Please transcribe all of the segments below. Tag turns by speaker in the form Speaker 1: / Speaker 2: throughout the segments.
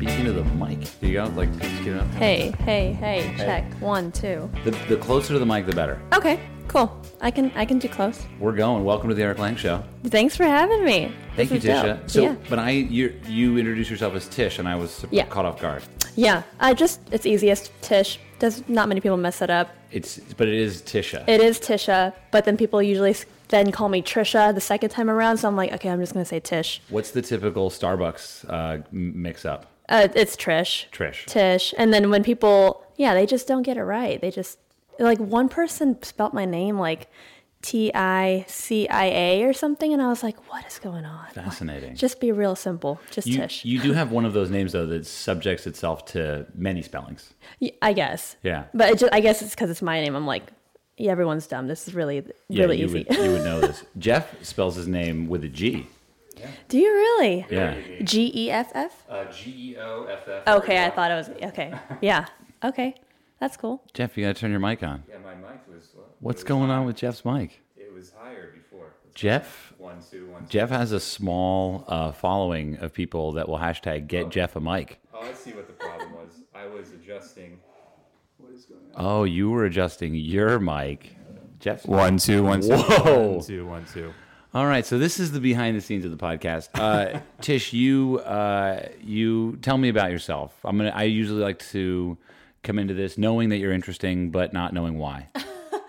Speaker 1: into the mic. You got like just get it up.
Speaker 2: Hey, hey, hey, check. One, two.
Speaker 1: The, the closer to the mic, the better.
Speaker 2: Okay, cool. I can I can do close.
Speaker 1: We're going. Welcome to the Eric Lang Show.
Speaker 2: Thanks for having me.
Speaker 1: Thank
Speaker 2: This
Speaker 1: you,
Speaker 2: is
Speaker 1: Tisha.
Speaker 2: dope.
Speaker 1: So,
Speaker 2: yeah.
Speaker 1: but I you you introduced yourself as Tish, and I was
Speaker 2: Yeah.
Speaker 1: caught off guard.
Speaker 2: Yeah. I just it's easiest. Tish. Does not many people mess it up.
Speaker 1: It's but it is Tisha.
Speaker 2: It is Tisha, but then people usually s- then call me Trisha the second time around. So I'm like, okay, I'm just gonna say Tish.
Speaker 1: What's the typical Starbucks uh, m- mix up?
Speaker 2: Uh, it's Trish.
Speaker 1: Trish.
Speaker 2: Tish. And then when people, yeah, they just don't get it right. They just like one person spelt my name like T I C I A or something, and I was like, what is going on?
Speaker 1: Fascinating.
Speaker 2: Just be real simple. Just
Speaker 1: you,
Speaker 2: Tish.
Speaker 1: you do have one of those names though that subjects itself to many spellings.
Speaker 2: Y- I guess.
Speaker 1: Yeah.
Speaker 2: But it just, I guess it's because it's my name. I'm like, yeah, everyone's dumb. This is really, really
Speaker 1: you
Speaker 2: easy.
Speaker 1: Would, you would know this. Jeff spells his name with a G.
Speaker 2: Do you really?
Speaker 1: Yeah.
Speaker 2: G E F F?
Speaker 3: Uh, G E O F F.
Speaker 2: Okay, I thought it was. Okay. Yeah. Okay. That's cool.
Speaker 1: Jeff, you gotta turn your mic on.
Speaker 3: Yeah, my mic was. Well,
Speaker 1: What's
Speaker 3: it was-
Speaker 1: going on with Jeff's mic?
Speaker 3: It was higher before. It's
Speaker 1: Jeff
Speaker 3: one two one. Two.
Speaker 1: Jeff has a small uh, following of people that will hashtag get Jeff a mic.
Speaker 3: Oh, I see what the problem was. I was adjusting. What is going on?
Speaker 1: Oh, you were adjusting your mic. Jeff's mic.
Speaker 3: One two one two.
Speaker 1: Whoa.
Speaker 3: One two one two.
Speaker 1: All right, so this is the behind the scenes of the podcast. Uh, Tish, you uh, you tell me about yourself. I'm gonna. I usually like to come into this knowing that you're interesting, but not knowing why.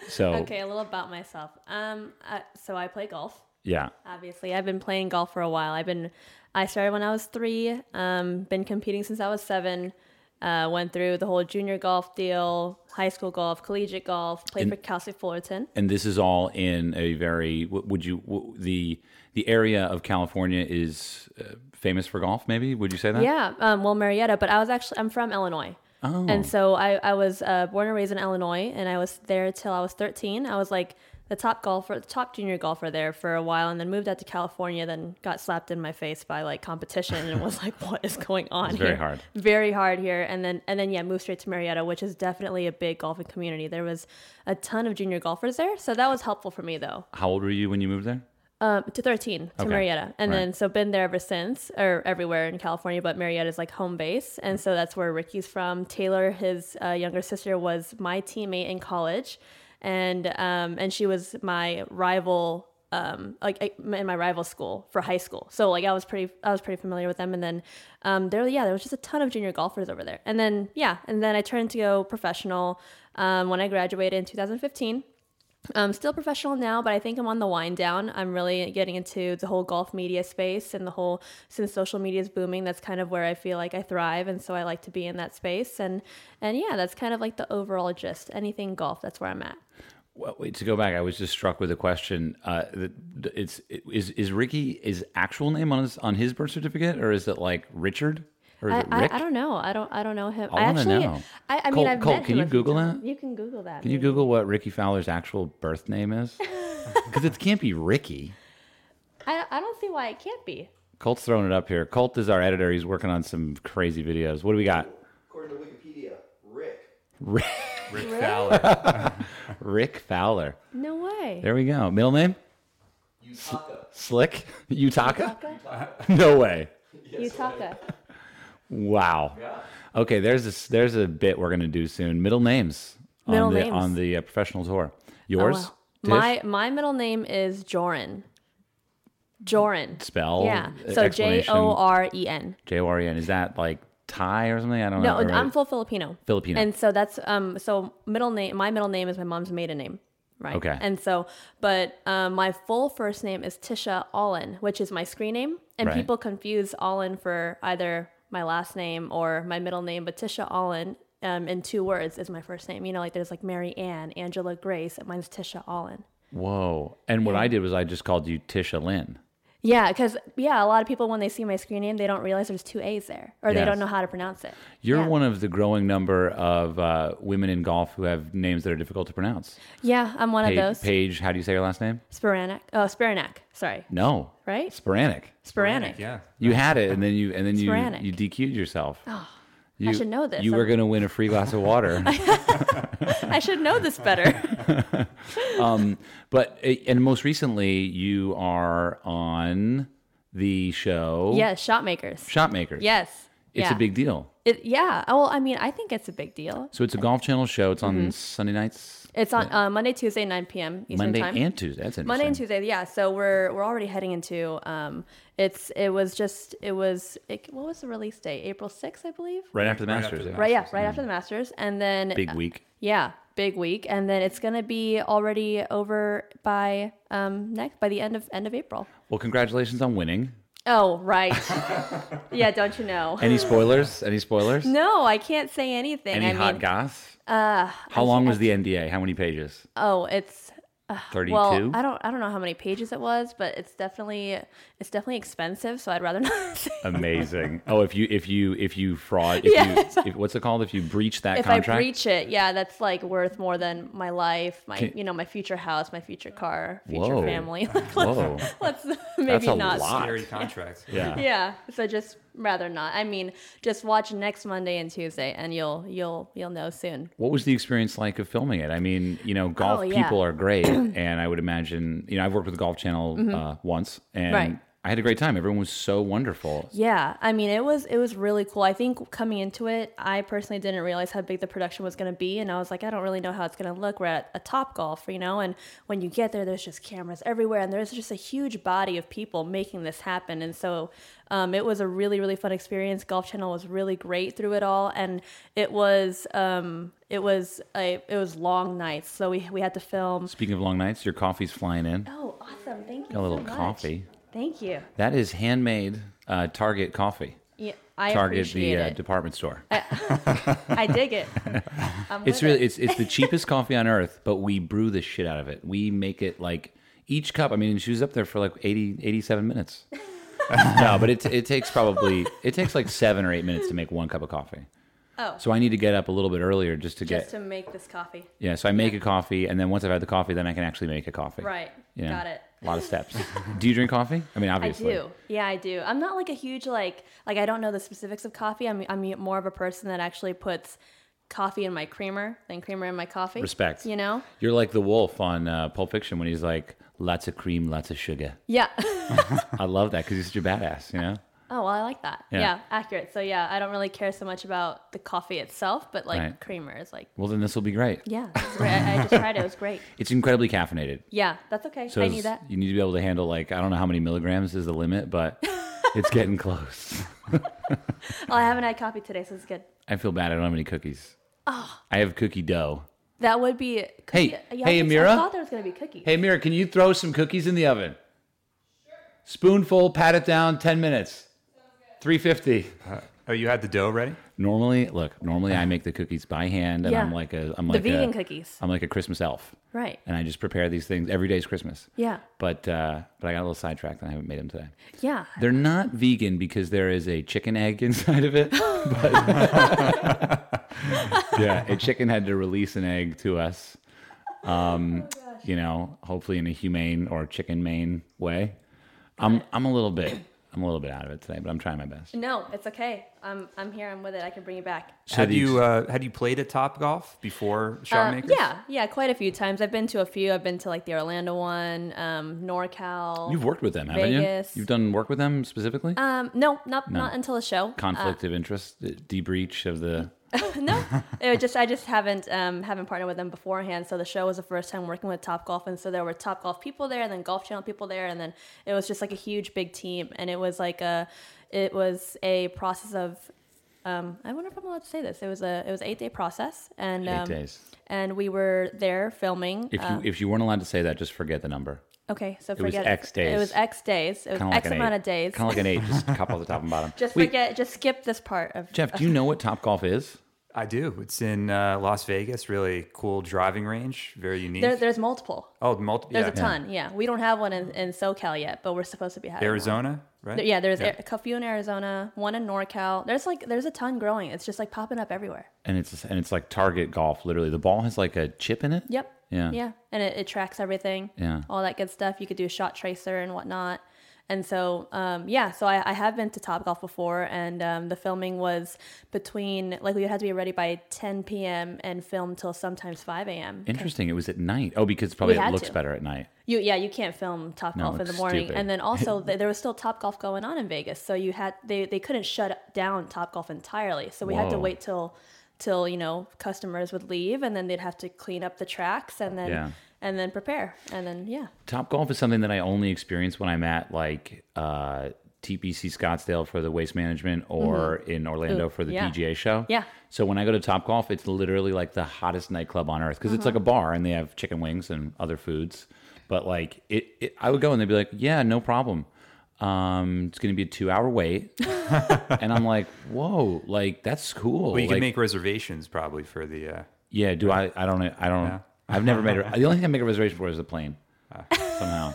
Speaker 1: So
Speaker 2: Okay, a little about myself. Um, uh, so I play golf.
Speaker 1: yeah,
Speaker 2: Obviously, I've been playing golf for a while. I've been, I started when I was three. Um, been competing since I was seven. Uh, went through the whole junior golf deal, high school golf, collegiate golf. Played for Cal State Fullerton.
Speaker 1: and this is all in a very. w- Would you w- the the area of California is uh, famous for golf? Maybe would you say that?
Speaker 2: Yeah, um, well, Marietta, but I was actually I'm from Illinois.
Speaker 1: Oh.
Speaker 2: And so I, I was uh, born and raised in Illinois, and I was there till I was 13. I was like the top golfer, top junior golfer there for a while, and then moved out to California. Then got slapped in my face by like competition, and was like, "What is going on?"
Speaker 1: It's very
Speaker 2: here?
Speaker 1: hard.
Speaker 2: Very hard here, and then and then yeah, moved straight to Marietta, which is definitely a big golfing community. There was a ton of junior golfers there, so that was helpful for me though
Speaker 1: How old were you when you moved there?
Speaker 2: um, to 13 to
Speaker 1: Okay.
Speaker 2: Marietta. And
Speaker 1: Right.
Speaker 2: then, so been there ever since, or everywhere in California, but Marietta is like home base. And so that's where Ricky's from. Taylor, his uh, younger sister, was my teammate in college. And, um, and she was my rival, um, like I- in my rival school for high school. So like I was pretty, I was pretty familiar with them. And then, um, there, yeah, there was just a ton of junior golfers over there. And then, yeah. And then I turned to go professional, um, when I graduated in 2015. I'm still professional now, but I think I'm on the wind down. I'm really getting into the whole golf media space and the whole since social media is booming, that's kind of where I feel like I thrive and so I like to be in that space and and yeah, that's kind of like the overall gist. Anything golf, that's where I'm at.
Speaker 1: Well, wait, to go back, I was just struck with a question. Uh, that- that it's is is Ricky his actual name on his on his birth certificate, or is it like Richard, or is
Speaker 2: I,
Speaker 1: it
Speaker 2: I,
Speaker 1: Rick?
Speaker 2: I don't know. I don't I don't know him.
Speaker 1: I wanna
Speaker 2: actually
Speaker 1: know.
Speaker 2: I, I
Speaker 1: Cole-
Speaker 2: mean I've
Speaker 1: Cole,
Speaker 2: met
Speaker 1: can
Speaker 2: him
Speaker 1: you
Speaker 2: a few
Speaker 1: Google
Speaker 2: times.
Speaker 1: that?
Speaker 2: You can Google that.
Speaker 1: Can you
Speaker 2: maybe.
Speaker 1: Google what Ricky Fowler's actual birth name is? Because it can't be Ricky.
Speaker 2: I I don't see why it can't be.
Speaker 1: Colt's throwing it up here. Colt is our editor. He's working on some crazy videos. What do we got?
Speaker 4: According to Wikipedia, Rick.
Speaker 1: Rick,
Speaker 3: Rick Fowler.
Speaker 1: Rick Fowler.
Speaker 2: No way.
Speaker 1: There we go. Middle name?
Speaker 4: Utaka.
Speaker 1: Slick Utaka. No way.
Speaker 2: Utaka.
Speaker 1: Wow. Okay, there's this there's a bit we're gonna do soon. Middle names on
Speaker 2: Middle
Speaker 1: the
Speaker 2: names. Oh,
Speaker 1: on the uh, professional tour. Yours?
Speaker 2: Wow.
Speaker 1: Tish?
Speaker 2: My my middle name is Joran. Joran.
Speaker 1: Spell,
Speaker 2: Yeah.
Speaker 1: uh,
Speaker 2: So J
Speaker 1: explanation.
Speaker 2: O R E N.
Speaker 1: J O R E N. Is that like Thai or something? I don't
Speaker 2: No,
Speaker 1: know. Or-
Speaker 2: I'm full Filipino.
Speaker 1: Filipino.
Speaker 2: And so that's um so middle name my middle name is my mom's maiden name. Right.
Speaker 1: Okay.
Speaker 2: And so but um, my full first name is Tisha Allen, which is my screen name. And
Speaker 1: Right.
Speaker 2: people confuse Allen for either my last name or my middle name, but Tisha Allen um, in two words is my first name. You know, like there's like Mary Ann, Angela Grace, and mine's Tisha Allen.
Speaker 1: Whoa. And what I did was I just called you Tisha Lynn.
Speaker 2: Yeah, because yeah, a lot of people when they see my screen name, they don't realize there's two A's there, or they
Speaker 1: Yes.
Speaker 2: don't know how to pronounce it.
Speaker 1: You're
Speaker 2: Yeah.
Speaker 1: one of the growing number of uh, women in golf who have names that are difficult to pronounce.
Speaker 2: Yeah, I'm one
Speaker 1: Paige,
Speaker 2: of those.
Speaker 1: Paige, how do you say your last name?
Speaker 2: Spiranak. Oh, Spiranak. Sorry,
Speaker 1: No.
Speaker 2: right?
Speaker 1: Sporanic.
Speaker 2: Spiranak.
Speaker 3: yeah.
Speaker 1: You had it, and then you and then you
Speaker 2: Sporanic. Oh,
Speaker 1: you DQ'd yourself. you,
Speaker 2: should know this.
Speaker 1: You were
Speaker 2: I'm-
Speaker 1: going to win a free glass of water,
Speaker 2: I should know this better.
Speaker 1: but eh, and most recently you are on the show
Speaker 2: yes, shot makers.
Speaker 1: Shopmakers.
Speaker 2: Yes.
Speaker 1: It's
Speaker 2: Yeah.
Speaker 1: a big deal.
Speaker 2: It, yeah. oh, Well, I mean, I think it's a big deal.
Speaker 1: So it's a Golf Channel show. It's on
Speaker 2: Mm-hmm.
Speaker 1: Sunday nights,
Speaker 2: It's on uh, Monday, Tuesday, 9 p.m. Eastern
Speaker 1: Monday
Speaker 2: time.
Speaker 1: and Tuesday. That's interesting.
Speaker 2: Monday and Tuesday, yeah. So we're we're already heading into um. It's it was just it was it, what was the release date? April sixth, I believe.
Speaker 1: Right after the
Speaker 3: Right
Speaker 1: Masters.
Speaker 3: after the
Speaker 1: yeah.
Speaker 2: Right, yeah, right after the Masters, and then
Speaker 1: Big week.
Speaker 2: yeah, big week, and then it's gonna be already over by um next by the end of end of April.
Speaker 1: Well, congratulations on winning.
Speaker 2: Oh right, yeah. Don't you know?
Speaker 1: Any spoilers? Any spoilers?
Speaker 2: No, I can't say anything.
Speaker 1: Any
Speaker 2: I
Speaker 1: hot
Speaker 2: mean,
Speaker 1: goss? Uh, How long was the NDA? How many pages?
Speaker 2: oh, it's
Speaker 1: Thirty-two.
Speaker 2: well, I don't I don't know how many pages it was, but it's definitely it's definitely expensive, so I'd rather not. say
Speaker 1: Amazing. Oh, if you if you if you fraud, if
Speaker 2: Yes.
Speaker 1: you if, what's it called? If you breach that
Speaker 2: if
Speaker 1: contract,
Speaker 2: I breach it, yeah, that's like worth more than my life, my
Speaker 1: Can-
Speaker 2: you know, my future house, my future car, future
Speaker 1: Whoa.
Speaker 2: family. Like,
Speaker 1: Whoa.
Speaker 2: let's, let's maybe
Speaker 1: a
Speaker 2: not.
Speaker 1: lot.
Speaker 3: Scary contract.
Speaker 1: yeah.
Speaker 2: Yeah, so just rather not. I mean, just watch next Monday and Tuesday, and you'll you'll you'll know soon.
Speaker 1: What was the experience like of filming it? I mean, you know, golf
Speaker 2: Oh, yeah.
Speaker 1: people are great, and I would imagine, you know, I've worked with the Golf Channel uh, once, and
Speaker 2: Mm-hmm. Right.
Speaker 1: I had a great time. Everyone was so wonderful.
Speaker 2: Yeah, I mean, it was it was really cool. I think coming into it, I personally didn't realize how big the production was going to be, and I was like, I don't really know how it's going to look. We're at a Top Golf, you know, and when you get there, there's just cameras everywhere, and there's just a huge body of people making this happen. And so, um, it was a really really fun experience. Golf Channel was really great through it all, and it was um, it was a it was long nights, so we we had to film.
Speaker 1: Speaking of long nights, your coffee's flying in.
Speaker 2: Oh, awesome! Thank
Speaker 1: Got
Speaker 2: you.
Speaker 1: a
Speaker 2: so
Speaker 1: little
Speaker 2: much.
Speaker 1: coffee.
Speaker 2: Thank you.
Speaker 1: That is handmade uh, Target coffee.
Speaker 2: Yeah, I
Speaker 1: Target
Speaker 2: appreciate
Speaker 1: the uh,
Speaker 2: it.
Speaker 1: department store.
Speaker 2: I dig it. I'm
Speaker 1: It's
Speaker 2: with
Speaker 1: really
Speaker 2: it.
Speaker 1: it's it's the cheapest coffee on earth, but we brew the shit out of it. We make it like each cup. I mean, she was up there for like 80, 87 minutes. no, but it it takes probably it takes like seven or eight minutes to make one cup of coffee.
Speaker 2: Oh.
Speaker 1: So I need to get up a little bit earlier just to get
Speaker 2: just to make this coffee.
Speaker 1: yeah. So I make a coffee, and then once I've had the coffee, then I can actually make a coffee.
Speaker 2: Right.
Speaker 1: Yeah.
Speaker 2: Got it.
Speaker 1: A lot of steps. do you drink coffee? I mean,
Speaker 2: I
Speaker 1: obviously.
Speaker 2: do. Yeah, I do. I'm not like a huge like like I don't know the specifics of coffee. I'm I'm more of a person that actually puts coffee in my creamer than creamer in my coffee.
Speaker 1: Respect.
Speaker 2: You know?
Speaker 1: You're like the wolf on uh, Pulp Fiction when he's like lots of cream, lots of sugar.
Speaker 2: Yeah.
Speaker 1: I love that because he's such a badass. You know.
Speaker 2: oh well, I like that.
Speaker 1: Yeah.
Speaker 2: Yeah. accurate. So yeah, I don't really care so much about the coffee itself, but like
Speaker 1: Right.
Speaker 2: creamer is like
Speaker 1: Well, then this will be great.
Speaker 2: yeah, it's great. I, I just tried it. It was great.
Speaker 1: It's incredibly caffeinated.
Speaker 2: Yeah, that's okay.
Speaker 1: So
Speaker 2: I
Speaker 1: it's-
Speaker 2: need that.
Speaker 1: you need to be able to handle like I don't know how many milligrams is the limit, but it's getting close.
Speaker 2: Oh, I haven't had coffee today, so it's good.
Speaker 1: I feel bad. I don't have any cookies. Oh. I have cookie dough.
Speaker 2: That would be
Speaker 1: Hey,
Speaker 2: cookie-
Speaker 1: hey,
Speaker 2: I was-
Speaker 1: Amira?
Speaker 2: I thought there was gonna be cookies.
Speaker 1: Hey, Mira, can you throw some cookies in the oven? Spoonful, pat it down, ten minutes, three fifty.
Speaker 3: Oh, you had the dough ready?
Speaker 1: Normally, look, normally I make the cookies by hand, and
Speaker 2: Yeah.
Speaker 1: I'm like a, I'm
Speaker 2: the
Speaker 1: like
Speaker 2: vegan
Speaker 1: a,
Speaker 2: cookies.
Speaker 1: I'm like a Christmas elf,
Speaker 2: Right.
Speaker 1: and I just prepare these things every day's Christmas.
Speaker 2: Yeah.
Speaker 1: But uh, but I got a little sidetracked, and I haven't made them today.
Speaker 2: Yeah.
Speaker 1: They're not vegan because there is a chicken egg inside of it. But yeah, a chicken had to release an egg to us.
Speaker 2: Oh
Speaker 1: Um, you know, hopefully in a humane or chicken main way. I'm I'm a little bit I'm a little bit out of it today, but I'm trying my best.
Speaker 2: No, it's okay. I'm I'm here. I'm with it. I can bring it back.
Speaker 1: So
Speaker 3: Had
Speaker 1: the-
Speaker 3: you uh, had you played at Top Golf before Shot
Speaker 2: Uh,
Speaker 3: Makers?
Speaker 2: yeah, yeah, quite a few times. I've been to a few. I've been to like the Orlando one, um, NorCal.
Speaker 1: You've worked with them, haven't
Speaker 2: Vegas.
Speaker 1: you? You've done work with them specifically?
Speaker 2: um, no, not not until the show.
Speaker 1: Conflict of interest, the breach of the.
Speaker 2: no, it was just I just haven't um, haven't partnered with them beforehand. So the show was the first time working with Top Golf, and so there were Top Golf people there, and then Golf Channel people there, and then it was just like a huge big team, and it was like a it was a process of. Um, I wonder if I'm allowed to say this. It was a it was an eight day process, and
Speaker 1: Eight
Speaker 2: um,
Speaker 1: days.
Speaker 2: and we were there filming. Uh,
Speaker 1: If you if you weren't allowed to say that, just forget the number.
Speaker 2: Okay, so
Speaker 1: was
Speaker 2: forget
Speaker 1: X days.
Speaker 2: It was X days. It was
Speaker 1: Kinda
Speaker 2: X
Speaker 1: like an
Speaker 2: amount
Speaker 1: eight.
Speaker 2: of days.
Speaker 1: Kind of like an eight, just cup off the top and bottom.
Speaker 2: just
Speaker 1: Wait,
Speaker 2: forget. Just skip this part of.
Speaker 1: Jeff, do you know what Top Golf is?
Speaker 3: I do. It's in uh, Las Vegas. Really cool driving range. Very unique.
Speaker 2: There, there's multiple.
Speaker 3: oh, multiple.
Speaker 2: There's
Speaker 3: yeah.
Speaker 2: a ton. Yeah. we don't have one in, in SoCal yet, but we're supposed to be having. one.
Speaker 3: Arizona, right?
Speaker 2: There- yeah, there's a- a few in Arizona, one in NorCal. There's like there's a ton growing. It's just like popping up everywhere.
Speaker 1: and it's and it's like target golf literally the ball has like a chip in it
Speaker 2: Yep.
Speaker 1: Yeah.
Speaker 2: Yeah, and it, it tracks everything.
Speaker 1: Yeah.
Speaker 2: All that good stuff. You could do shot tracer and whatnot. And so, um, yeah, so I, I have been to Top Golf before, and um, the filming was between like we had to be ready by 10 p.m. and film till sometimes 5 a.m.
Speaker 1: Interesting. It was at night. Oh, because probably
Speaker 2: We
Speaker 1: it
Speaker 2: had
Speaker 1: looks
Speaker 2: to.
Speaker 1: better at night.
Speaker 2: You yeah, you can't film Top
Speaker 1: No,
Speaker 2: Golf in the
Speaker 1: it's
Speaker 2: morning,
Speaker 1: stupid.
Speaker 2: and then also th- there was still Top Golf going on in Vegas, so you had they they couldn't shut down Top Golf entirely, so we had to
Speaker 1: Whoa.
Speaker 2: wait till till you know customers would leave, and then they'd have to clean up the tracks, and then
Speaker 1: Yeah.
Speaker 2: and then prepare, and then yeah,
Speaker 1: Top golf is something that I only experience when I'm at like uh, TPC Scottsdale for the waste management or in Orlando
Speaker 2: Mm-hmm. Ooh,
Speaker 1: for the
Speaker 2: yeah.
Speaker 1: PGA show.
Speaker 2: Yeah.
Speaker 1: So when I go to Top Golf, it's literally like the hottest nightclub on earth because
Speaker 2: Uh-huh.
Speaker 1: it's like a bar and they have chicken wings and other foods. But like it, it I would go and they'd be like, "Yeah, no problem. Um, it's going to be a two-hour wait," and I'm like, "Whoa, like that's cool."
Speaker 3: Well, you
Speaker 1: Like,
Speaker 3: can make reservations probably for the. Uh,
Speaker 1: Yeah, do I? I don't. I don't.
Speaker 3: Yeah.
Speaker 1: I've never made a. The only thing I make a reservation for is the plane. Somehow,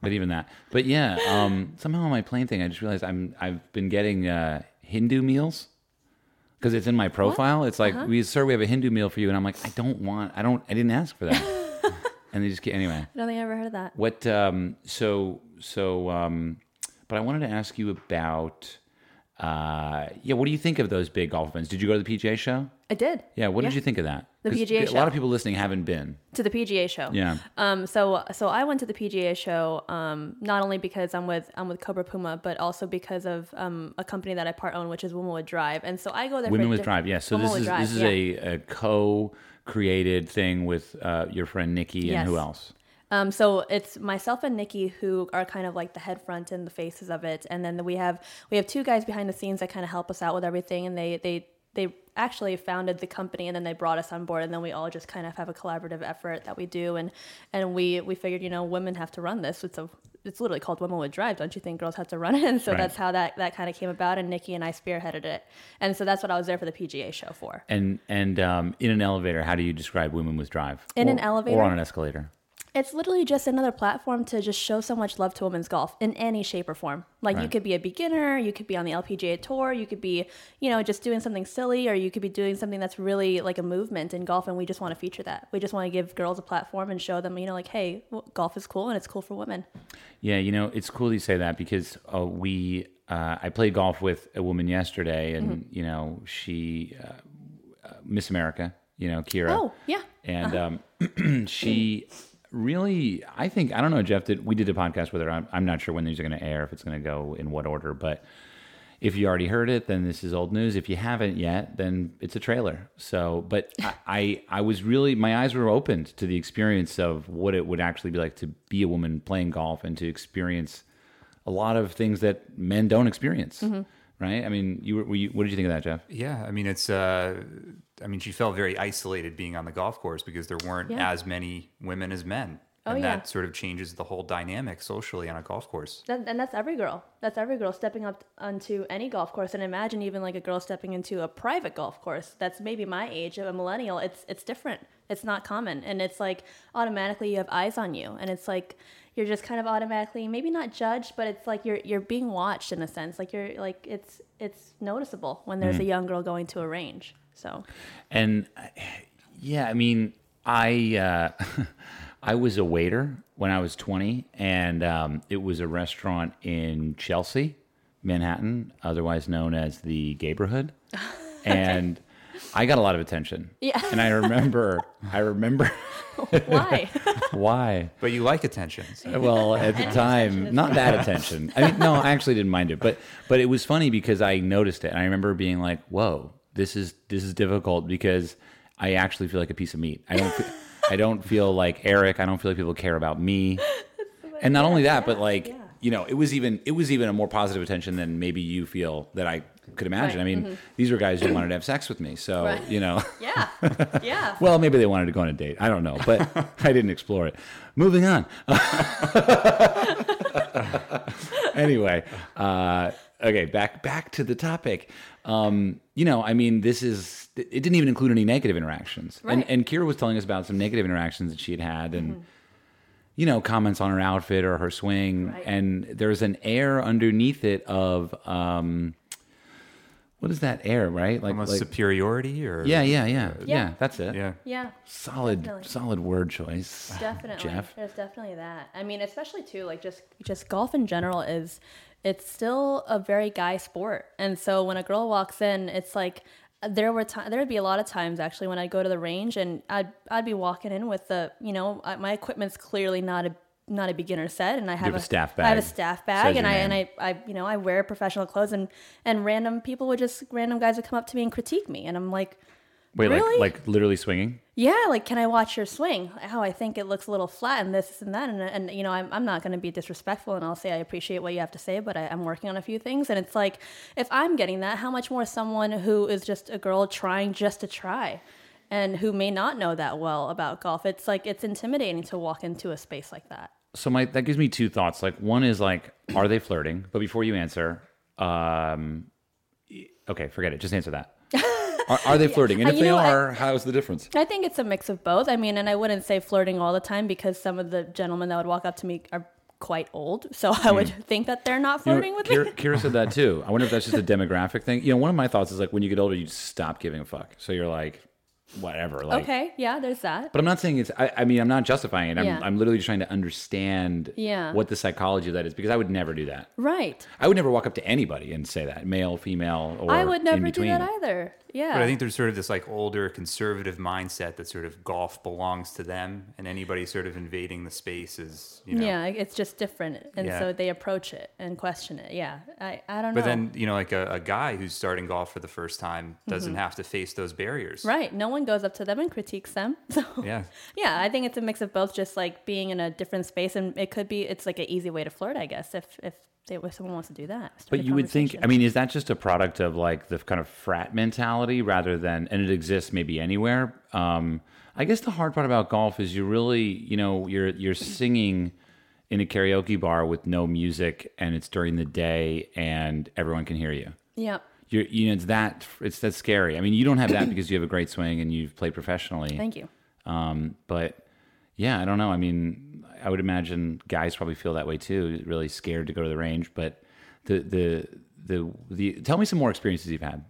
Speaker 1: but even that. But yeah, um, somehow on my plane thing, I just realized I'm. I've been getting uh, Hindu meals because it's in my profile. It's like we, sir, we have a Hindu meal for you, and I'm like, I don't want. I don't. I didn't ask for that. and they just get anyway.
Speaker 2: I don't think I ever heard of that.
Speaker 1: What? Um, so so. Um, but I wanted to ask you about. Uh, yeah, what do you think of those big golf events? Did you go to the PGA show?
Speaker 2: I did.
Speaker 1: Yeah, what did you think of that?
Speaker 2: The
Speaker 1: 'Cause
Speaker 2: PGA
Speaker 1: A lot
Speaker 2: show.
Speaker 1: of people listening haven't been.
Speaker 2: to the PGA show.
Speaker 1: Yeah.
Speaker 2: Um. So so I went to the PGA show. Um. Not only because I'm with I'm with Cobra Puma, but also because of um a company that I part own, which is Womenwood Drive. And so I go there.
Speaker 1: Women
Speaker 2: for
Speaker 1: with
Speaker 2: diff-
Speaker 1: Drive. Yeah. So
Speaker 2: Women
Speaker 1: this
Speaker 2: with
Speaker 1: is
Speaker 2: Drive,
Speaker 1: this is
Speaker 2: yeah.
Speaker 1: a, a co-created thing with uh, your friend Nikki and
Speaker 2: Yes.
Speaker 1: who else?
Speaker 2: Um, so it's myself and Nikki who are kind of like the head front and the faces of it, and then we have we have two guys behind the scenes that kind of help us out with everything, and they they they actually founded the company and then they brought us on board and then we all just kind of have a collaborative effort that we do and and we we figured you know women have to run this it's a it's literally called women would drive don't you think girls have to run it and so
Speaker 1: Right.
Speaker 2: that's how that that kind of came about and nikki and i spearheaded it and so that's what i was there for the pga show for
Speaker 1: And and um, in an elevator, how do you describe Women with Drive?
Speaker 2: In an
Speaker 1: Or-
Speaker 2: elevator?
Speaker 1: or on an escalator?
Speaker 2: It's literally just another platform to just show so much love to women's golf in any shape or form. Like you
Speaker 1: Right.
Speaker 2: could be a beginner, you could be on the LPGA tour, you could be, you know, just doing something silly, or you could be doing something that's really like a movement in golf. And we just want to feature that. We just want to give girls a platform and show them, you know, like, hey, w- golf is cool and it's cool for women.
Speaker 1: Yeah, you know, it's cool that you say that because uh, we, uh, I played golf with a woman yesterday, and
Speaker 2: Mm-hmm.
Speaker 1: you know, she, uh, uh, Miss America, you know, Kira.
Speaker 2: Oh, yeah.
Speaker 1: and um, she really i think i don't know jeff did we did a podcast with her i'm, I'm not sure when these are going to air if it's going to go in what order but if you already heard it then this is old news if you haven't yet then it's a trailer so but I, I i was really my eyes were opened to the experience of what it would actually be like to be a woman playing golf and to experience a lot of things that men don't experience right i mean you were, were you, what did you think of that jeff
Speaker 3: yeah, I mean it's. Uh, I mean she felt very isolated being on the golf course because there weren't
Speaker 2: Yeah.
Speaker 3: as many women as men,
Speaker 2: Oh,
Speaker 3: and
Speaker 2: yeah.
Speaker 3: that sort of changes the whole dynamic socially on a golf course.
Speaker 2: That, and that's every girl. That's every girl stepping up onto any golf course. And imagine even like a girl stepping into a private golf course that's maybe my age, a millennial. It's it's different. It's not common, and it's like automatically you have eyes on you, and it's like you're just kind of automatically maybe not judged, but it's like you're you're being watched in a sense. Like you're like it's it's noticeable when there's a young girl going to a range. So
Speaker 1: And uh, yeah, I mean, I uh, I was a waiter when I was 20, and um, it was a restaurant in Chelsea, Manhattan, otherwise known as the Gayborhood, and I got a lot of attention.
Speaker 2: Yeah.
Speaker 1: and I remember, I remember
Speaker 2: why?
Speaker 1: why.
Speaker 3: But you like attention. So.
Speaker 1: Well, at the time, not that attention. I mean, no, I actually didn't mind it, but but it was funny because I noticed it, and I remember being like, "Whoa, this is this is difficult," because I actually feel like a piece of meat. I don't, fe- I don't feel like Eric. I don't feel like people care about me. And not only that, but like you know, it was even it was even a more positive attention than maybe you feel that I could imagine.
Speaker 2: Right, Mm-hmm.
Speaker 1: I mean, these were guys who wanted to have sex with me, so
Speaker 2: Right.
Speaker 1: you know.
Speaker 2: yeah, yeah.
Speaker 1: Well, maybe they wanted to go on a date. I don't know, but I didn't explore it. Moving on. anyway, uh, okay, back back to the topic. Um, you know, I mean, this is it didn't even include any negative interactions.
Speaker 2: Right. Mm-hmm.
Speaker 1: And and Kira was telling us about some negative interactions that she had had and you know, comments on her outfit or her swing
Speaker 2: Right.
Speaker 1: and there's an air underneath it of um what is that air, right? Like,
Speaker 3: Almost
Speaker 1: like
Speaker 3: superiority or
Speaker 1: yeah, yeah, yeah, yeah,
Speaker 2: Yeah.
Speaker 1: That's it.
Speaker 3: yeah.
Speaker 2: Yeah,
Speaker 1: Solid,
Speaker 2: Definitely.
Speaker 1: solid word choice.
Speaker 2: definitely.
Speaker 1: Jeff?
Speaker 2: There's definitely that. I mean, especially too, like just just golf in general is it's still a very guy sport, and so when a girl walks in, it's like there were time there would be a lot of times actually when I'd go to the range and I'd I'd be walking in with the you know I- my equipment's clearly not a not a beginner set and I have,
Speaker 1: have a staff
Speaker 2: I have a
Speaker 1: bag.
Speaker 2: staff
Speaker 1: Says
Speaker 2: bag and
Speaker 1: your
Speaker 2: I and
Speaker 1: name.
Speaker 2: I, I you know I wear professional clothes and and random people would just random guys would come up to me and critique me and I'm like
Speaker 1: Wait,
Speaker 2: Really?
Speaker 1: like, like literally swinging.
Speaker 2: yeah, like can I watch your swing? How I think it looks a little flat and this and that, and and you know I'm I'm not going to be disrespectful, and I'll say I appreciate what you have to say, but I, I'm working on a few things, and it's like if I'm getting that, how much more someone who is just a girl trying just to try, and who may not know that well about golf, it's like it's intimidating to walk into a space like that.
Speaker 1: so my that gives me two thoughts. Like one is like, are they flirting? But before you answer, um, y- okay, forget it. Just answer that. Are, are they flirting? And
Speaker 2: Uh,
Speaker 1: if
Speaker 2: you
Speaker 1: they
Speaker 2: know, I-
Speaker 1: are, how's the difference?
Speaker 2: I think it's a mix of both. I mean, and I wouldn't say flirting all the time because some of the gentlemen that would walk up to me are quite old, so I would think that they're not
Speaker 1: You know,
Speaker 2: flirting with me.
Speaker 1: Kira, Kira said that too. I wonder if that's just a demographic thing. You know, one of my thoughts is like when you get older, you just stop giving a fuck. So you're like, whatever. Like,
Speaker 2: Okay, yeah, there's that.
Speaker 1: But I'm not saying it's. I, I mean, I'm not justifying it. I'm,
Speaker 2: Yeah.
Speaker 1: I'm literally just trying to understand
Speaker 2: Yeah.
Speaker 1: what the psychology of that is because I would never do that.
Speaker 2: Right.
Speaker 1: I would never walk up to anybody and say that, male, female, or
Speaker 2: I would
Speaker 1: in
Speaker 2: never do
Speaker 1: between.
Speaker 2: that either. Yeah.
Speaker 3: But I think there's sort of this like older conservative mindset that sort of golf belongs to them, and anybody sort of invading the space is, you know.
Speaker 2: yeah, it's just different. And
Speaker 3: Yeah.
Speaker 2: so they approach it and question it. Yeah. I, I don't know.
Speaker 3: But then, you know, like a, a guy who's starting golf for the first time doesn't have to face those barriers.
Speaker 2: Mm-hmm. right. No one goes up to them and critiques them. So
Speaker 3: Yeah.
Speaker 2: yeah, I think it's a mix of both just like being in a different space and it could be it's like an easy way to flirt, I guess, if if they, if someone wants to do that. Start
Speaker 1: But
Speaker 2: a
Speaker 1: you would think, I
Speaker 2: conversation.
Speaker 1: mean, is that just a product of like the kind of frat mentality rather than, and it exists maybe anywhere? Um, I guess the hard part about golf is you really, you know, you're you're singing in a karaoke bar with no music, and it's during the day, and everyone can hear you.
Speaker 2: yeah.
Speaker 1: You're, you know, it's that it's that scary. I mean, you don't have that because you have a great swing and you've played professionally.
Speaker 2: Thank you.
Speaker 1: Um, but yeah, I don't know. I mean, I would imagine guys probably feel that way too, really scared to go to the range. But the the the the tell me some more experiences you've had.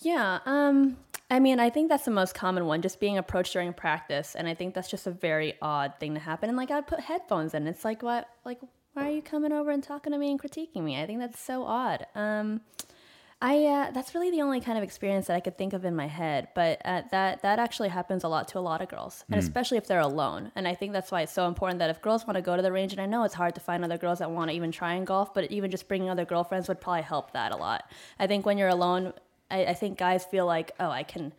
Speaker 2: Yeah. Um, I mean, I think that's the most common one, just being approached during practice, and I think that's just a very odd thing to happen. And like, I put headphones in. It's like, what? Like, why are you coming over and talking to me and critiquing me? I think that's so odd. Um, I uh, that's really the only kind of experience that I could think of in my head, but uh, that that actually happens a lot to a lot of girls, and
Speaker 1: Hmm.
Speaker 2: especially if they're alone. And I think that's why it's so important that if girls want to go to the range, and I know it's hard to find other girls that want to even try and golf, but even just bringing other girlfriends would probably help that a lot. I think when you're alone, I, I think guys feel like, oh, I can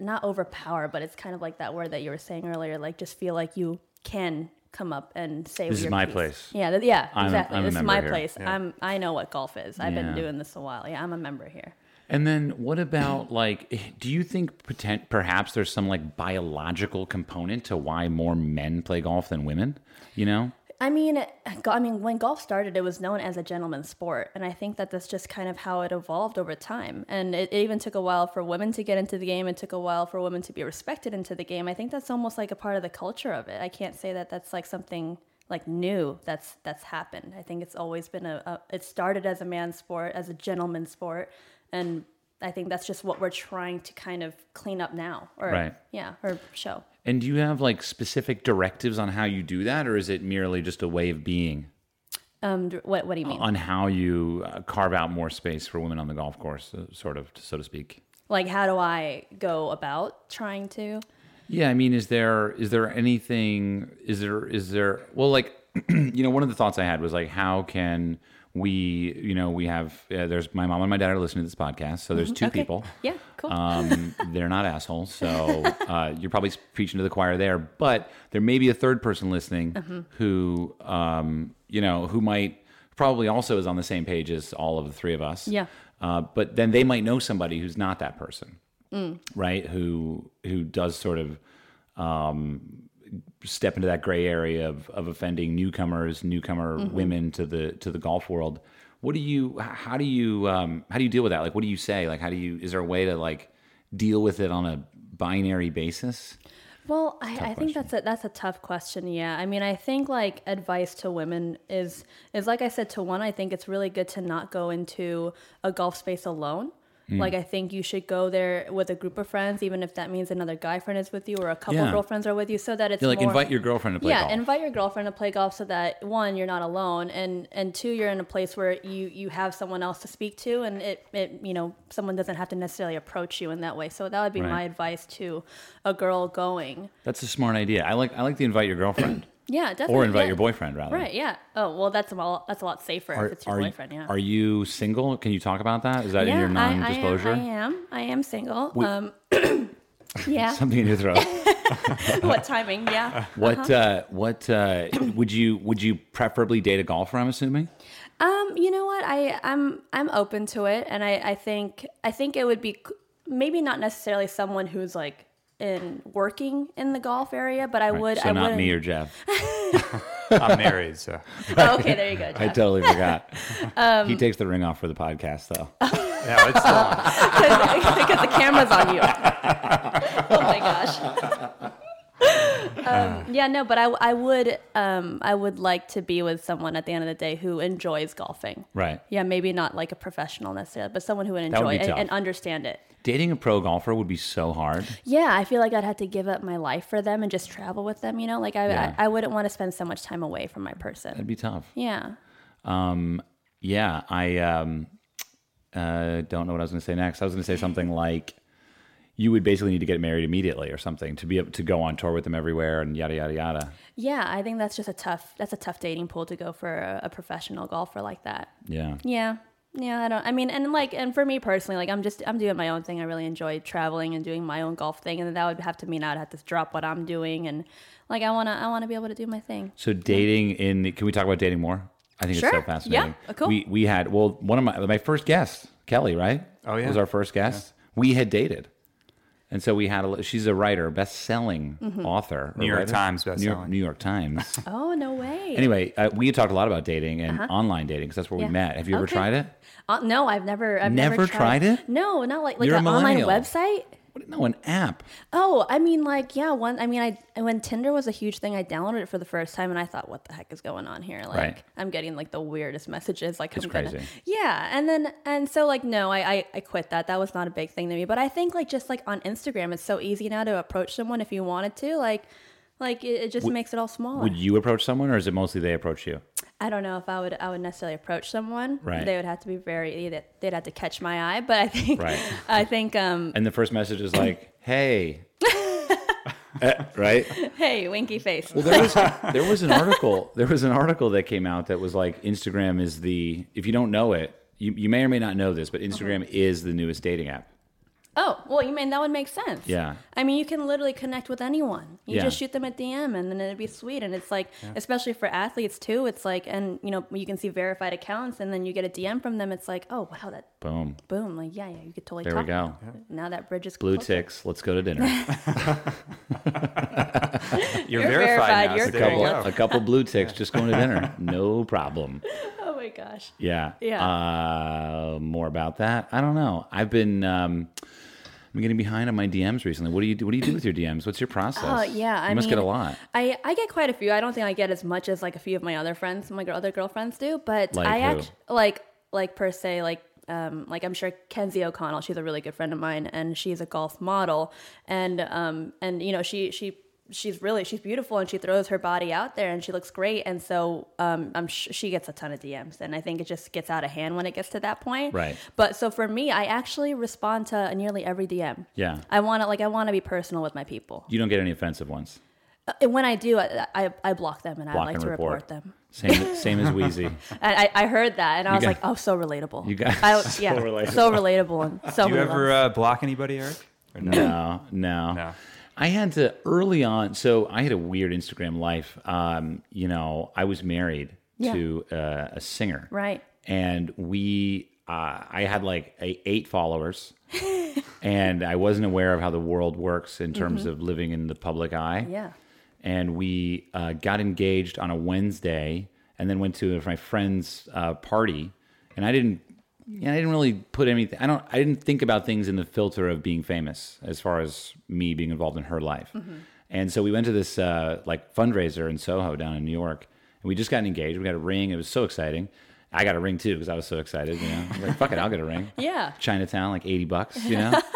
Speaker 2: not overpower, but it's kind of like that word that you were saying earlier, like just feel like you can come up and say
Speaker 1: This
Speaker 2: your
Speaker 1: is my
Speaker 2: piece.
Speaker 1: place.
Speaker 2: Yeah, th- yeah,
Speaker 1: I'm a-
Speaker 2: exactly.
Speaker 1: I'm a
Speaker 2: this is
Speaker 1: member
Speaker 2: my
Speaker 1: here.
Speaker 2: place. I'm I know what golf is. I've
Speaker 1: Yeah.
Speaker 2: been doing this a while. Yeah, I'm a member here.
Speaker 1: And then what about like? Do you think potent, perhaps there's some like biological component to why more men play golf than women? You know,
Speaker 2: I mean, go- I mean, when golf started, it was known as a gentleman's sport, and I think that that's just kind of how it evolved over time. And it, it even took a while for women to get into the game. It took a while for women to be respected into the game. I think that's almost like a part of the culture of it. I can't say that that's like something like new that's that's happened. I think it's always been a, a it started as a man's sport, as a gentleman's sport, and I think that's just what we're trying to kind of clean up now, or
Speaker 1: Right.
Speaker 2: yeah, or show.
Speaker 1: and do you have like specific directives on how you do that, or is it merely just a way of being
Speaker 2: Um, d- what what do you mean?
Speaker 1: on how you uh, carve out more space for women on the golf course, uh, sort of, so to speak?
Speaker 2: like how do i go about trying to
Speaker 1: Yeah, I mean, is there is there anything is there is there well like you know one of the thoughts I had was like how can we you know we have uh, there's my mom and my dad are listening to this podcast so there's two
Speaker 2: Mm-hmm, Okay.
Speaker 1: people
Speaker 2: yeah cool
Speaker 1: um, they're not assholes so uh, you're probably preaching to the choir there but there may be a third person listening
Speaker 2: Mm-hmm.
Speaker 1: who um, you know who might probably also is on the same page as all of the three of us
Speaker 2: Yeah.
Speaker 1: uh, but then they might know somebody who's not that person
Speaker 2: Mm.
Speaker 1: right who who does sort of um, step into that gray area of, of offending newcomers newcomer
Speaker 2: Mm-hmm.
Speaker 1: women to the to the golf world what do you h- how do you um, how do you deal with that like what do you say like how do you is there a way to like deal with it on a binary basis
Speaker 2: well i, I think that's a that's a tough question yeah i mean i think like advice to women is is like i said to one i think it's really good to not go into a golf space alone
Speaker 1: Mm.
Speaker 2: Like I think you should go there with a group of friends, even if that means another guy friend is with you or a couple
Speaker 1: Yeah.
Speaker 2: girlfriends are with you, so that it's
Speaker 1: You like
Speaker 2: more,
Speaker 1: invite your girlfriend to play
Speaker 2: yeah
Speaker 1: golf.
Speaker 2: invite your girlfriend to play golf so that one you're not alone and and two you're in a place where you you have someone else to speak to and it it you know someone doesn't have to necessarily approach you in that way so that would be
Speaker 1: Right.
Speaker 2: my advice to a girl going
Speaker 1: That's a smart idea. I like I like to invite your girlfriend
Speaker 2: yeah definitely
Speaker 1: or invite
Speaker 2: yeah.
Speaker 1: your boyfriend rather.
Speaker 2: right yeah oh well that's a lot that's a lot safer if it's your
Speaker 1: you-
Speaker 2: boyfriend yeah
Speaker 1: Are you single? Can you talk about that? Is that in
Speaker 2: yeah
Speaker 1: your
Speaker 2: I- I am-
Speaker 1: non-disclosure?
Speaker 2: I, am i am single um yeah
Speaker 1: Something in your throat.
Speaker 2: Uh-huh. what timing yeah
Speaker 1: what uh, what uh, would you would you preferably date a golfer? I'm assuming.
Speaker 2: Um, you know what? I I'm I'm open to it, and I I think I think it would be c- maybe not necessarily someone who's like in working in the golf area, but I would.
Speaker 1: so
Speaker 2: I
Speaker 1: not
Speaker 2: wouldn't.
Speaker 1: me or Jeff.
Speaker 3: I'm married, so
Speaker 2: Oh, okay, there you go.
Speaker 1: I
Speaker 2: Jeff.
Speaker 1: totally forgot. he takes the ring off for the podcast though.
Speaker 3: no, it's still on.
Speaker 2: because the camera's on you. oh my gosh.
Speaker 1: Ah.
Speaker 2: um, yeah, no, but I, I would um, I would like to be with someone at the end of the day who enjoys golfing.
Speaker 1: Right.
Speaker 2: Yeah, maybe not like a professional necessarily, but someone who would
Speaker 1: That would
Speaker 2: enjoy
Speaker 1: be
Speaker 2: it
Speaker 1: tough.
Speaker 2: and, and understand it.
Speaker 1: Dating a pro golfer would be so hard.
Speaker 2: Yeah, I feel like I'd have to give up my life for them and just travel with them. You know, like I
Speaker 1: Yeah.
Speaker 2: I, I wouldn't want to spend so much time away from my person.
Speaker 1: It'd be tough.
Speaker 2: Yeah.
Speaker 1: Yeah, I um, uh, don't know what I was going to say next. I was going to say something like, "You would basically need to get married immediately, or something, to be able to go on tour with them everywhere, and yada yada yada."
Speaker 2: Yeah, I think that's just a tough that's a tough dating pool to go for a, a professional golfer like that.
Speaker 1: Yeah,
Speaker 2: Yeah. Yeah, I don't I mean and like and for me personally, like I'm just I'm doing my own thing. I really enjoy traveling and doing my own golf thing and that would have to mean I'd have to drop what I'm doing and like I wanna I wanna be able to do my thing.
Speaker 1: So dating in the, can we talk about dating more? I think it's
Speaker 2: Sure.
Speaker 1: so fascinating.
Speaker 2: Yeah. Oh, Cool.
Speaker 1: We we had well one of my my first guest Kelly right.
Speaker 3: Oh, yeah.
Speaker 1: was our first guest. We had dated, and so we had a. She's a writer, best selling
Speaker 2: Mm-hmm.
Speaker 1: author, or
Speaker 3: New York
Speaker 1: writer?
Speaker 3: Times
Speaker 1: New York,
Speaker 3: bestselling.
Speaker 1: New York Times.
Speaker 2: Oh no way.
Speaker 1: anyway, uh, we had talked a lot about dating and online dating because that's where
Speaker 2: Uh-huh. Yeah.
Speaker 1: we met. Have you ever
Speaker 2: Okay.
Speaker 1: tried it?
Speaker 2: Uh, no, I've never I've never,
Speaker 1: Never tried it?
Speaker 2: No, not like like
Speaker 1: You're a
Speaker 2: an online
Speaker 1: millennial.
Speaker 2: website.
Speaker 1: What- No, an app.
Speaker 2: Oh, I mean, like, yeah, one. I mean, I when Tinder was a huge thing, I downloaded it for the first time, and I thought, what the heck is going on here? Like,
Speaker 1: Right.
Speaker 2: I'm getting like the weirdest messages. Like,
Speaker 1: It's
Speaker 2: I'm gonna-
Speaker 1: crazy.
Speaker 2: yeah, and then and so like, no, I, I I quit that. That was not a big thing to me. But I think like just like on Instagram, it's so easy now to approach someone if you wanted to. Like, like it, it just makes it all smaller.
Speaker 1: Would you approach someone, or is it mostly they approach you?
Speaker 2: I don't know if I would I would necessarily approach someone.
Speaker 1: Right.
Speaker 2: They would have to be very they'd- they'd have to catch my eye. But I think
Speaker 1: Right.
Speaker 2: I think um
Speaker 1: And the first message is like, "Hey." Eh, right
Speaker 2: hey winky face.
Speaker 1: Well, there was there was an article there was an article that came out that was like Instagram is the if you don't know it you, you may or may not know this but Instagram
Speaker 2: Uh-huh.
Speaker 1: is the newest dating app.
Speaker 2: Oh, well, you mean that would make sense.
Speaker 1: Yeah.
Speaker 2: I mean, you can literally connect with anyone. You
Speaker 1: Yeah.
Speaker 2: just shoot them a DM and then it'd be sweet. And it's like, especially for athletes too, it's like, and you know, you can see verified accounts and then you get a DM from them. It's like, oh, wow, that
Speaker 1: Boom,
Speaker 2: boom. Like, yeah, yeah, you could totally
Speaker 1: there
Speaker 2: talk
Speaker 1: we go.
Speaker 2: now. Now that bridge is
Speaker 1: Blue
Speaker 2: closer.
Speaker 1: ticks. Let's go to dinner.
Speaker 3: You're,
Speaker 2: You're verified,
Speaker 3: verified, now.
Speaker 2: you're
Speaker 3: so
Speaker 1: A
Speaker 3: there you
Speaker 1: couple,
Speaker 3: go.
Speaker 1: a couple blue ticks. Just going to dinner. No problem.
Speaker 2: Oh my gosh.
Speaker 1: Yeah.
Speaker 2: Yeah.
Speaker 1: Uh, more about that. I don't know. I've been um, I'm getting behind on my DMs recently. What do you do? What do you do with your DMs? What's your process?
Speaker 2: Oh yeah, I
Speaker 1: you must
Speaker 2: mean,
Speaker 1: get a lot.
Speaker 2: I, I get quite a few. I don't think I get as much as like a few of my other friends, my girl, other girlfriends do. But
Speaker 1: Like
Speaker 2: I
Speaker 1: who?
Speaker 2: actually like like per se like um like I'm sure Kenzie O'Connell. She's a really good friend of mine, and she's a golf model. And um and you know she she she's really she's beautiful and she throws her body out there and she looks great and so um i'm sh- she gets a ton of dms and i think it just gets out of hand when it gets to that point
Speaker 1: Right.
Speaker 2: but so for me i actually respond to nearly every dm
Speaker 1: Yeah.
Speaker 2: i want to like i want to be personal with my people
Speaker 1: You don't get any offensive ones.
Speaker 2: Uh, and when I do, I, I, I block them and I
Speaker 1: Block
Speaker 2: like
Speaker 1: and
Speaker 2: to report,
Speaker 1: report.
Speaker 2: them.
Speaker 1: Same same as Wheezy.
Speaker 2: And I, I heard that and I was
Speaker 1: got-
Speaker 2: like, oh, so relatable.
Speaker 1: You got-
Speaker 2: I,
Speaker 1: so
Speaker 2: yeah,
Speaker 1: relatable.
Speaker 2: so relatable and so.
Speaker 3: Do you
Speaker 2: many
Speaker 3: ever
Speaker 2: levels.
Speaker 3: uh, block anybody, Eric? Or no?
Speaker 1: No, no.
Speaker 3: No.
Speaker 1: I had to early on. So I had a weird Instagram life. Um, you know, I was married
Speaker 2: Yeah.
Speaker 1: to uh, a singer,
Speaker 2: Right.
Speaker 1: And we, uh, I had like a, eight followers, and I wasn't aware of how the world works in terms of living in the public eye.
Speaker 2: Mm-hmm. Yeah.
Speaker 1: And we uh, got engaged on a Wednesday, and then went to my friend's uh, party, and I didn't. Yeah, I didn't really put anything. I don't. I didn't think about things in the filter of being famous, as far as me being involved in her life. And so we went to this uh, like fundraiser in Soho down in New York, and we just got engaged. We got a ring. It was so exciting. I got a ring too because I was so excited. You know, I was like fuck it, I'll get a ring.
Speaker 2: Yeah.
Speaker 1: Chinatown, like eighty bucks. You know.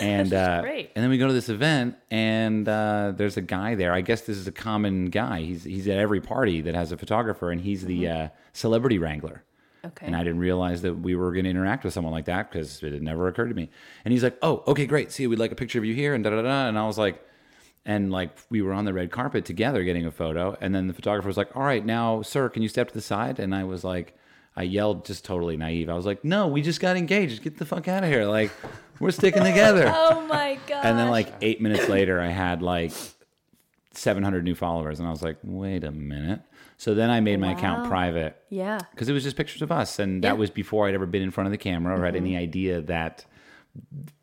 Speaker 1: And uh,
Speaker 2: Great.
Speaker 1: and then we go to this event, and uh, there's a guy there. I guess this is a common guy. He's he's at every party that has a photographer, and he's the uh, celebrity wrangler.
Speaker 2: Okay.
Speaker 1: And I didn't realize that we were going to interact with someone like that because it had never occurred to me. And he's like, "Oh, okay, great. See, we'd like a picture of you here." And da da da. And I was like, and like we were on the red carpet together getting a photo. And then the photographer was like, "All right, now, sir, can you step to the side?" And I was like, I yelled, just totally naive. I was like, "No, we just got engaged. Get the fuck out of here. Like, we're sticking together."
Speaker 2: oh my god.
Speaker 1: And then like eight minutes later, I had like 700 new followers, and I was like, "Wait a minute." So then I made my account
Speaker 2: Wow.
Speaker 1: private
Speaker 2: yeah.
Speaker 1: because it was just pictures of us, and
Speaker 2: Yeah. Mm-hmm.
Speaker 1: that was before I'd ever been in front of the camera or had any idea that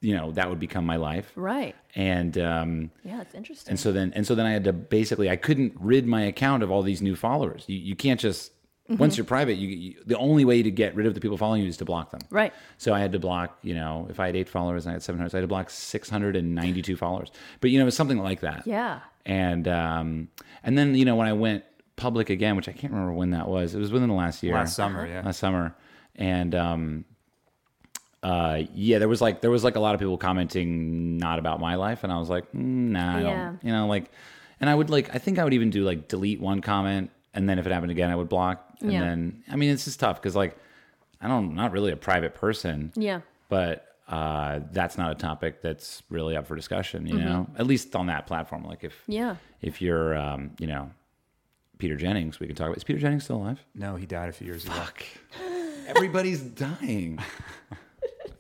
Speaker 1: you know that would become my life.
Speaker 2: Right.
Speaker 1: And um,
Speaker 2: Yeah, it's interesting.
Speaker 1: and so then and so then I had to basically I couldn't rid my account of all these new followers. You, you can't just once
Speaker 2: Mm-hmm.
Speaker 1: you're private, you, you the only way to get rid of the people following you is to block them.
Speaker 2: Right.
Speaker 1: So I had to block, you know, if I had eight followers and I had 700, so I had to block 692 followers. But, you know, it was something like that
Speaker 2: yeah.
Speaker 1: and um, and then you know when I went public again, which I can't remember when that was. It was within the last year,
Speaker 3: Last summer, yeah.
Speaker 1: last summer, and um, uh, yeah, there was like there was like a lot of people commenting not about my life, and I was like, mm, nah, I
Speaker 2: Yeah.
Speaker 1: don't, you know, like, and I would like I think I would even do like delete one comment, and then if it happened again, I would block, and
Speaker 2: Yeah.
Speaker 1: then I mean it's just tough because like I don't I'm not really a private person,
Speaker 2: Yeah.
Speaker 1: but uh, that's not a topic that's really up for discussion, you know, at least on that platform. Like if
Speaker 2: Mm-hmm. Yeah.
Speaker 1: if you're, um, you know, Peter Jennings, we can talk about. Is Peter Jennings still alive?
Speaker 3: No, he died a few years ago.
Speaker 1: Everybody's dying.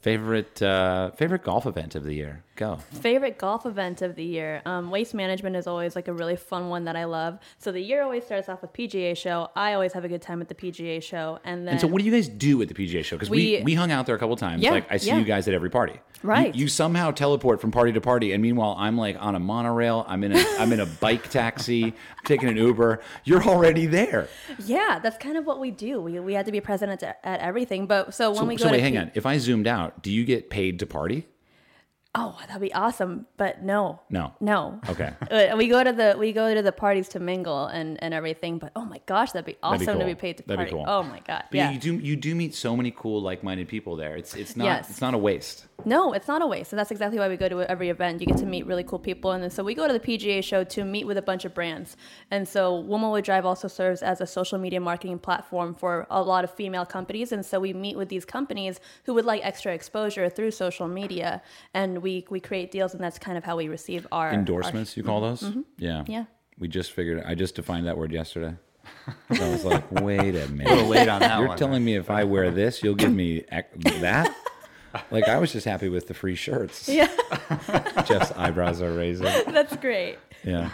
Speaker 1: favorite uh, favorite golf event of the year? Go.
Speaker 2: Favorite golf event of the year. Um, waste management is always like a really fun one that I love. So the year always starts off with PGA show. I always have a good time at the PGA show, and then
Speaker 1: And so, what do you guys do at the PGA show? Because we,
Speaker 2: We-
Speaker 1: we hung out there a couple times.
Speaker 2: Yeah,
Speaker 1: like I see
Speaker 2: yeah.
Speaker 1: you guys at every party. You-
Speaker 2: Right.
Speaker 1: You, somehow teleport from party to party, and meanwhile, I'm like on a monorail. I'm in a I'm in a bike taxi, taking an Uber. You're already there.
Speaker 2: yeah, that's kind of what we do. We we had to be present at, at everything. But so when
Speaker 1: So,
Speaker 2: we go
Speaker 1: so
Speaker 2: to
Speaker 1: wait, hang
Speaker 2: P-
Speaker 1: on. If I zoomed out, do you get paid to party?
Speaker 2: oh that'd be awesome. But no,
Speaker 1: No.
Speaker 2: no.
Speaker 1: Okay.
Speaker 2: Uh, we go to the we go to the parties to mingle and, and everything, but oh my gosh, that'd be awesome
Speaker 1: That'd be
Speaker 2: to
Speaker 1: cool.
Speaker 2: be paid to
Speaker 1: That'd
Speaker 2: party.
Speaker 1: be cool.
Speaker 2: Oh my god,
Speaker 1: But
Speaker 2: yeah.
Speaker 1: you do you do meet so many cool like-minded people there. It's it's not
Speaker 2: Yes.
Speaker 1: it's not a waste.
Speaker 2: No, it's not a waste. And that's exactly why we go to every event. You get to meet really cool people. And then so we go to the PGA show to meet with a bunch of brands. And so Woman with Drive also serves as a social media marketing platform for a lot of female companies. And so we meet with these companies who would like extra exposure through social media. And we, we create deals. And that's kind of how we receive our mm-hmm.
Speaker 1: Endorsements, you call those? Yeah.
Speaker 2: Yeah.
Speaker 1: We just figured I just defined that word yesterday. I was like, wait a
Speaker 3: A little
Speaker 1: minute.
Speaker 3: late on that
Speaker 1: You're
Speaker 3: one.
Speaker 1: telling me if I wear this, you'll give me ec- that? Like I was just happy with the free shirts.
Speaker 2: Yeah.
Speaker 1: Jeff's eyebrows are raising.
Speaker 2: Our, that's great.
Speaker 1: Yeah.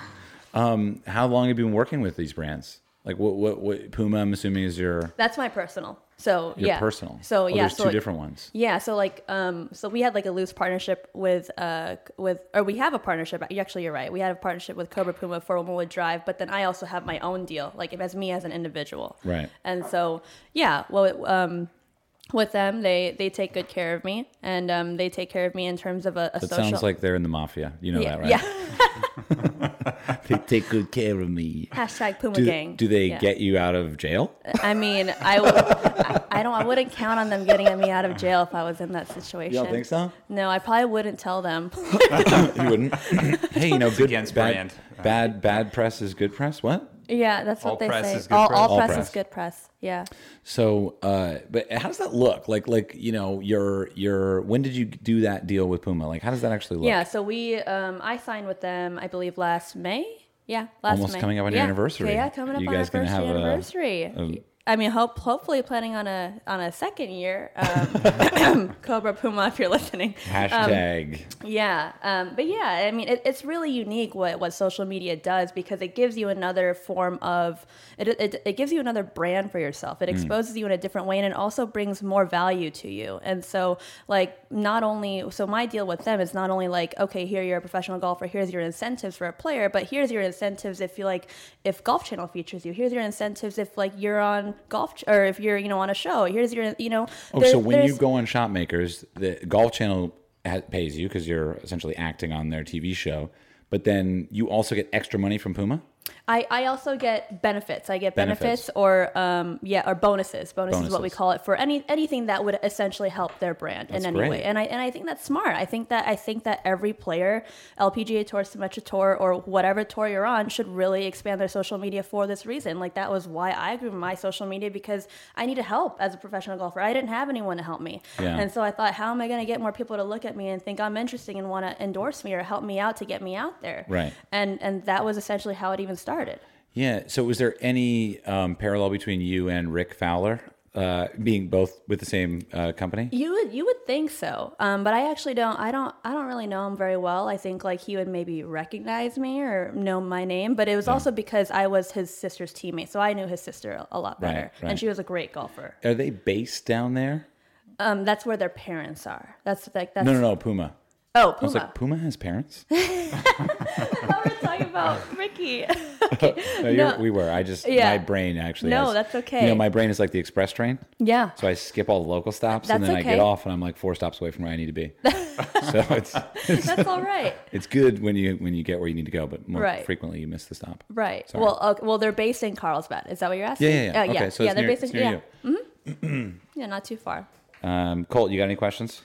Speaker 1: Um, how long have you been working with these brands? Like what what, what Puma I'm assuming is your
Speaker 2: That's my personal. So
Speaker 1: your
Speaker 2: yeah.
Speaker 1: personal.
Speaker 2: So
Speaker 1: Oh,
Speaker 2: yeah.
Speaker 1: there's
Speaker 2: so
Speaker 1: two
Speaker 2: like-
Speaker 1: different ones.
Speaker 2: Yeah, so like, um, so we had like a loose partnership with, uh, with, or we have a partnership. Actually, you're right. We had a partnership with Cobra Puma for Womanwood Drive, but then I also have my own deal, like as me as an individual.
Speaker 1: Right.
Speaker 2: And so, yeah, well, it, um, with them, they they take good care of me, and um, they take care of me in terms of a, a
Speaker 1: That
Speaker 2: social.
Speaker 1: sounds like they're in the mafia. You know
Speaker 2: yeah,
Speaker 1: that, right?
Speaker 2: yeah.
Speaker 1: They take good care of me.
Speaker 2: Hashtag Puma
Speaker 1: do,
Speaker 2: Gang.
Speaker 1: do they
Speaker 2: Yeah.
Speaker 1: get you out of jail?
Speaker 2: I mean, I, w- I- I don't. I wouldn't count on them getting me out of jail if I was in that situation.
Speaker 1: think so?
Speaker 2: No, I probably wouldn't tell them.
Speaker 1: you wouldn't. hey, you know, good
Speaker 3: against
Speaker 1: bad,
Speaker 3: brand.
Speaker 1: Bad bad press is good press. What?
Speaker 2: Yeah, that's
Speaker 3: All
Speaker 2: what they
Speaker 3: press
Speaker 2: say.
Speaker 3: is good
Speaker 2: all,
Speaker 3: press.
Speaker 2: all
Speaker 1: All
Speaker 2: press,
Speaker 1: press.
Speaker 2: is good press. Yeah.
Speaker 1: So, uh, but how does that look? Like, like you know, your your when did you do that deal with Puma? Like, how does that actually look?
Speaker 2: Yeah. So we, um, I signed with them, I believe, last May. Yeah, last
Speaker 1: Almost
Speaker 2: May.
Speaker 1: coming up on your
Speaker 2: yeah.
Speaker 1: anniversary.
Speaker 2: Yeah, coming up
Speaker 1: You
Speaker 2: on
Speaker 1: guys
Speaker 2: our
Speaker 1: gonna
Speaker 2: first
Speaker 1: have a-
Speaker 2: anniversary. I mean, hope, hopefully planning on a on a second year. Um, Cobra Puma, if you're listening.
Speaker 1: um, Hashtag.
Speaker 2: Yeah, um, but yeah, I mean, it, it's really unique what, what social media does because it gives you another form of it, it. It gives you another brand for yourself.
Speaker 1: Hmm.
Speaker 2: It exposes you in a different way, and it also brings more value to you. And so, like, not only so my deal with them is not only like, okay, here you're a professional golfer, here's your incentives for a player, but here's your incentives if you like if Golf Channel features you. Here's your incentives if like you're on golf Ch- or if you're you know on a show. Here's your you know.
Speaker 1: oh, so when you go on Shopmakers, the Golf Channel ha- pays you because you're essentially acting on their TV show, but then you also get extra money from Puma.
Speaker 2: I, I also get benefits. I get benefits, or um, yeah, or bonuses. Bonuses is what we
Speaker 1: Bonuses.
Speaker 2: call it for any anything that would essentially help their brand
Speaker 1: That's
Speaker 2: in any
Speaker 1: great.
Speaker 2: way. And I and I think that's smart. I think that I think that every player, LPGA tour, Symetra tour, or whatever tour you're on, should really expand their social media for this reason. Like that was why I grew my social media because I needed help as a professional golfer. I didn't have anyone to help me.
Speaker 1: Yeah.
Speaker 2: And so I thought, how am I going to get more people to look at me and think I'm interesting and want to endorse me or help me out to get me out there?
Speaker 1: Right.
Speaker 2: And and that was essentially how it even started.
Speaker 1: Yeah. So, was there any um, parallel between you and Rick Fowler uh, being both with the same uh, company?
Speaker 2: You would you would think so, um, but I actually don't. I don't. I don't really know him very well. I think like he would maybe recognize me or know my name, but it was also because I was his sister's teammate, so I knew his sister a lot better,
Speaker 1: Right, right.
Speaker 2: and she was a great golfer.
Speaker 1: Are they based down there?
Speaker 2: Um, that's where their parents are. That's like that's
Speaker 1: No, no, no. Puma.
Speaker 2: oh
Speaker 1: I
Speaker 2: Puma.
Speaker 1: was like, Puma has parents?
Speaker 2: Oh, we're talking about Ricky.
Speaker 1: No, you're,
Speaker 2: No.
Speaker 1: we were. I just
Speaker 2: Yeah.
Speaker 1: my brain actually.
Speaker 2: No,
Speaker 1: has-
Speaker 2: that's okay.
Speaker 1: You know, my brain is like the express train,
Speaker 2: yeah.
Speaker 1: so I skip all the local stops and
Speaker 2: That's
Speaker 1: then I get
Speaker 2: okay.
Speaker 1: off, and I'm like four stops away from where I need to be. so it's
Speaker 2: That's all right.
Speaker 1: it's good when you when you get where you need to go, but more
Speaker 2: Right.
Speaker 1: frequently you miss the stop.
Speaker 2: Right.
Speaker 1: Sorry.
Speaker 2: Well, okay, well, they're based in Carlsbad. Is that what you're asking?
Speaker 1: Yeah, yeah, yeah.
Speaker 2: Uh,
Speaker 1: okay,
Speaker 2: yeah.
Speaker 1: so
Speaker 2: yeah,
Speaker 1: it's
Speaker 2: they're
Speaker 1: near,
Speaker 2: based in
Speaker 1: it's near
Speaker 2: yeah. yeah, not too far.
Speaker 1: you. Um, Colt, you got any questions?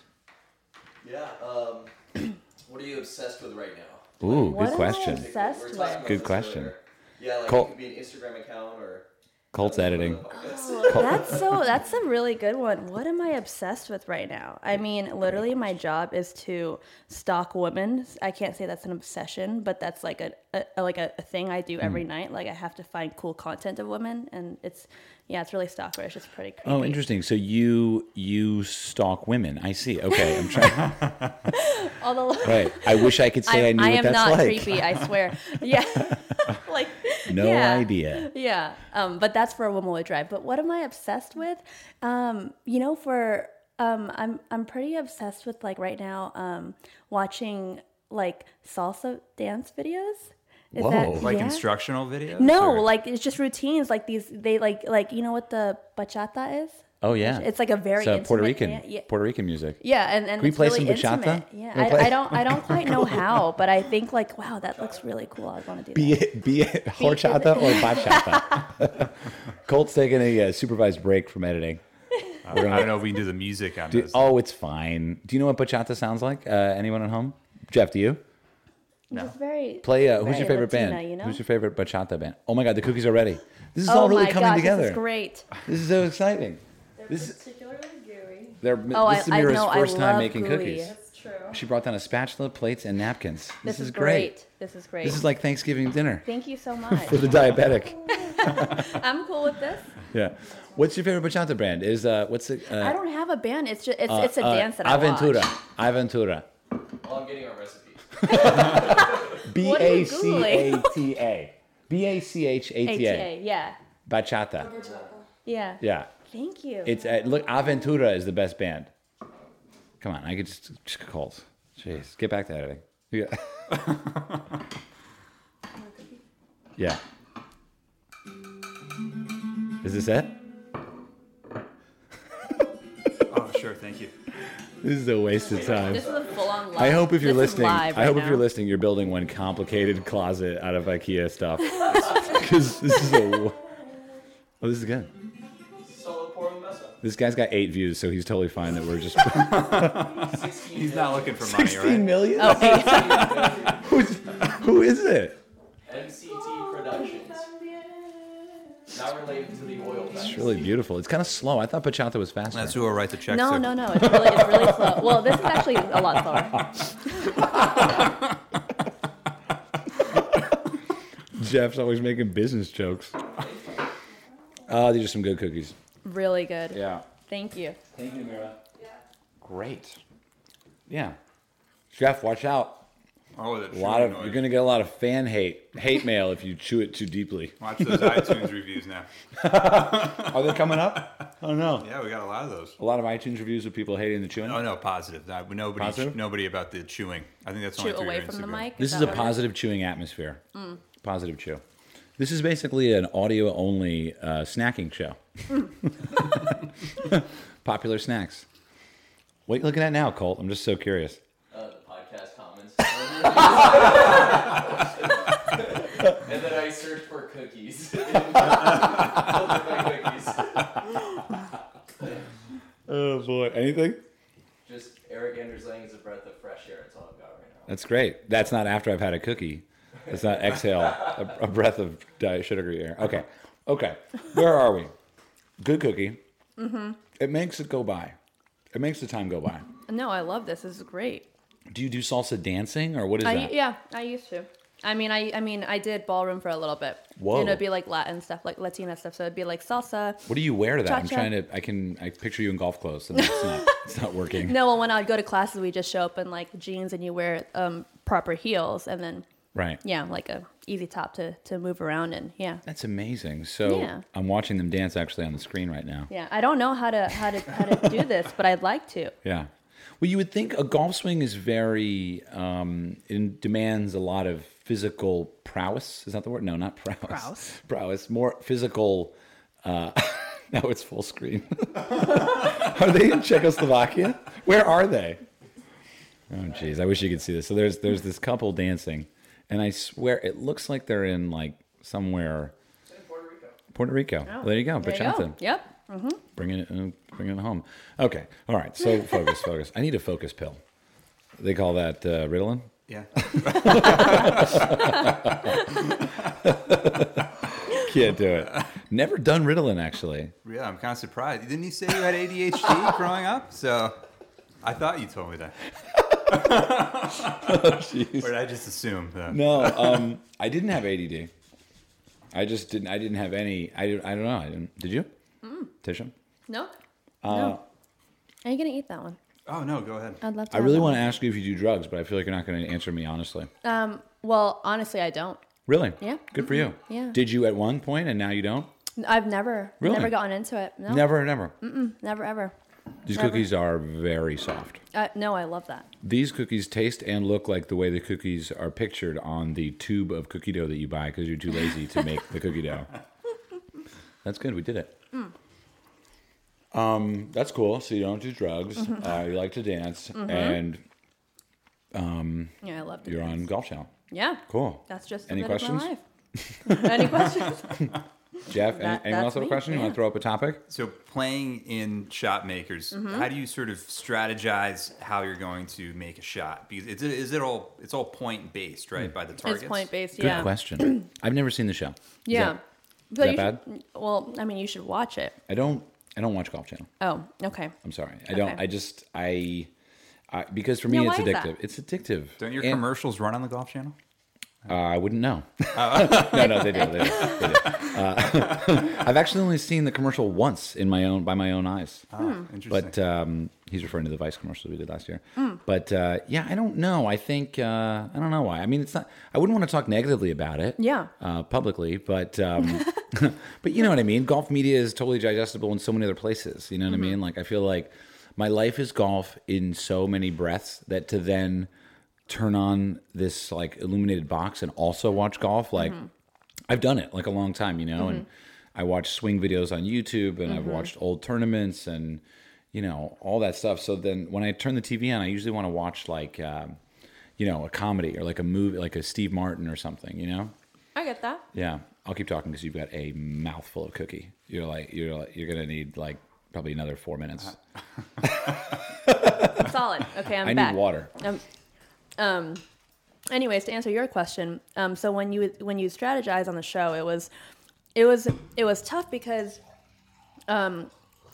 Speaker 4: Yeah. Um, what are you obsessed with right now?
Speaker 1: Ooh,
Speaker 2: What
Speaker 1: good
Speaker 2: am I
Speaker 1: question.
Speaker 2: obsessed- Obsessed
Speaker 4: We were talking
Speaker 2: with.
Speaker 4: about
Speaker 1: Good
Speaker 4: this
Speaker 1: question.
Speaker 4: earlier. Yeah, like
Speaker 1: Col-
Speaker 4: it could be an Instagram account or. Oh,
Speaker 1: Colt's editing.
Speaker 2: That's so. That's a really good one. What am I obsessed with right now? I mean, literally, my job is to stalk women. I can't say that's an obsession, but that's like a, a like a, a thing I
Speaker 1: Hmm.
Speaker 2: do every night. Like I have to find cool content of women, and it's yeah, it's really stalkerish. It's pretty creepy.
Speaker 1: Oh, interesting. So you you stalk women. I see. Okay, I'm trying.
Speaker 2: Although
Speaker 1: right. I wish I could say I,
Speaker 2: I,
Speaker 1: knew
Speaker 2: I
Speaker 1: what
Speaker 2: am
Speaker 1: that's
Speaker 2: not
Speaker 1: like.
Speaker 2: creepy. I swear. Yeah, like
Speaker 1: No
Speaker 2: yeah.
Speaker 1: idea.
Speaker 2: Yeah, um, but that's for a woman with drive. But what am I obsessed with? Um, you know, for um, I'm I'm pretty obsessed with like right now um, watching like salsa dance videos. Is
Speaker 1: Whoa.
Speaker 3: Like
Speaker 2: yeah.
Speaker 3: instructional videos?
Speaker 2: No,
Speaker 3: or-
Speaker 2: like it's just routines. Like these, they like like you know what the bachata is?
Speaker 1: Oh yeah.
Speaker 2: It's like a very
Speaker 1: so Puerto
Speaker 2: intimate
Speaker 1: Rican
Speaker 2: dan- yeah.
Speaker 1: Puerto Rican music.
Speaker 2: Yeah, and, and
Speaker 1: we
Speaker 2: it's
Speaker 1: play
Speaker 2: really
Speaker 1: some bachata?
Speaker 2: intimate. Yeah,
Speaker 1: Wanna play?
Speaker 2: I, I don't I don't quite know how, but I think like wow, that looks really cool. I want to do that.
Speaker 1: Be it, be it horchata or bachata. Colt's taking a uh, supervised break from editing.
Speaker 3: I don't know if we can do the music on
Speaker 1: Do-
Speaker 3: this.
Speaker 1: oh, it's fine. Do you know what bachata sounds like? Uh, anyone at home? Jeff, do you
Speaker 2: It's very
Speaker 1: play? Uh, who's your
Speaker 2: very
Speaker 1: favorite band?
Speaker 2: Latina, You know?
Speaker 1: Who's your favorite bachata band? Oh my God, the cookies are ready. This is
Speaker 2: oh
Speaker 1: all really
Speaker 2: my
Speaker 1: coming
Speaker 2: gosh,
Speaker 1: together.
Speaker 2: This is great.
Speaker 1: This is so exciting. This is
Speaker 5: particularly gooey.
Speaker 1: they're,
Speaker 2: Oh,
Speaker 1: this is
Speaker 2: I, I
Speaker 1: Mira's
Speaker 2: know.
Speaker 1: first
Speaker 2: I love
Speaker 1: time making
Speaker 2: gooey.
Speaker 1: cookies.
Speaker 5: It's true.
Speaker 1: She brought down a spatula, plates, and napkins. This,
Speaker 2: This, is,
Speaker 1: great.
Speaker 2: great. This is great.
Speaker 1: This is like Thanksgiving dinner
Speaker 2: Thank you so much.
Speaker 1: for the diabetic.
Speaker 2: I'm cool with this.
Speaker 1: yeah. What's your favorite bachata brand? Is uh, what's it? Uh,
Speaker 2: I don't have a band. It's just it's, it's a
Speaker 1: uh,
Speaker 2: dance that I
Speaker 1: Aventura.
Speaker 2: watch.
Speaker 1: Aventura.
Speaker 4: Well, I'm getting our recipes.
Speaker 1: B
Speaker 2: What are
Speaker 1: A
Speaker 2: you
Speaker 1: C A T A. B A C H A T A.
Speaker 2: ATA. Yeah.
Speaker 1: Bachata.
Speaker 2: Yeah.
Speaker 1: Yeah.
Speaker 2: Thank you.
Speaker 1: It's uh, look Aventura is the best band. Come on, I could just, just calls. Jeez, get back to editing. Yeah. yeah. Is this it?
Speaker 3: Oh, sure. Thank you.
Speaker 1: This is a waste of time.
Speaker 2: this is a full on live.
Speaker 1: I hope if you're
Speaker 2: this is
Speaker 1: listening,
Speaker 2: live
Speaker 1: I
Speaker 2: right
Speaker 1: hope if
Speaker 2: now.
Speaker 1: you're listening, you're building one complicated closet out of IKEA stuff. Because this is a. wa- Oh, this is good.
Speaker 4: Solo poro mesa.
Speaker 1: This guy's got eight views, so he's totally fine that we're just
Speaker 4: 16
Speaker 3: He's not looking for money,
Speaker 1: sixteen
Speaker 3: right?
Speaker 1: million.
Speaker 2: Oh,
Speaker 1: Who's, who is it?
Speaker 4: MCT Productions. Not related to the oil.
Speaker 1: It's really beautiful. It's kind of slow. I thought bachata was faster.
Speaker 3: That's who will write the checks.
Speaker 2: No,
Speaker 3: to.
Speaker 2: no, no. It's really, it's really slow. Well, this is actually a lot slower.
Speaker 1: Jeff's always making business jokes. Oh, these are some good cookies.
Speaker 2: Really good.
Speaker 1: Yeah.
Speaker 2: Thank you.
Speaker 1: Thank you, Mira. Great. Yeah. Jeff, watch out.
Speaker 3: Oh, the
Speaker 1: A lot of you're gonna get a lot of fan hate, hate mail if you chew it too deeply.
Speaker 3: Watch those iTunes reviews now.
Speaker 1: Are they coming up? Oh no.
Speaker 3: Yeah, we got a lot of those.
Speaker 1: A lot of iTunes reviews with people hating the chewing.
Speaker 3: Oh no, positive. No, Nobody,
Speaker 1: Positive?
Speaker 3: nobody about the chewing. I think that's
Speaker 2: Shoot
Speaker 3: only through
Speaker 2: away
Speaker 3: your
Speaker 2: from the
Speaker 3: Instagram.
Speaker 2: mic.
Speaker 1: This is
Speaker 2: that
Speaker 1: a
Speaker 2: what it
Speaker 1: positive chewing atmosphere. Positive chew. This is basically an audio only uh, snacking show. Popular snacks. What are you looking at now, Colt? I'm just so curious.
Speaker 4: Uh, the podcast comments. and then I I search for cookies. Those are my cookies.
Speaker 1: Oh boy, anything?
Speaker 4: Just Eric Anders Lang is a breath of fresh air. That's all I've got right now.
Speaker 1: That's great. That's not after I've had a cookie. That's not exhale a, a breath of diet sugary air. Okay, okay. Where are we? Good cookie. Mm-hmm. It makes it go by. It makes the time go by.
Speaker 2: No, I love this. This is great.
Speaker 1: Do you do salsa dancing or what is
Speaker 2: I
Speaker 1: that?
Speaker 2: yeah, I used to. I mean, I I mean, I did ballroom for a little bit.
Speaker 1: Whoa.
Speaker 2: And it'd be like Latin stuff, like Latina stuff. So it'd be like salsa.
Speaker 1: What do you wear to that? I'm
Speaker 2: Cha-cha.
Speaker 1: trying to. I can. I picture you in golf clothes, and it's not. it's not working.
Speaker 2: No, well, when I'd go to classes, we just show up in like jeans and you wear um, proper heels, and then
Speaker 1: Right.
Speaker 2: yeah, like a easy top to to move around in. Yeah,
Speaker 1: That's amazing. So
Speaker 2: Yeah.
Speaker 1: I'm watching them dance actually on the screen right now.
Speaker 2: yeah. I don't know how to how to how to do this, but I'd like to.
Speaker 1: Yeah. Well, you would think a golf swing is very um, it demands a lot of physical prowess. Is that the word? No, not prowess.
Speaker 2: Prowess.
Speaker 1: Prowess. More physical. Uh, now it's full screen. are they in Czechoslovakia? Where are they? Oh, jeez. I wish you could see this. So there's there's this couple dancing, and I swear it looks like they're in like somewhere. Puerto Rico. Puerto Rico. there you go.
Speaker 2: Oh, There you
Speaker 1: Bachata.
Speaker 2: go. Yep.
Speaker 1: Bringing it, uh, bringing it home. Okay, all right. So focus, focus. I need a focus pill. They call that uh, Ritalin.
Speaker 3: Yeah.
Speaker 1: Can't do it. Never done Ritalin actually.
Speaker 3: Really, I'm kind of surprised. Didn't you say you had ADHD growing up? So I thought you told me that.
Speaker 2: Oh,
Speaker 1: Jeez.
Speaker 3: Or did I just assume that?
Speaker 1: No, um, I didn't have ADD. I just didn't. I didn't have any. I, didn't- I don't know. I didn't. Did you, Tisha? Uh,
Speaker 2: No. Mm. no. Are you gonna eat that one?
Speaker 3: Oh, no, go ahead.
Speaker 2: I'd love to.
Speaker 1: I really want to ask you if you do drugs, but I feel like you're not going to answer me honestly.
Speaker 2: to. Um. Well, honestly, I don't.
Speaker 1: Really?
Speaker 2: Yeah. Mm-hmm.
Speaker 1: Good for you.
Speaker 2: Yeah.
Speaker 1: Did you at one point and now you don't?
Speaker 2: I've never
Speaker 1: Really?
Speaker 2: never gotten into it. No.
Speaker 1: Never, never.
Speaker 2: Never ever.
Speaker 1: These
Speaker 2: never.
Speaker 1: cookies are very soft.
Speaker 2: Uh, no, I love that.
Speaker 1: These cookies taste and look like the way the cookies are pictured on the tube of cookie dough that you buy because you're too lazy to make the cookie dough. That's good. We did it.
Speaker 2: Hmm.
Speaker 1: Um, that's cool. So you don't do drugs.
Speaker 2: Mm-hmm.
Speaker 1: Uh, you like to dance, and
Speaker 2: Yeah, I love it.
Speaker 1: you're on golf channel.
Speaker 2: Yeah.
Speaker 1: Cool.
Speaker 2: That's just
Speaker 1: Any
Speaker 2: a bit
Speaker 1: questions?
Speaker 2: of my life. Any questions?
Speaker 1: Jeff, any-
Speaker 2: That-
Speaker 1: anyone
Speaker 2: that's
Speaker 1: else have a
Speaker 2: me,
Speaker 1: question? You want
Speaker 2: yeah.
Speaker 1: to throw up a topic?
Speaker 3: So playing in shot makers,
Speaker 2: Mm-hmm.
Speaker 3: how do you sort of strategize how you're going to make a shot? Because it's is it all it's all point based, right? By the targets.
Speaker 2: Hmm. It's point based.
Speaker 1: Good
Speaker 2: Yeah.
Speaker 1: question. I've never seen the show. Is
Speaker 2: Yeah.
Speaker 1: that-
Speaker 2: But
Speaker 1: that
Speaker 2: you should- well, I mean, you should watch it.
Speaker 1: I don't. I don't watch Golf Channel.
Speaker 2: Oh, okay.
Speaker 1: I'm sorry. I don't.
Speaker 2: Okay.
Speaker 1: I just. I. I because for me
Speaker 2: Now,
Speaker 1: it's
Speaker 2: why is that?
Speaker 1: addictive. It's addictive.
Speaker 3: Don't your
Speaker 1: And-
Speaker 3: commercials run on the Golf Channel?
Speaker 1: Uh, I wouldn't know. no, no, they do. They do. They do. Uh, I've actually only seen the commercial once in my own by my own eyes.
Speaker 3: Oh,
Speaker 2: Hmm.
Speaker 3: interesting.
Speaker 1: But
Speaker 2: uh,
Speaker 1: um, he's referring to the Vice commercials we did last year. But uh, yeah, I don't know. I think uh, I don't know why. I mean, it's not. I wouldn't want to talk negatively about it.
Speaker 2: Yeah.
Speaker 1: Uh, publicly, but um, but you know what I mean. Golf media is totally digestible in so many other places. You know what I mean? Like I feel like my life is golf in so many breaths that to then turn on this like illuminated box and also watch golf like I've done it like a long time, you know, and I watch swing videos on YouTube and I've watched old tournaments and you know all that stuff. So then when I turn the TV on, I usually want to watch like um, you know a comedy or like a movie, like a Steve Martin or something, you know.
Speaker 2: I get that.
Speaker 1: Yeah, I'll keep talking because you've got a mouthful of cookie. You're like you're like, you're gonna need like probably another four minutes.
Speaker 2: Solid. Okay, I'm
Speaker 1: I
Speaker 2: back.
Speaker 1: need water.
Speaker 2: Um, um, anyways, to answer your question, um, so when you when you strategize on the show, it was it was it was tough because um,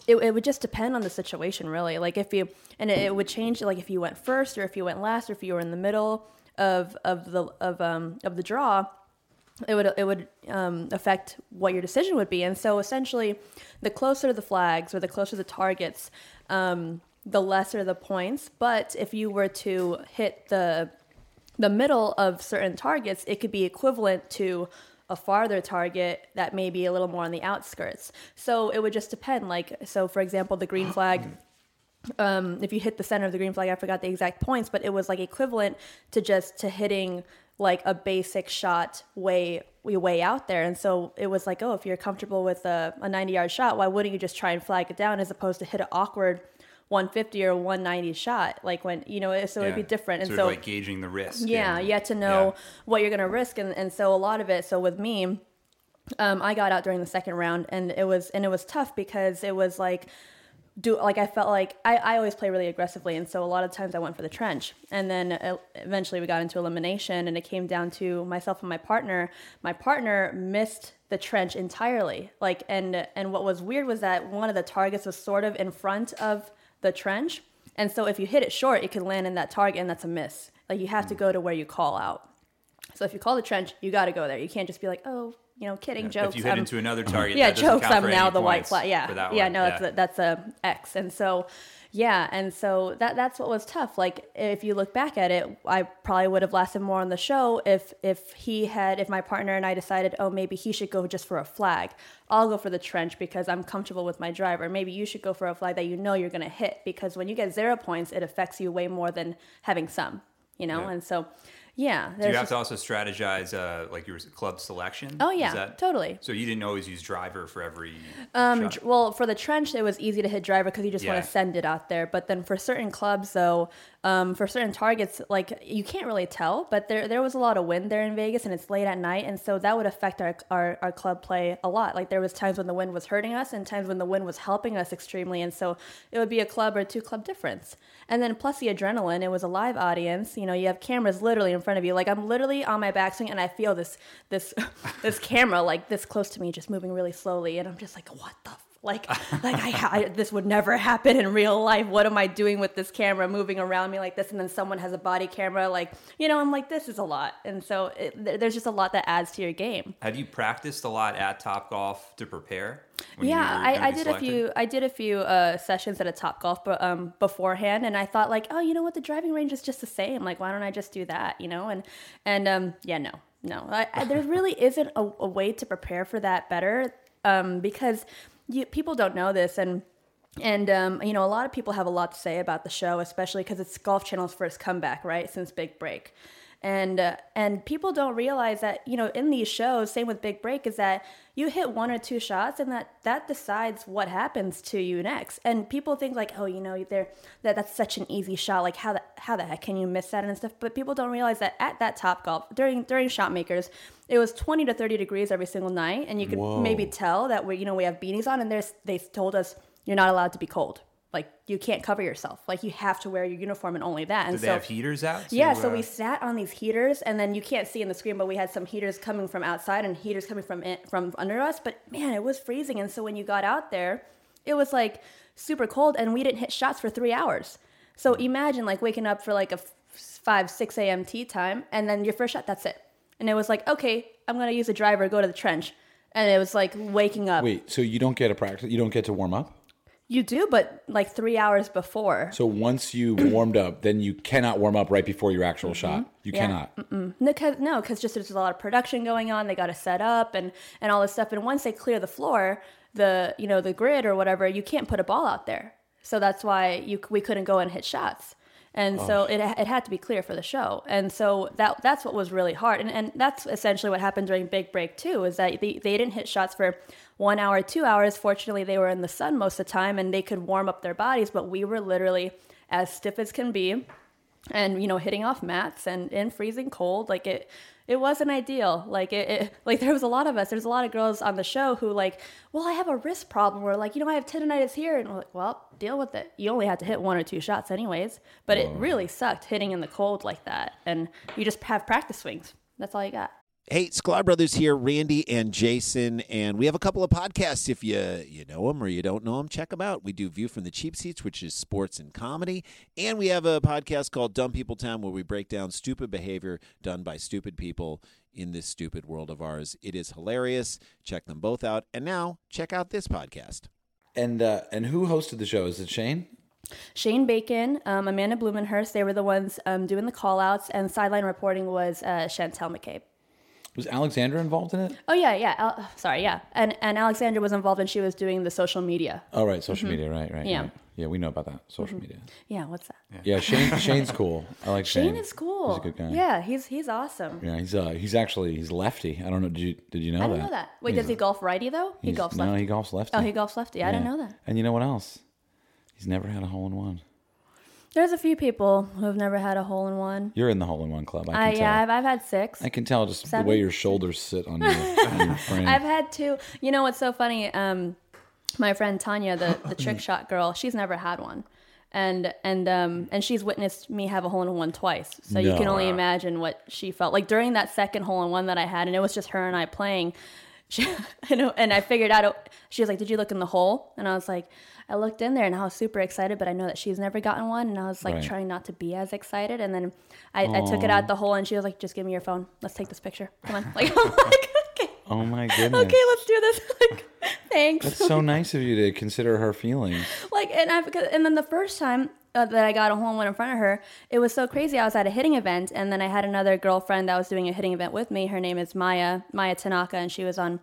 Speaker 2: it, it would just depend on the situation, really. Like if you and it, it would change, like if you went first or if you went last or if you were in the middle of of the of um of the draw. It would it would um, affect what your decision would be, and so essentially, the closer the flags or the closer the targets, um, the lesser the points. But if you were to hit the the middle of certain targets, it could be equivalent to a farther target that may be a little more on the outskirts. So it would just depend. Like so, for example, the green flag um, if you hit the center of the green flag, I forgot the exact points, but it was like equivalent to just to hitting like a basic shot way way out there. And so it was like, oh, if you're comfortable with a, a 90 yard shot, why wouldn't you just try and flag it down as opposed to hit it awkward 150 or 190 shot. Like when you know, so it'd be
Speaker 3: Yeah.
Speaker 2: different. And
Speaker 3: sort
Speaker 2: so
Speaker 3: of like gauging the risk.
Speaker 2: yeah,
Speaker 3: and-
Speaker 2: you had to know
Speaker 3: yeah.
Speaker 2: what you're going to risk, and, and so a lot of it. So with me, um, I got out during the second round, and it was and it was tough because it was like do like I felt like I, I always play really aggressively, and so a lot of times I went for the trench, and then uh, eventually we got into elimination, and it came down to myself and my partner. My partner missed the trench entirely, like and and what was weird was that one of the targets was sort of in front of the trench, and so if you hit it short, it could land in that target, and that's a miss. Like you
Speaker 3: Mm.
Speaker 2: have to go to where you call out. So if you call the trench, you got to go there. You can't just be like, oh, you know, kidding, jokes.
Speaker 3: If you hit
Speaker 2: I'm-
Speaker 3: into another target,
Speaker 2: yeah,
Speaker 3: that doesn't
Speaker 2: jokes.
Speaker 3: count
Speaker 2: I'm
Speaker 3: for
Speaker 2: now
Speaker 3: any
Speaker 2: the white
Speaker 3: points
Speaker 2: flag.
Speaker 3: for
Speaker 2: Yeah,
Speaker 3: that
Speaker 2: yeah.
Speaker 3: one.
Speaker 2: No, that's a, that's a X, and so yeah, and so that that's what was tough. Like if you look back at it, I probably would have lasted more on the show if if he had if my partner and I decided, oh, maybe he should go just for a flag. I'll go for the trench because I'm comfortable with my driver. Maybe you should go for a flag that you know you're going to hit because when you get zero points, it affects you way more than having some. You know,
Speaker 3: Yeah.
Speaker 2: and so yeah,
Speaker 3: Do
Speaker 2: there's
Speaker 3: you have
Speaker 2: just-
Speaker 3: to also strategize, uh, like your club selection?
Speaker 2: Oh,
Speaker 3: Is
Speaker 2: yeah,
Speaker 3: that-
Speaker 2: totally.
Speaker 3: So you didn't always use driver for every.
Speaker 2: Um,
Speaker 3: shot?
Speaker 2: dr- well, for the trench, it was easy to hit driver because you just
Speaker 3: Yeah.
Speaker 2: want to send it out there. But then for certain clubs, though, um, for certain targets, like you can't really tell. But there, there was a lot of wind there in Vegas, and it's late at night, and so that would affect our, our our club play a lot. Like there was times when the wind was hurting us, and times when the wind was helping us extremely, and so it would be a club or two club difference. And then plus the adrenaline, it was a live audience. You know, you have cameras literally in front of you. Like I'm literally on my backswing, and I feel this this this camera like this close to me, just moving really slowly, and I'm just like, what the. f- Like, like I, ha- I, this would never happen in real life. What am I doing with this camera moving around me like this? And then someone has a body camera, like you know, I'm like, this is a lot. And so it, th- there's just a lot that adds to your game.
Speaker 3: Have you practiced a lot at Top Golf to prepare? when you
Speaker 2: yeah
Speaker 3: were gonna
Speaker 2: I, I
Speaker 3: be
Speaker 2: did
Speaker 3: selected?
Speaker 2: a few i did a few uh, sessions at a top golf but um, beforehand and i thought like oh you know what the driving range is just the same like why don't i just do that you know and and um, yeah no no I, I, there really isn't a, a way to prepare for that better um, because you, people don't know this and and um, you know a lot of people have a lot to say about the show especially because it's golf channel's first comeback right since big break and uh, and people don't realize that you know in these shows same with big break is that you hit one or two shots and that that decides what happens to you next and people think like oh you know they're, that that's such an easy shot like how the, how the heck can you miss that and stuff but people don't realize that at that top golf during during shot makers it was 20 to 30 degrees every single night and you could
Speaker 1: Whoa.
Speaker 2: maybe tell that we you know we have beanies on and there's they told us you're not allowed to be cold like you can't cover yourself like you have to wear your uniform and only that and
Speaker 3: Did they
Speaker 2: so
Speaker 3: have heaters out? to,
Speaker 2: yeah, so
Speaker 3: uh,
Speaker 2: we sat on these heaters, and then you can't see in the screen, but we had some heaters coming from outside and heaters coming from in, from under us. But man, it was freezing, and so when you got out there, it was like super cold, and we didn't hit shots for three hours. So
Speaker 3: Hmm.
Speaker 2: imagine like waking up for like a f- five six a.m. tea time, and then your first shot, that's it. And it was like, okay, I'm gonna use a driver, go to the trench, and it was like waking up.
Speaker 5: Wait, so you don't get a practice? You don't get to warm up?
Speaker 2: You do, but like three hours before.
Speaker 5: So once you warmed up, then you cannot warm up right before your actual shot. You
Speaker 2: Yeah.
Speaker 5: cannot.
Speaker 2: No, cause, no, 'cause just there's a lot of production going on. They got to set up and and all this stuff. And once they clear the floor, the you know the grid or whatever, you can't put a ball out there. So that's why you we couldn't go and hit shots. And so it, it had to be clear for the show. And so that that's what was really hard. And and that's essentially what happened during Big Break too. Is that they, they didn't hit shots for one hour, two hours. Fortunately, they were in the sun most of the time and they could warm up their bodies. But we were literally as stiff as can be and you know hitting off mats and in freezing cold like it it wasn't ideal like it, it like there was a lot of us there's a lot of girls on the show who like well i have a wrist problem or like you know i have tendonitis here and we're like well deal with it you only had to hit one or two shots anyways but it really sucked hitting in the cold like that and you just have practice swings that's all you got
Speaker 6: Hey, Sklar Brothers here, Randy and Jason, and we have a couple of podcasts. If you you know them or you don't know them, check them out. We do View from the Cheap Seats, which is sports and comedy, and we have a podcast called Dumb People Town, where we break down stupid behavior done by stupid people in this stupid world of ours. It is hilarious. Check them both out, and now check out this podcast.
Speaker 5: And uh, and who hosted the show? Is it Shane?
Speaker 2: Shane Bacon, um, Amanda Blumenhurst, they were the ones um, doing the call outs, and sideline reporting was uh, Chantel McCabe.
Speaker 5: Was Alexandra involved in it?
Speaker 2: Oh yeah, yeah. Al- sorry, yeah. And and Alexandra was involved, and she was doing the social media.
Speaker 5: Oh right, social media, right, right.
Speaker 2: Mm-hmm. Yeah.
Speaker 5: right. Yeah, we know about that. Social media.
Speaker 2: Yeah, what's that?
Speaker 5: Yeah, Shane Shane's cool. I like Shane.
Speaker 2: Shane is cool.
Speaker 5: He's a good guy.
Speaker 2: Yeah, he's he's awesome.
Speaker 5: Yeah, he's uh he's actually he's lefty. I don't know. Did you did you know
Speaker 2: I
Speaker 5: that?
Speaker 2: didn't know that. Wait,
Speaker 5: He's-
Speaker 2: does he golf righty though? He
Speaker 5: he's-
Speaker 2: golfs
Speaker 5: No,
Speaker 2: lefty.
Speaker 5: he golfs lefty.
Speaker 2: oh, he golfs lefty. I didn't know that.
Speaker 5: And you know what else?
Speaker 1: He's never had a hole in one.
Speaker 2: There's a few people who have never had a hole in one.
Speaker 1: You're in the hole in one club. I can
Speaker 2: I,
Speaker 1: tell.
Speaker 2: yeah, I've, I've had six.
Speaker 1: I can tell just
Speaker 2: Seven?
Speaker 1: the way your shoulders sit on your, on your frame.
Speaker 2: I've had two. You know what's so funny? Um, my friend Tanya, the, the trick shot girl, she's never had one, and and um and she's witnessed me have a hole in one twice. So you can
Speaker 1: No.
Speaker 2: only imagine what she felt like during that second hole in one that I had, and it was just her and I playing. She, you know, and I figured out. it- She was like, "Did you look in the hole?" And I was like, "I looked in there," and I was super excited, but I know that she's never gotten one, and I was like
Speaker 1: Right.
Speaker 2: trying not to be as excited. And then I, I took it out the hole, and she was like, "Just give me your phone. Let's take this picture. Come on." Like, I'm like okay
Speaker 1: oh my goodness.
Speaker 2: okay, let's do this. like, thanks.
Speaker 1: That's so nice of you to consider her feelings.
Speaker 2: like, and I and then the first time uh, that I got a hole in one in front of her, it was so crazy. I was at a hitting event, and then I had another girlfriend that was doing a hitting event with me. Her name is Maya Maya Tanaka, and she was on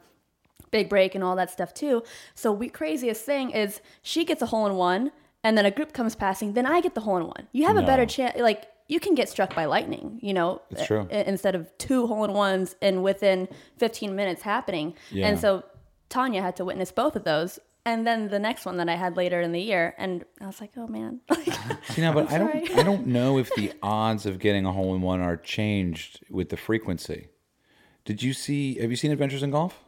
Speaker 2: Big Break and all that stuff too. So we craziest thing is she gets a hole in one, and then a group comes passing. Then I get the hole in one. You have a better
Speaker 1: No.
Speaker 2: chance, like. You can get struck by lightning, you know,
Speaker 1: It's true.
Speaker 2: i- instead of two hole in ones and within 15 minutes happening.
Speaker 1: Yeah.
Speaker 2: And so Tanya had to witness both of those. And then the next one that I had later in the year. And I was like, oh man.
Speaker 1: See now, but I don't
Speaker 2: sorry.
Speaker 1: I don't know if the odds of getting a hole in one are changed with the frequency. Did you see have you seen Adventures in Golf?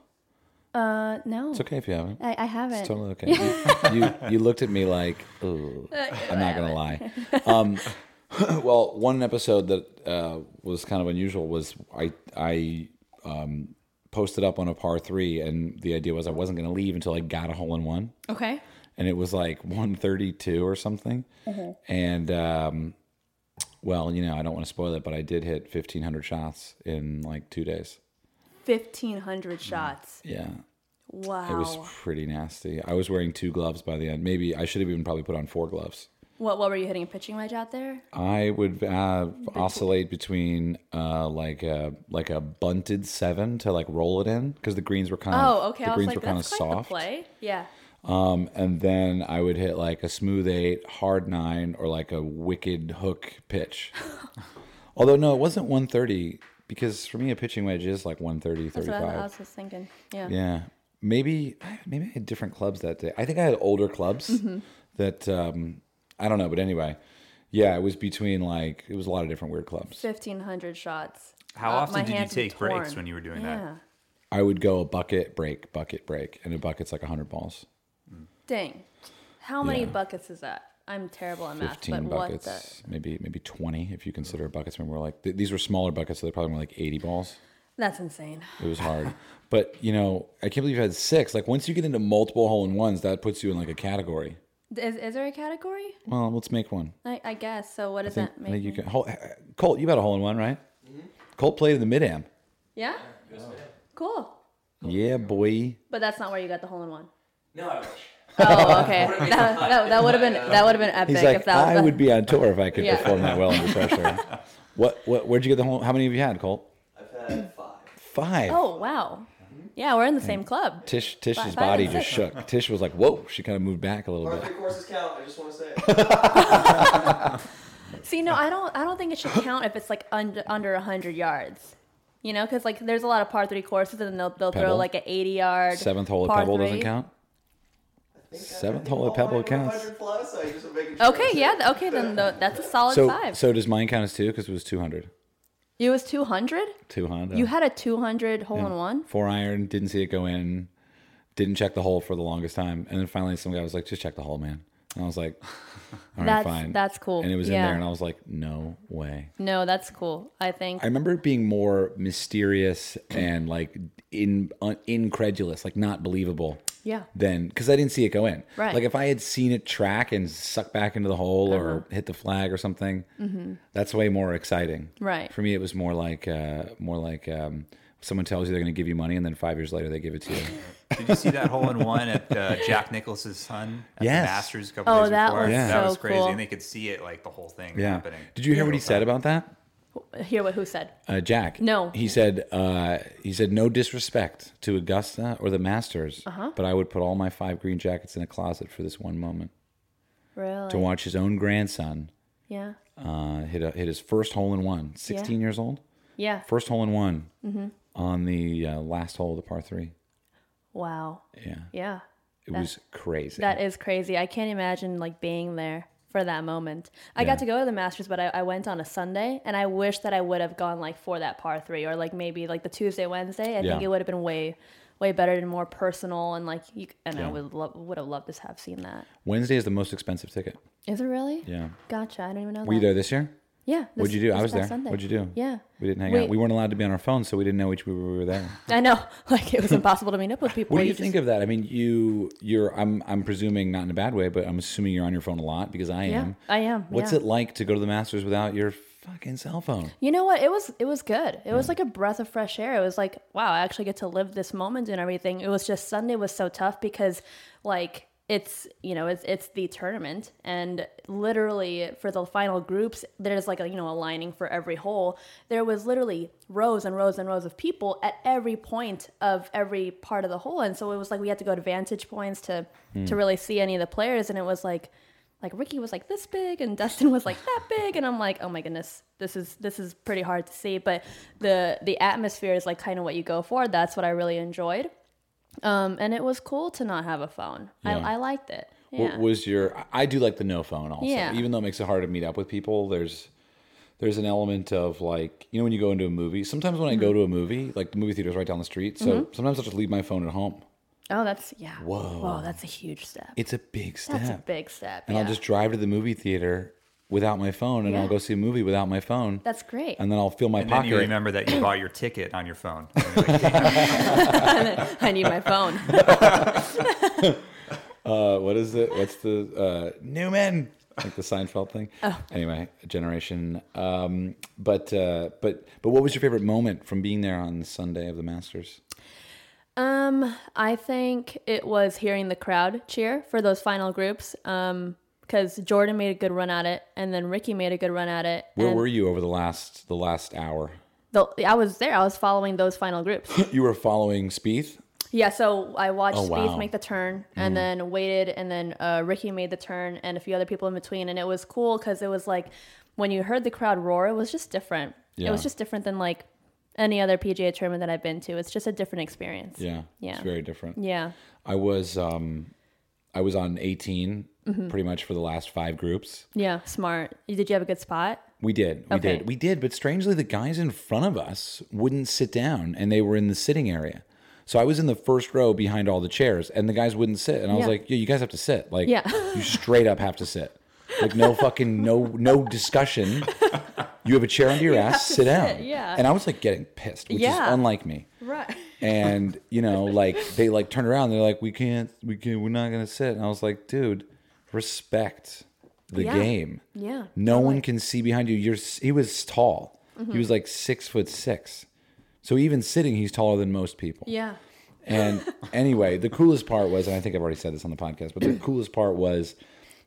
Speaker 2: uh, no,
Speaker 1: It's okay if you haven't.
Speaker 2: I, I haven't.
Speaker 1: It's totally okay. You, you, you looked at me like, ooh, I'm not gonna lie. Um, well, one episode that uh, was kind of unusual was I I um, posted up on a par three, and the idea was I wasn't gonna leave until I got a hole in one,
Speaker 2: okay.
Speaker 1: and it was like 132 or something, and um, well, you know, I don't want to spoil it, but I did hit 1,500 shots in like two days.
Speaker 2: 1,500 shots.
Speaker 1: Yeah.
Speaker 2: Wow.
Speaker 1: It Mm. was pretty nasty. I was wearing two gloves by the end. Maybe I should have even probably put on four gloves.
Speaker 2: what, what were you hitting a pitching wedge out there?
Speaker 1: I would uh, oscillate between uh, like a like a bunted seven to like roll it in because the greens were kind of
Speaker 2: Oh, okay.
Speaker 1: the
Speaker 2: I was
Speaker 1: greens
Speaker 2: like,
Speaker 1: were kind of
Speaker 2: that's quite the
Speaker 1: soft.
Speaker 2: play. Yeah.
Speaker 1: Um, and then I would hit like a smooth eight, hard nine, or like a wicked hook pitch. Although no, it wasn't 130 because for me a pitching wedge is like 130,
Speaker 2: That's what I,
Speaker 1: 35.
Speaker 2: I was just thinking. Yeah.
Speaker 1: Yeah, maybe I- maybe I had different clubs that day. I think I had older clubs
Speaker 2: Mm-hmm.
Speaker 1: that um, I don't know, but anyway, yeah, it was between like it was a lot of different weird clubs.
Speaker 2: 1,500 shots.
Speaker 3: How
Speaker 2: Uh, my
Speaker 3: often did you
Speaker 2: hands would be
Speaker 3: take breaks
Speaker 2: torn.
Speaker 3: when you were doing
Speaker 2: Yeah.
Speaker 3: that?
Speaker 1: I would go a bucket break, bucket break, and a bucket's like hundred balls.
Speaker 2: Dang. How many
Speaker 1: Yeah.
Speaker 2: buckets is that? I'm terrible at math, but
Speaker 1: Fifteen
Speaker 2: what the?
Speaker 1: buckets, maybe maybe twenty if you consider buckets. When we're like th- these were smaller buckets, so they probably were like eighty balls.
Speaker 2: That's insane.
Speaker 1: It was hard. But you know, I can't believe you had six. Like once you get into multiple hole in ones, that puts you in like a category.
Speaker 2: Is, is there a category?
Speaker 1: Well, let's make one.
Speaker 2: I, I guess. So what does
Speaker 1: think,
Speaker 2: that
Speaker 1: I
Speaker 2: make?
Speaker 1: think you can. Hole, Colt, you got a hole in one, right? Colt played in the mid am.
Speaker 2: Yeah? Cool.
Speaker 1: Yeah, boy.
Speaker 2: But that's not where you got the hole in one.
Speaker 4: No, I wish.
Speaker 2: Oh, okay. that, that, that would have been that would have been epic
Speaker 1: He's like,
Speaker 2: if that was
Speaker 1: I
Speaker 2: the-
Speaker 1: would be on tour if I could
Speaker 2: Yeah.
Speaker 1: perform that well under pressure. what? What? Where'd you get the hole? How many have you had, Colt?
Speaker 4: I've had five.
Speaker 1: Five.
Speaker 2: Oh wow. Yeah, we're in the same club.
Speaker 1: Tish, Tish's
Speaker 2: Five- five
Speaker 1: body
Speaker 2: and
Speaker 1: just
Speaker 2: six.
Speaker 1: shook. Tish was like, "Whoa!" She kind of moved back a little
Speaker 4: Part
Speaker 1: bit.
Speaker 4: three courses count. I just want to say it.
Speaker 2: See, no, I don't I don't think it should count if it's like under under 100 yards. You know, cuz like there's a lot of par 3 courses and they'll, they'll throw
Speaker 1: Pebble?
Speaker 2: like an 80 yard
Speaker 1: Seventh hole at
Speaker 2: par
Speaker 1: Pebble does
Speaker 2: three.
Speaker 1: doesn't count. Seventh hole at Pebble counts.
Speaker 4: 100 plus. I just was making sure
Speaker 2: Okay,
Speaker 4: I said
Speaker 2: yeah,
Speaker 4: it.
Speaker 2: th- okay then tho- that's a solid
Speaker 1: So,
Speaker 2: 5.
Speaker 1: so does mine count as two? Because it was 200.
Speaker 2: it was 200?
Speaker 1: Two hundred.
Speaker 2: You had a 200 hole in one?
Speaker 1: four iron. Didn't see it go in. Didn't check the hole for the longest time, and then finally some guy was like, "Just check the hole, man." And I was like, "All right,
Speaker 2: That's-
Speaker 1: fine."
Speaker 2: that's cool.
Speaker 1: And it was in
Speaker 2: Yeah.
Speaker 1: there, and I was like, "No way."
Speaker 2: No, that's cool. I think.
Speaker 1: I remember it being more mysterious and like in un, incredulous, like not believable.
Speaker 2: Yeah.
Speaker 1: Then, because I didn't see it go in.
Speaker 2: Right.
Speaker 1: Like if I had seen it track and suck back into the hole
Speaker 2: Uh-huh.
Speaker 1: or hit the flag or something, that's way more exciting.
Speaker 2: Mm-hmm. Right.
Speaker 1: For me, it was more like uh, more like um, someone tells you they're going to give you money, and then five years later they give it to you.
Speaker 3: Did you see that hole in one at uh, Jack Nicklaus's son at
Speaker 1: Yes.
Speaker 3: the Masters a couple
Speaker 2: Oh,
Speaker 3: days
Speaker 2: that
Speaker 3: before?
Speaker 2: was
Speaker 1: Yeah.
Speaker 3: That
Speaker 2: so
Speaker 3: was crazy,
Speaker 2: cool.
Speaker 3: and they could see it like the whole thing
Speaker 1: yeah.
Speaker 3: happening.
Speaker 1: Did you hear what he
Speaker 3: Real
Speaker 1: said
Speaker 3: time.
Speaker 1: about that?
Speaker 2: Hear what who said.
Speaker 1: uh, Jack.
Speaker 2: No.
Speaker 1: he said uh, he said no disrespect to Augusta or the Masters,
Speaker 2: Uh-huh.
Speaker 1: but I would put all my five green jackets in a closet for this one moment
Speaker 2: Really?
Speaker 1: to watch his own grandson
Speaker 2: Yeah.
Speaker 1: uh, hit a, hit his first hole in one. Sixteen years old,
Speaker 2: Yeah.
Speaker 1: first hole in one
Speaker 2: Mm-hmm.
Speaker 1: on the uh, last hole of the par three.
Speaker 2: Wow.
Speaker 1: Yeah,
Speaker 2: Yeah.
Speaker 1: It was crazy.
Speaker 2: That is crazy. I can't imagine like being there for that moment. I got to go to the Masters, but I, I went on a Sunday, and I wish that I would have gone like for that par three or like maybe like the Tuesday, Wednesday. I
Speaker 1: Yeah.
Speaker 2: think it would have been way, way better and more personal, and like you. And I would love, would have loved to have seen that.
Speaker 1: Wednesday is the most expensive ticket.
Speaker 2: Is it really?
Speaker 1: Yeah.
Speaker 2: Gotcha. I didn't even know.
Speaker 1: Were you
Speaker 2: that.
Speaker 1: there this year?
Speaker 2: Yeah.
Speaker 1: What'd
Speaker 2: this-
Speaker 1: you do? I
Speaker 2: this
Speaker 1: was
Speaker 2: past
Speaker 1: there.
Speaker 2: Sunday.
Speaker 1: What'd you do?
Speaker 2: Yeah.
Speaker 1: We didn't hang
Speaker 2: Wait.
Speaker 1: out. We weren't allowed to be on our phones, so we didn't know which we were there.
Speaker 2: I know. Like it was impossible to meet up with people.
Speaker 1: What do you
Speaker 2: just-
Speaker 1: think of that? I mean, you you're I'm I'm presuming not in a bad way, but I'm assuming you're on your phone a lot because I
Speaker 2: Yeah,
Speaker 1: am.
Speaker 2: I am,
Speaker 1: What's
Speaker 2: yeah.
Speaker 1: it like to go to the Masters without your fucking cell phone?
Speaker 2: You know what? It was it was good. It was like a breath of fresh air. It was like, wow, I actually get to live this moment and everything. It was just Sunday was so tough because like it's you know it's it's the tournament and literally for the final groups there's like a you know a lining for every hole there was literally rows and rows and rows of people at every point of every part of the hole and so it was like we had to go to vantage points to to really see any of the players and it was like like Ricky was like this big and Dustin was like that big and I'm like oh my goodness this is this is pretty hard to see but the the atmosphere is like kind of what you go for that's what I really enjoyed um and it was cool to not have a phone
Speaker 1: Yeah.
Speaker 2: I, I liked it
Speaker 1: What
Speaker 2: yeah
Speaker 1: was your? I- I do like the no phone also,
Speaker 2: Yeah.
Speaker 1: even though it makes it hard to meet up with people. There's there's an element of like you know when you go into a movie. Sometimes when I
Speaker 2: Mm-hmm.
Speaker 1: go to a movie, like the movie theater's right down the street, so sometimes I just leave my phone at home.
Speaker 2: oh that's yeah whoa whoa that's a huge step
Speaker 1: It's a big step.
Speaker 2: that's a big step
Speaker 1: and
Speaker 2: yeah.
Speaker 1: I'll just drive to the movie theater without my phone, and
Speaker 2: Yeah.
Speaker 1: I'll go see a movie without my phone.
Speaker 2: that's great
Speaker 1: and then I'll feel my
Speaker 3: And
Speaker 1: pocket.
Speaker 3: then you remember that you bought your ticket on your phone.
Speaker 2: I need my phone
Speaker 1: Uh, what is it? What's the uh, Newman? Like the Seinfeld thing.
Speaker 2: Oh.
Speaker 1: Anyway, generation. Um, but uh, but but what was your favorite moment from being there on Sunday of the Masters?
Speaker 2: Um, I think it was hearing the crowd cheer for those final groups. Um, because Jordan made a good run at it, and then Ricky made a good run at it.
Speaker 1: Where
Speaker 2: and
Speaker 1: were you over the last the last hour?
Speaker 2: The, I was there. I was following those final groups.
Speaker 1: You were following Spieth.
Speaker 2: yeah. So I watched
Speaker 1: Oh,
Speaker 2: Spieth
Speaker 1: wow. Mm-hmm.
Speaker 2: make the turn, and then waited, and then uh, Ricky made the turn, and a few other people in between. And it was cool because it was like when you heard the crowd roar, it was just different.
Speaker 1: Yeah.
Speaker 2: It was just different than like any other PGA tournament that I've been to. It's just a different experience.
Speaker 1: Yeah,
Speaker 2: Yeah.
Speaker 1: It's very different.
Speaker 2: Yeah.
Speaker 1: I was um, I was on 18
Speaker 2: Mm-hmm.
Speaker 1: pretty much for the last five groups.
Speaker 2: Yeah. Smart. Did you have a good spot?
Speaker 1: We did. We
Speaker 2: Okay.
Speaker 1: did. We did. But strangely, the guys in front of us wouldn't sit down and they were in the sitting area. So I was in the first row behind all the chairs and the guys wouldn't sit. And I was
Speaker 2: Yeah.
Speaker 1: like, yeah, you guys have to sit. Like,
Speaker 2: Yeah.
Speaker 1: you straight up have to sit. Like, no fucking, no, no discussion. You have a chair under your ass, sit down.
Speaker 2: yeah.
Speaker 1: And I was like getting pissed, which is
Speaker 2: Yeah.
Speaker 1: unlike me.
Speaker 2: Right.
Speaker 1: And, you know, like they like turned around. They're like, we can't, we can't, we're not going to sit. And I was like, dude, respect the
Speaker 2: Yeah.
Speaker 1: game.
Speaker 2: Yeah.
Speaker 1: No one can see behind you. You're s- he was tall. He
Speaker 2: Mm-hmm.
Speaker 1: was like six foot six. So even sitting, he's taller than most people.
Speaker 2: Yeah.
Speaker 1: And anyway, the coolest part was, and I think I've already said this on the podcast, but the coolest part was,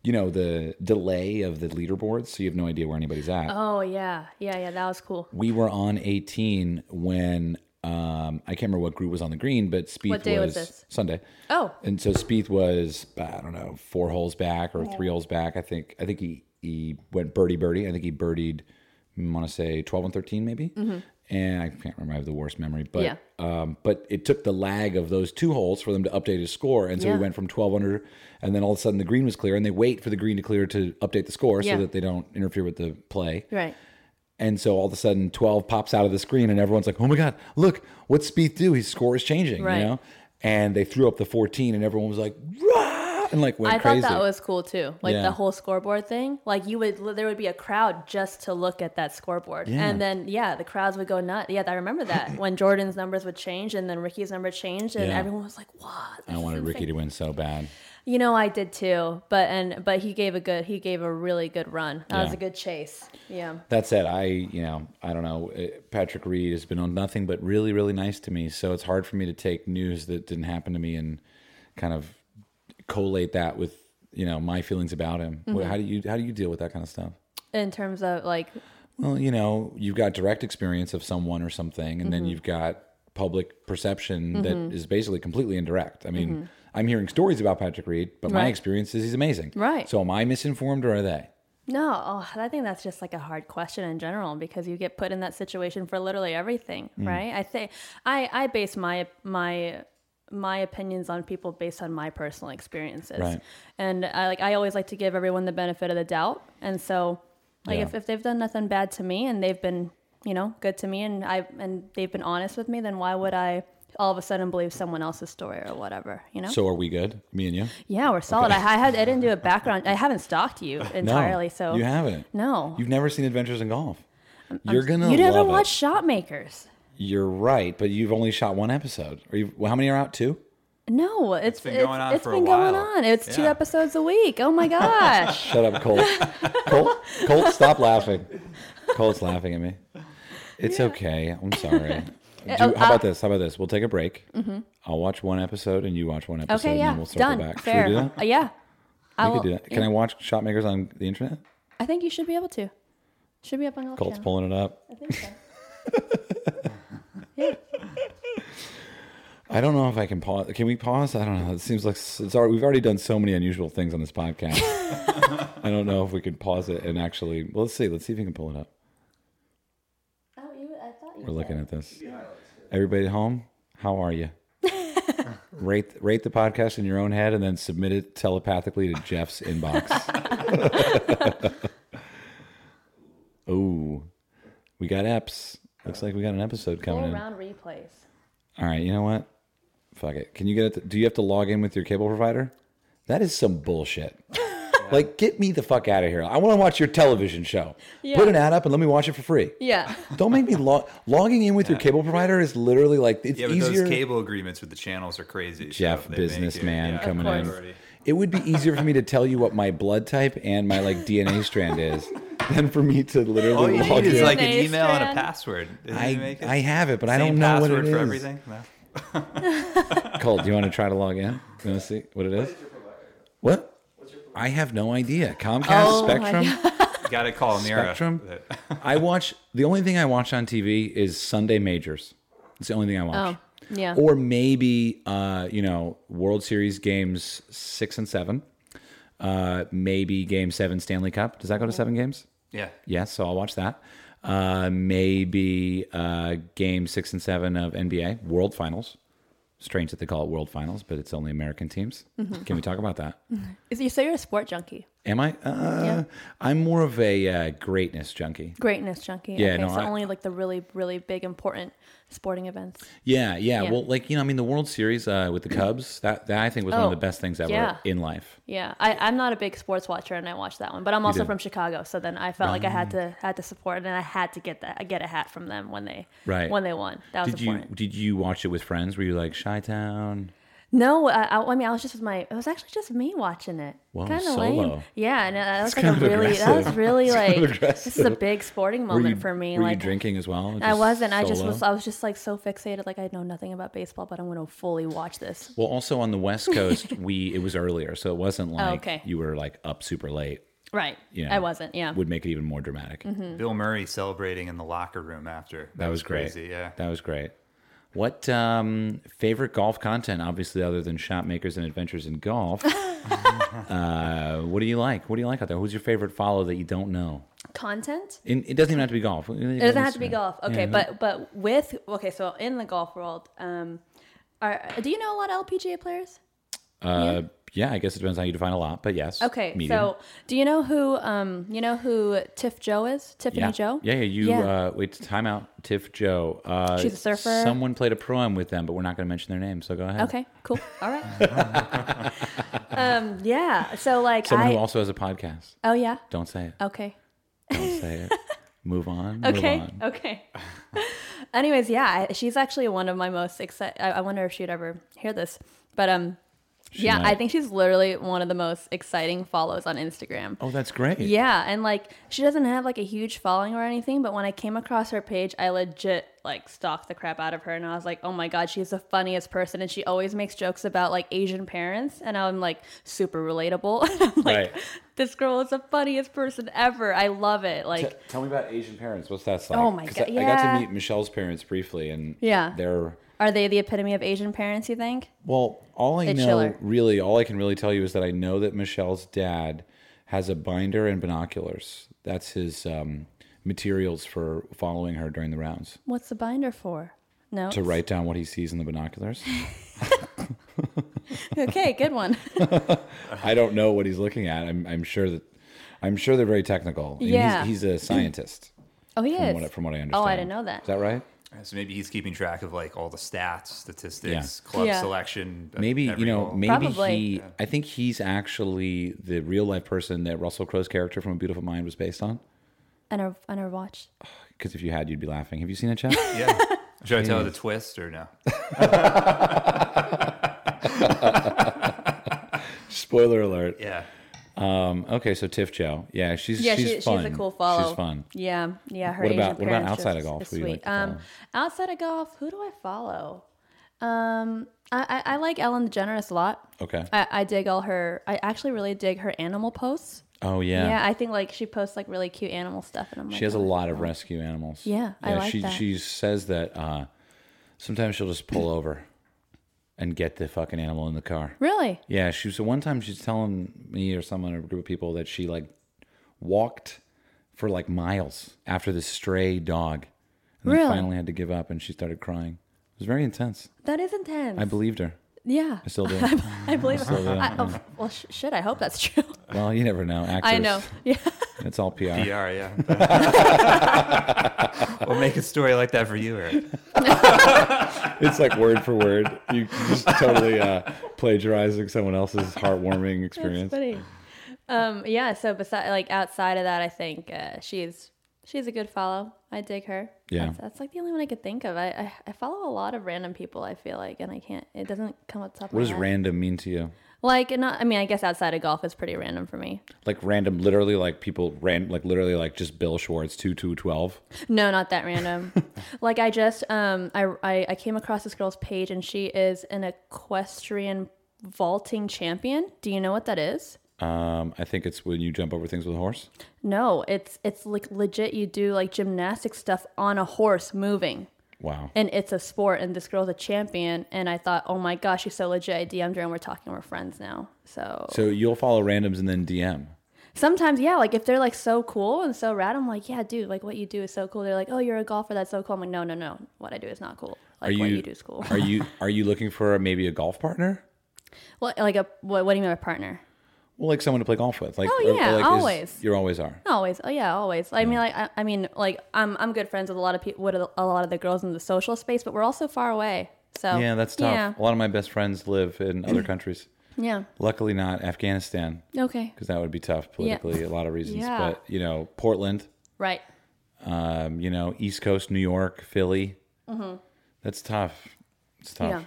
Speaker 1: you know, the delay of the leaderboards, so you have no idea where anybody's at.
Speaker 2: Oh yeah, yeah, yeah. That was cool.
Speaker 1: We were on 18 when um, I can't remember what group was on the green, but Spieth
Speaker 2: What day was this?
Speaker 1: Sunday.
Speaker 2: Oh.
Speaker 1: and so Spieth was I don't know four holes back or three holes back. I think I think he he went birdie birdie. I think he birdied. I want to say 12 and 13 maybe. And I can't remember. I have the worst memory, but
Speaker 2: Mm-hmm. Yeah.
Speaker 1: um, but it took the lag of those two holes for them to update his score, and so
Speaker 2: Yeah.
Speaker 1: we went from 12 under, and then all of a sudden the green was clear, and they wait for the green to clear to update the score
Speaker 2: Yeah.
Speaker 1: so that they don't interfere with the play.
Speaker 2: Right.
Speaker 1: And so all of a sudden, 12 pops out of the screen, and everyone's like, oh my God, look, what's Spieth do? His score is changing,
Speaker 2: Right.
Speaker 1: you know? And they threw up the 14, and everyone was like, Rah! and like went
Speaker 2: I
Speaker 1: crazy.
Speaker 2: thought that was cool too. Like
Speaker 1: Yeah.
Speaker 2: the whole scoreboard thing. Like you would, there would be a crowd just to look at that scoreboard,
Speaker 1: Yeah.
Speaker 2: and then yeah, the crowds would go nuts. Yeah, I remember that when Jordan's numbers would change, and then Ricky's number changed, and
Speaker 1: Yeah.
Speaker 2: everyone was like, "What?"
Speaker 1: I wanted Ricky to win so bad.
Speaker 2: You know, I did too. But and but he gave a good. He gave a really good run. That was
Speaker 1: Yeah.
Speaker 2: a good chase. Yeah.
Speaker 1: That said, I, you know, I don't know. Uh, Patrick Reed has been on nothing but really, really nice to me. So it's hard for me to take news that didn't happen to me and kind of collate that with, you know, my feelings about him. Wh-
Speaker 2: Mm-hmm.
Speaker 1: How do you how do you deal with that kind of stuff?
Speaker 2: In terms of like,
Speaker 1: Well, you know, you've got direct experience of someone or something, and then
Speaker 2: Mm-hmm.
Speaker 1: you've got public perception that is basically completely indirect. I mean, I'm hearing stories about Patrick Reed, but my
Speaker 2: Mm-hmm. Right.
Speaker 1: experience is he's amazing.
Speaker 2: Right.
Speaker 1: So am I misinformed or are they?
Speaker 2: No, oh, I think that's just like a hard question in general because you get put in that situation for literally everything, right? I think I I base my my my opinions on people based on my personal experiences.
Speaker 7: Right.
Speaker 2: And I like I always like to give everyone the benefit of the doubt. And so like
Speaker 7: Yeah.
Speaker 2: if, if they've done nothing bad to me and they've been, you know, good to me and I and they've been honest with me, then why would I all of a sudden believe someone else's story or whatever, you know?
Speaker 1: So are we good? Me and you?
Speaker 2: yeah, we're solid. I, I had I didn't do a background I haven't stalked you entirely, so
Speaker 1: you haven't.
Speaker 2: No. Um,
Speaker 1: You've never seen Adventures in Golf. You're gonna.
Speaker 2: You never
Speaker 1: love it.
Speaker 2: watched Shotmakers.
Speaker 1: You're right, but you've only shot one episode. Are you? Well, how many are out? Two.
Speaker 2: No, it's,
Speaker 3: been
Speaker 2: it's-
Speaker 3: going on
Speaker 2: it's
Speaker 3: for a
Speaker 2: been going
Speaker 3: while.
Speaker 2: on. It's two
Speaker 3: Yeah.
Speaker 2: episodes a week. Oh my gosh.
Speaker 1: Shut up, Colt. Colt, Colt, stop laughing. Colt's laughing at me. It's okay. I'm sorry. Do- how
Speaker 2: Uh,
Speaker 1: about this? How about this? We'll take a break. I'll watch one episode and you watch one episode,
Speaker 2: Mm-hmm. Okay,
Speaker 1: and
Speaker 2: yeah.
Speaker 1: then we'll circle
Speaker 2: Done.
Speaker 1: back.
Speaker 2: Fair.
Speaker 1: Should we do that?
Speaker 2: Uh, yeah. I
Speaker 1: we
Speaker 2: will,
Speaker 1: could do that. Can I watch Shotmakers on the internet?
Speaker 2: I think you should be able to. Should be up on Golf
Speaker 1: Colt's
Speaker 2: Channel.
Speaker 1: pulling it up.
Speaker 2: I think so.
Speaker 1: I don't know if I can pause. Can we pause? I don't know. It seems like s- it's already, we've already done so many unusual things on this podcast. I don't know if we could pause it and actually. Well, let's see. Let's see if we can pull it up.
Speaker 2: Oh, you, I thought you
Speaker 1: We're looking at this. Everybody at home, how are you? rate rate the podcast in your own head and then submit it telepathically to Jeff's inbox. Ooh. We got eps. Looks like we got an episode coming
Speaker 2: Full
Speaker 1: in.
Speaker 2: round replays.
Speaker 1: All right, you know what? Fuck it. Can you get it? to- do you have to log in with your cable provider? That is some bullshit. like, get me the fuck out of here. I want to watch your television show. Put an ad up and let me watch it for free.
Speaker 2: Yeah.
Speaker 1: Don't make me log logging in with your cable provider is literally like it's
Speaker 3: Yeah, but
Speaker 1: easier.
Speaker 3: those cable agreements with the channels are crazy. so
Speaker 1: Jeff,
Speaker 3: they make it-
Speaker 1: businessman,
Speaker 3: yeah,
Speaker 1: coming
Speaker 2: Of
Speaker 1: in.
Speaker 2: course.
Speaker 3: already.
Speaker 1: It would be easier for me to tell you what my blood type and my like DNA strand is than for me to
Speaker 3: All
Speaker 1: literally
Speaker 3: Oh, you
Speaker 1: log
Speaker 3: need is
Speaker 1: in.
Speaker 3: like an
Speaker 2: DNA
Speaker 3: email and a
Speaker 2: strand.
Speaker 3: password. Didn't you
Speaker 1: I,
Speaker 3: make it?
Speaker 1: I have it, but I
Speaker 3: Same
Speaker 1: don't know what
Speaker 3: password
Speaker 1: it is.
Speaker 3: for everything. No?
Speaker 1: Colt, do you want to try to log in? You want to see what it is? What? I have no idea. Comcast,
Speaker 2: Oh my
Speaker 1: Spectrum.
Speaker 3: You got to call Mira.
Speaker 1: Spectrum? I watch the only thing I watch on TV is Sunday Majors. It's the only thing I watch.
Speaker 2: Oh, yeah.
Speaker 1: Or maybe uh, you know World Series games six and seven. Uh, maybe Game Seven Stanley Cup. Does that go to seven games?
Speaker 3: yeah.
Speaker 1: Yes, so I'll watch that. Uh, maybe uh, game six and seven of NBA World Finals. Strange that they call it World Finals, but it's only American teams.
Speaker 2: Mm-hmm.
Speaker 1: Can we talk about that?
Speaker 2: Is you so you're a sport junkie.
Speaker 1: Am I? Uh,
Speaker 2: Yeah.
Speaker 1: I'm more of a uh, greatness junkie.
Speaker 2: Greatness junkie.
Speaker 1: Yeah,
Speaker 2: okay,
Speaker 1: no,
Speaker 2: so
Speaker 1: I-
Speaker 2: only like the really, really big important sporting events.
Speaker 1: Yeah, yeah,
Speaker 2: Yeah. Mm-hmm.
Speaker 1: Well, like you know, I mean, the World Series uh, with the Cubs that that I think was one
Speaker 2: Oh,
Speaker 1: of the best things ever
Speaker 2: yeah.
Speaker 1: in life.
Speaker 2: Yeah. I, I'm not a big sports watcher and I watched that one. But I'm also
Speaker 1: did. Ah.
Speaker 2: from Chicago, so then I felt like I had to had to support and I had to get that I get a hat from them when they
Speaker 1: Right.
Speaker 2: when they won. That was
Speaker 1: Did you
Speaker 2: important.
Speaker 1: did you watch it with friends? Were you like Chi Town?
Speaker 2: No, I, I I mean, I was just with my. It was actually just me watching it.
Speaker 1: Whoa,
Speaker 2: kind of
Speaker 1: solo.
Speaker 2: lame. Yeah, and uh, that was
Speaker 1: kind
Speaker 2: like a
Speaker 1: of
Speaker 2: really. That was
Speaker 1: aggressive.
Speaker 2: really like.
Speaker 1: of
Speaker 2: this is a big sporting
Speaker 1: Were
Speaker 2: moment
Speaker 1: you
Speaker 2: for me.
Speaker 1: Were
Speaker 2: like
Speaker 1: you drinking as well?
Speaker 2: I
Speaker 1: Just
Speaker 2: wasn't. I just
Speaker 1: solo?
Speaker 2: was. I was just like so fixated. Like I know nothing about baseball, but I'm going to fully watch this.
Speaker 1: Well, also on the West Coast, we it was earlier, so it wasn't like
Speaker 2: Oh, okay.
Speaker 1: you were like up super late.
Speaker 2: Right.
Speaker 1: You know,
Speaker 2: I wasn't. Yeah. Mm-hmm.
Speaker 1: would make it even more dramatic.
Speaker 3: Bill Murray celebrating in the locker room after. That,
Speaker 1: That was great.
Speaker 3: Crazy, yeah.
Speaker 1: that was great. What um, favorite golf content? Obviously, other than shot makers and adventures in golf. uh, what do you like? What do you like out there? Who's your favorite follow that you don't know?
Speaker 2: Content.
Speaker 1: And it doesn't even have to be golf. Uh,
Speaker 2: It doesn't have to be golf. Okay, but but with okay, so in the golf world, um, are do you know a lot of LPGA players?
Speaker 1: Uh, yeah, I guess it depends how you define a lot, but yes.
Speaker 2: Okay,
Speaker 1: medium.
Speaker 2: so do you know who um you know who Tiff Joe is? Tiffany
Speaker 1: yeah.
Speaker 2: Joe.
Speaker 1: Yeah, yeah. You
Speaker 2: Yeah.
Speaker 1: Uh, wait. Time out. Tiff Joe. Uh,
Speaker 2: She's a surfer.
Speaker 1: Someone played a pro am with them, but we're not going to mention their name. So go ahead.
Speaker 2: Okay, cool. All right. um, yeah. So like
Speaker 1: Someone
Speaker 2: I
Speaker 1: who also has a podcast.
Speaker 2: Oh yeah.
Speaker 1: Don't say it.
Speaker 2: Okay.
Speaker 1: Don't say it. Move on.
Speaker 2: Okay.
Speaker 1: Move on.
Speaker 2: Okay. Anyways, yeah, I- she's actually one of my most excited. I I wonder if she'd ever hear this, but um, yeah,
Speaker 1: might.
Speaker 2: I think she's literally one of the most exciting follows on Instagram.
Speaker 1: Oh, that's great.
Speaker 2: Yeah, and like she doesn't have like a huge following or anything, but when I came across her page, I legit like stalked the crap out of her and I was like, "Oh my god, she's the funniest person and she always makes jokes about like Asian parents." And I'm like super relatable. And I'm
Speaker 1: Right.
Speaker 2: like, "This girl is the funniest person ever. I love it." Like
Speaker 1: Tell me about Asian parents. What's that like?
Speaker 2: Oh my
Speaker 1: 'Cause
Speaker 2: God,
Speaker 1: I, I got
Speaker 2: yeah.
Speaker 1: to meet Michelle's parents briefly, and
Speaker 2: Yeah.
Speaker 1: they're
Speaker 2: Are they the epitome of Asian parents, you think?
Speaker 1: well. All I
Speaker 2: They
Speaker 1: know,
Speaker 2: chiller.
Speaker 1: really, all I can really tell you is that I know that Michelle's dad has a binder and binoculars. That's his um, materials for following her during the rounds
Speaker 2: What's the binder for? No.
Speaker 1: to write down what he sees in the binoculars.
Speaker 2: okay, good one.
Speaker 1: I don't know what he's looking at. I'm, I'm sure that I'm sure they're very technical. And
Speaker 2: Yeah.
Speaker 1: He's, he's a scientist
Speaker 2: Oh, he
Speaker 1: from
Speaker 2: is.
Speaker 1: what, I- from what I understand.
Speaker 2: Oh, I didn't know that.
Speaker 1: Is that right?
Speaker 3: So maybe he's keeping track of like all the stats, statistics,
Speaker 8: Yeah.
Speaker 3: club
Speaker 2: Yeah.
Speaker 3: selection. uh,
Speaker 1: Maybe you
Speaker 3: every
Speaker 1: know.
Speaker 3: goal.
Speaker 1: Maybe
Speaker 2: Probably.
Speaker 1: he. I think he's actually the real life person that Russell Crowe's character from A Beautiful Mind was based on.
Speaker 2: I never, I never watched.
Speaker 1: Because if you had, you'd be laughing. Have you seen it, Chad?
Speaker 3: Yeah. Should I tell the twist or no?
Speaker 1: Spoiler alert.
Speaker 3: Yeah.
Speaker 1: Um, okay, so Tiff Joe. Yeah, she's
Speaker 2: Yeah,
Speaker 1: she's
Speaker 2: she,
Speaker 1: fun.
Speaker 2: she's a cool follow.
Speaker 1: She's fun.
Speaker 2: Yeah, yeah. Her
Speaker 1: What
Speaker 2: Asian
Speaker 1: about- what about
Speaker 2: parents
Speaker 1: outside
Speaker 2: are
Speaker 1: of golf? Who
Speaker 2: Sweet.
Speaker 1: you like to
Speaker 2: um, outside of golf, who do I follow? Um, I, I, I like Ellen DeGeneres a lot.
Speaker 1: Okay.
Speaker 2: I, I dig all her. I actually really dig her animal posts.
Speaker 1: Oh
Speaker 2: Yeah.
Speaker 1: yeah.
Speaker 2: I think like she posts like really cute animal stuff, and I'm like,
Speaker 1: She has a
Speaker 2: oh.
Speaker 1: lot of rescue animals.
Speaker 2: Yeah, I like
Speaker 1: she
Speaker 2: that.
Speaker 1: she says that uh, sometimes she'll just pull over and get the fucking animal in the car.
Speaker 2: Really?
Speaker 1: Yeah, she was. One time she's telling me or someone or a group of people that she like walked for like miles after this stray dog, and then
Speaker 2: Really?
Speaker 1: finally had to give up, and she started crying. It was very intense.
Speaker 2: That is intense.
Speaker 1: I believed her.
Speaker 2: yeah. I
Speaker 1: still do.
Speaker 2: I believe. I, oh, well, sh- shit. I hope that's true.
Speaker 1: Well, you never know. Actors,
Speaker 2: I know. Yeah.
Speaker 1: It's all PR.
Speaker 3: PR, yeah. we'll make a story like that for you, Eric.
Speaker 1: It's like word for word. You just totally uh, plagiarizing someone else's heartwarming
Speaker 2: That's
Speaker 1: experience.
Speaker 2: funny. Um, yeah. So beside, like outside of that, I think uh, she's she's a good follow. I dig her.
Speaker 1: Yeah.
Speaker 2: That's, that's like the only one I could think of. I, I I follow a lot of random people. I feel like, and I can't. It doesn't come up top. of
Speaker 1: What
Speaker 2: my
Speaker 1: does
Speaker 2: head.
Speaker 1: random mean to you?
Speaker 2: Like not. I mean, I guess outside of golf is pretty random for me.
Speaker 1: Like random, literally, like people ran, like literally, like just Bill Schwartz two two twelve.
Speaker 2: No, not that random. like I just um I, I I came across this girl's page and she is an equestrian vaulting champion. Do you know what that is?
Speaker 1: Um, I think it's when you jump over things with a horse.
Speaker 2: No, it's it's like legit you do like gymnastic stuff on a horse moving.
Speaker 1: Wow.
Speaker 2: And it's a sport and this girl's a champion and I thought, "Oh my gosh, she's so legit." I DM'd her and we're talking, we're friends now. So
Speaker 1: So you'll follow randoms and then DM.
Speaker 2: sometimes yeah, like if they're like so cool and so rad, I'm like, "Yeah, dude, like what you do is so cool." They're like, "Oh, you're a golfer. That's so cool." I'm like, "No, no, no. What I do is not cool." Like what you do is cool.
Speaker 1: are you are you looking for maybe a golf partner?
Speaker 2: Well, like a what, what do you mean by partner?
Speaker 1: Well, like someone to play golf with. Like
Speaker 2: Oh, yeah,
Speaker 1: like
Speaker 2: always.
Speaker 1: You always are.
Speaker 2: Always, oh yeah, always. I mean, like I, I mean, like I'm I'm good friends with a lot of people, with a lot of the girls in the social space, but we're all so far away. So
Speaker 1: Yeah, that's tough.
Speaker 2: Oh, Yeah,
Speaker 1: A lot of my best friends live in other countries.
Speaker 2: yeah.
Speaker 1: Luckily, not Afghanistan.
Speaker 2: Okay,
Speaker 1: because that would be tough politically a lot of reasons
Speaker 2: Yeah.
Speaker 1: but you know portland
Speaker 2: right.
Speaker 1: um, you know east coast new york philly that's tough it's tough
Speaker 2: Mm-hmm. Yeah.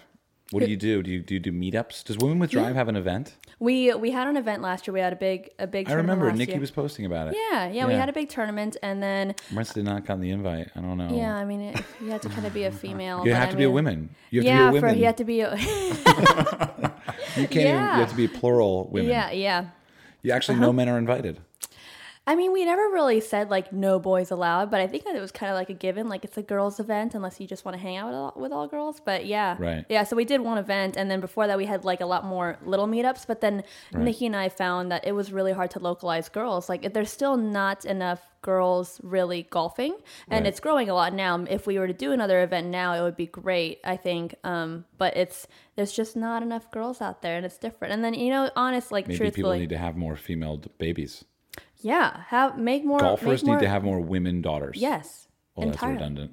Speaker 1: what do you do do you do, you do meetups does women with drive have an event
Speaker 2: We we had an event last year. We had a big a big.
Speaker 1: i
Speaker 2: tournament
Speaker 1: remember
Speaker 2: last
Speaker 1: nikki
Speaker 2: year.
Speaker 1: was posting about it
Speaker 2: Yeah, yeah, we had a big tournament, and then
Speaker 1: must have not gotten the invite i don't know
Speaker 2: yeah, I mean, it, you had to kind of be a female.
Speaker 1: you
Speaker 2: but
Speaker 1: have
Speaker 2: I
Speaker 1: to be a
Speaker 2: mean-
Speaker 1: woman you have
Speaker 2: yeah,
Speaker 1: to be a
Speaker 2: for
Speaker 1: woman
Speaker 2: he had to be. A,
Speaker 1: you can't even,
Speaker 2: yeah.
Speaker 1: you have to be plural women
Speaker 2: yeah, Uh-huh. yeah.
Speaker 1: you actually no men are invited
Speaker 2: I mean, we never really said like no boys allowed, but I think that it was kind of like a given. Like it's a girls' event unless you just want to hang out with all, with all girls. But yeah,
Speaker 1: Right.
Speaker 2: Yeah, so we did one event, and then before that we had like a lot more little meetups. But then Nikki and I found that it was really hard to localize girls. Like there's still not enough girls really golfing, and
Speaker 1: Right.
Speaker 2: it's growing a lot now. If we were to do another event now, it would be great, I think. Um, but it's there's just not enough girls out there, and it's different. And then you know, honest, like
Speaker 1: maybe people
Speaker 2: truthfully,
Speaker 1: need to have more female d- babies
Speaker 2: yeah, have make more
Speaker 1: golfers
Speaker 2: make more,
Speaker 1: need to have more women daughters
Speaker 2: Yes.
Speaker 1: well Oh,
Speaker 2: entirely.
Speaker 1: that's redundant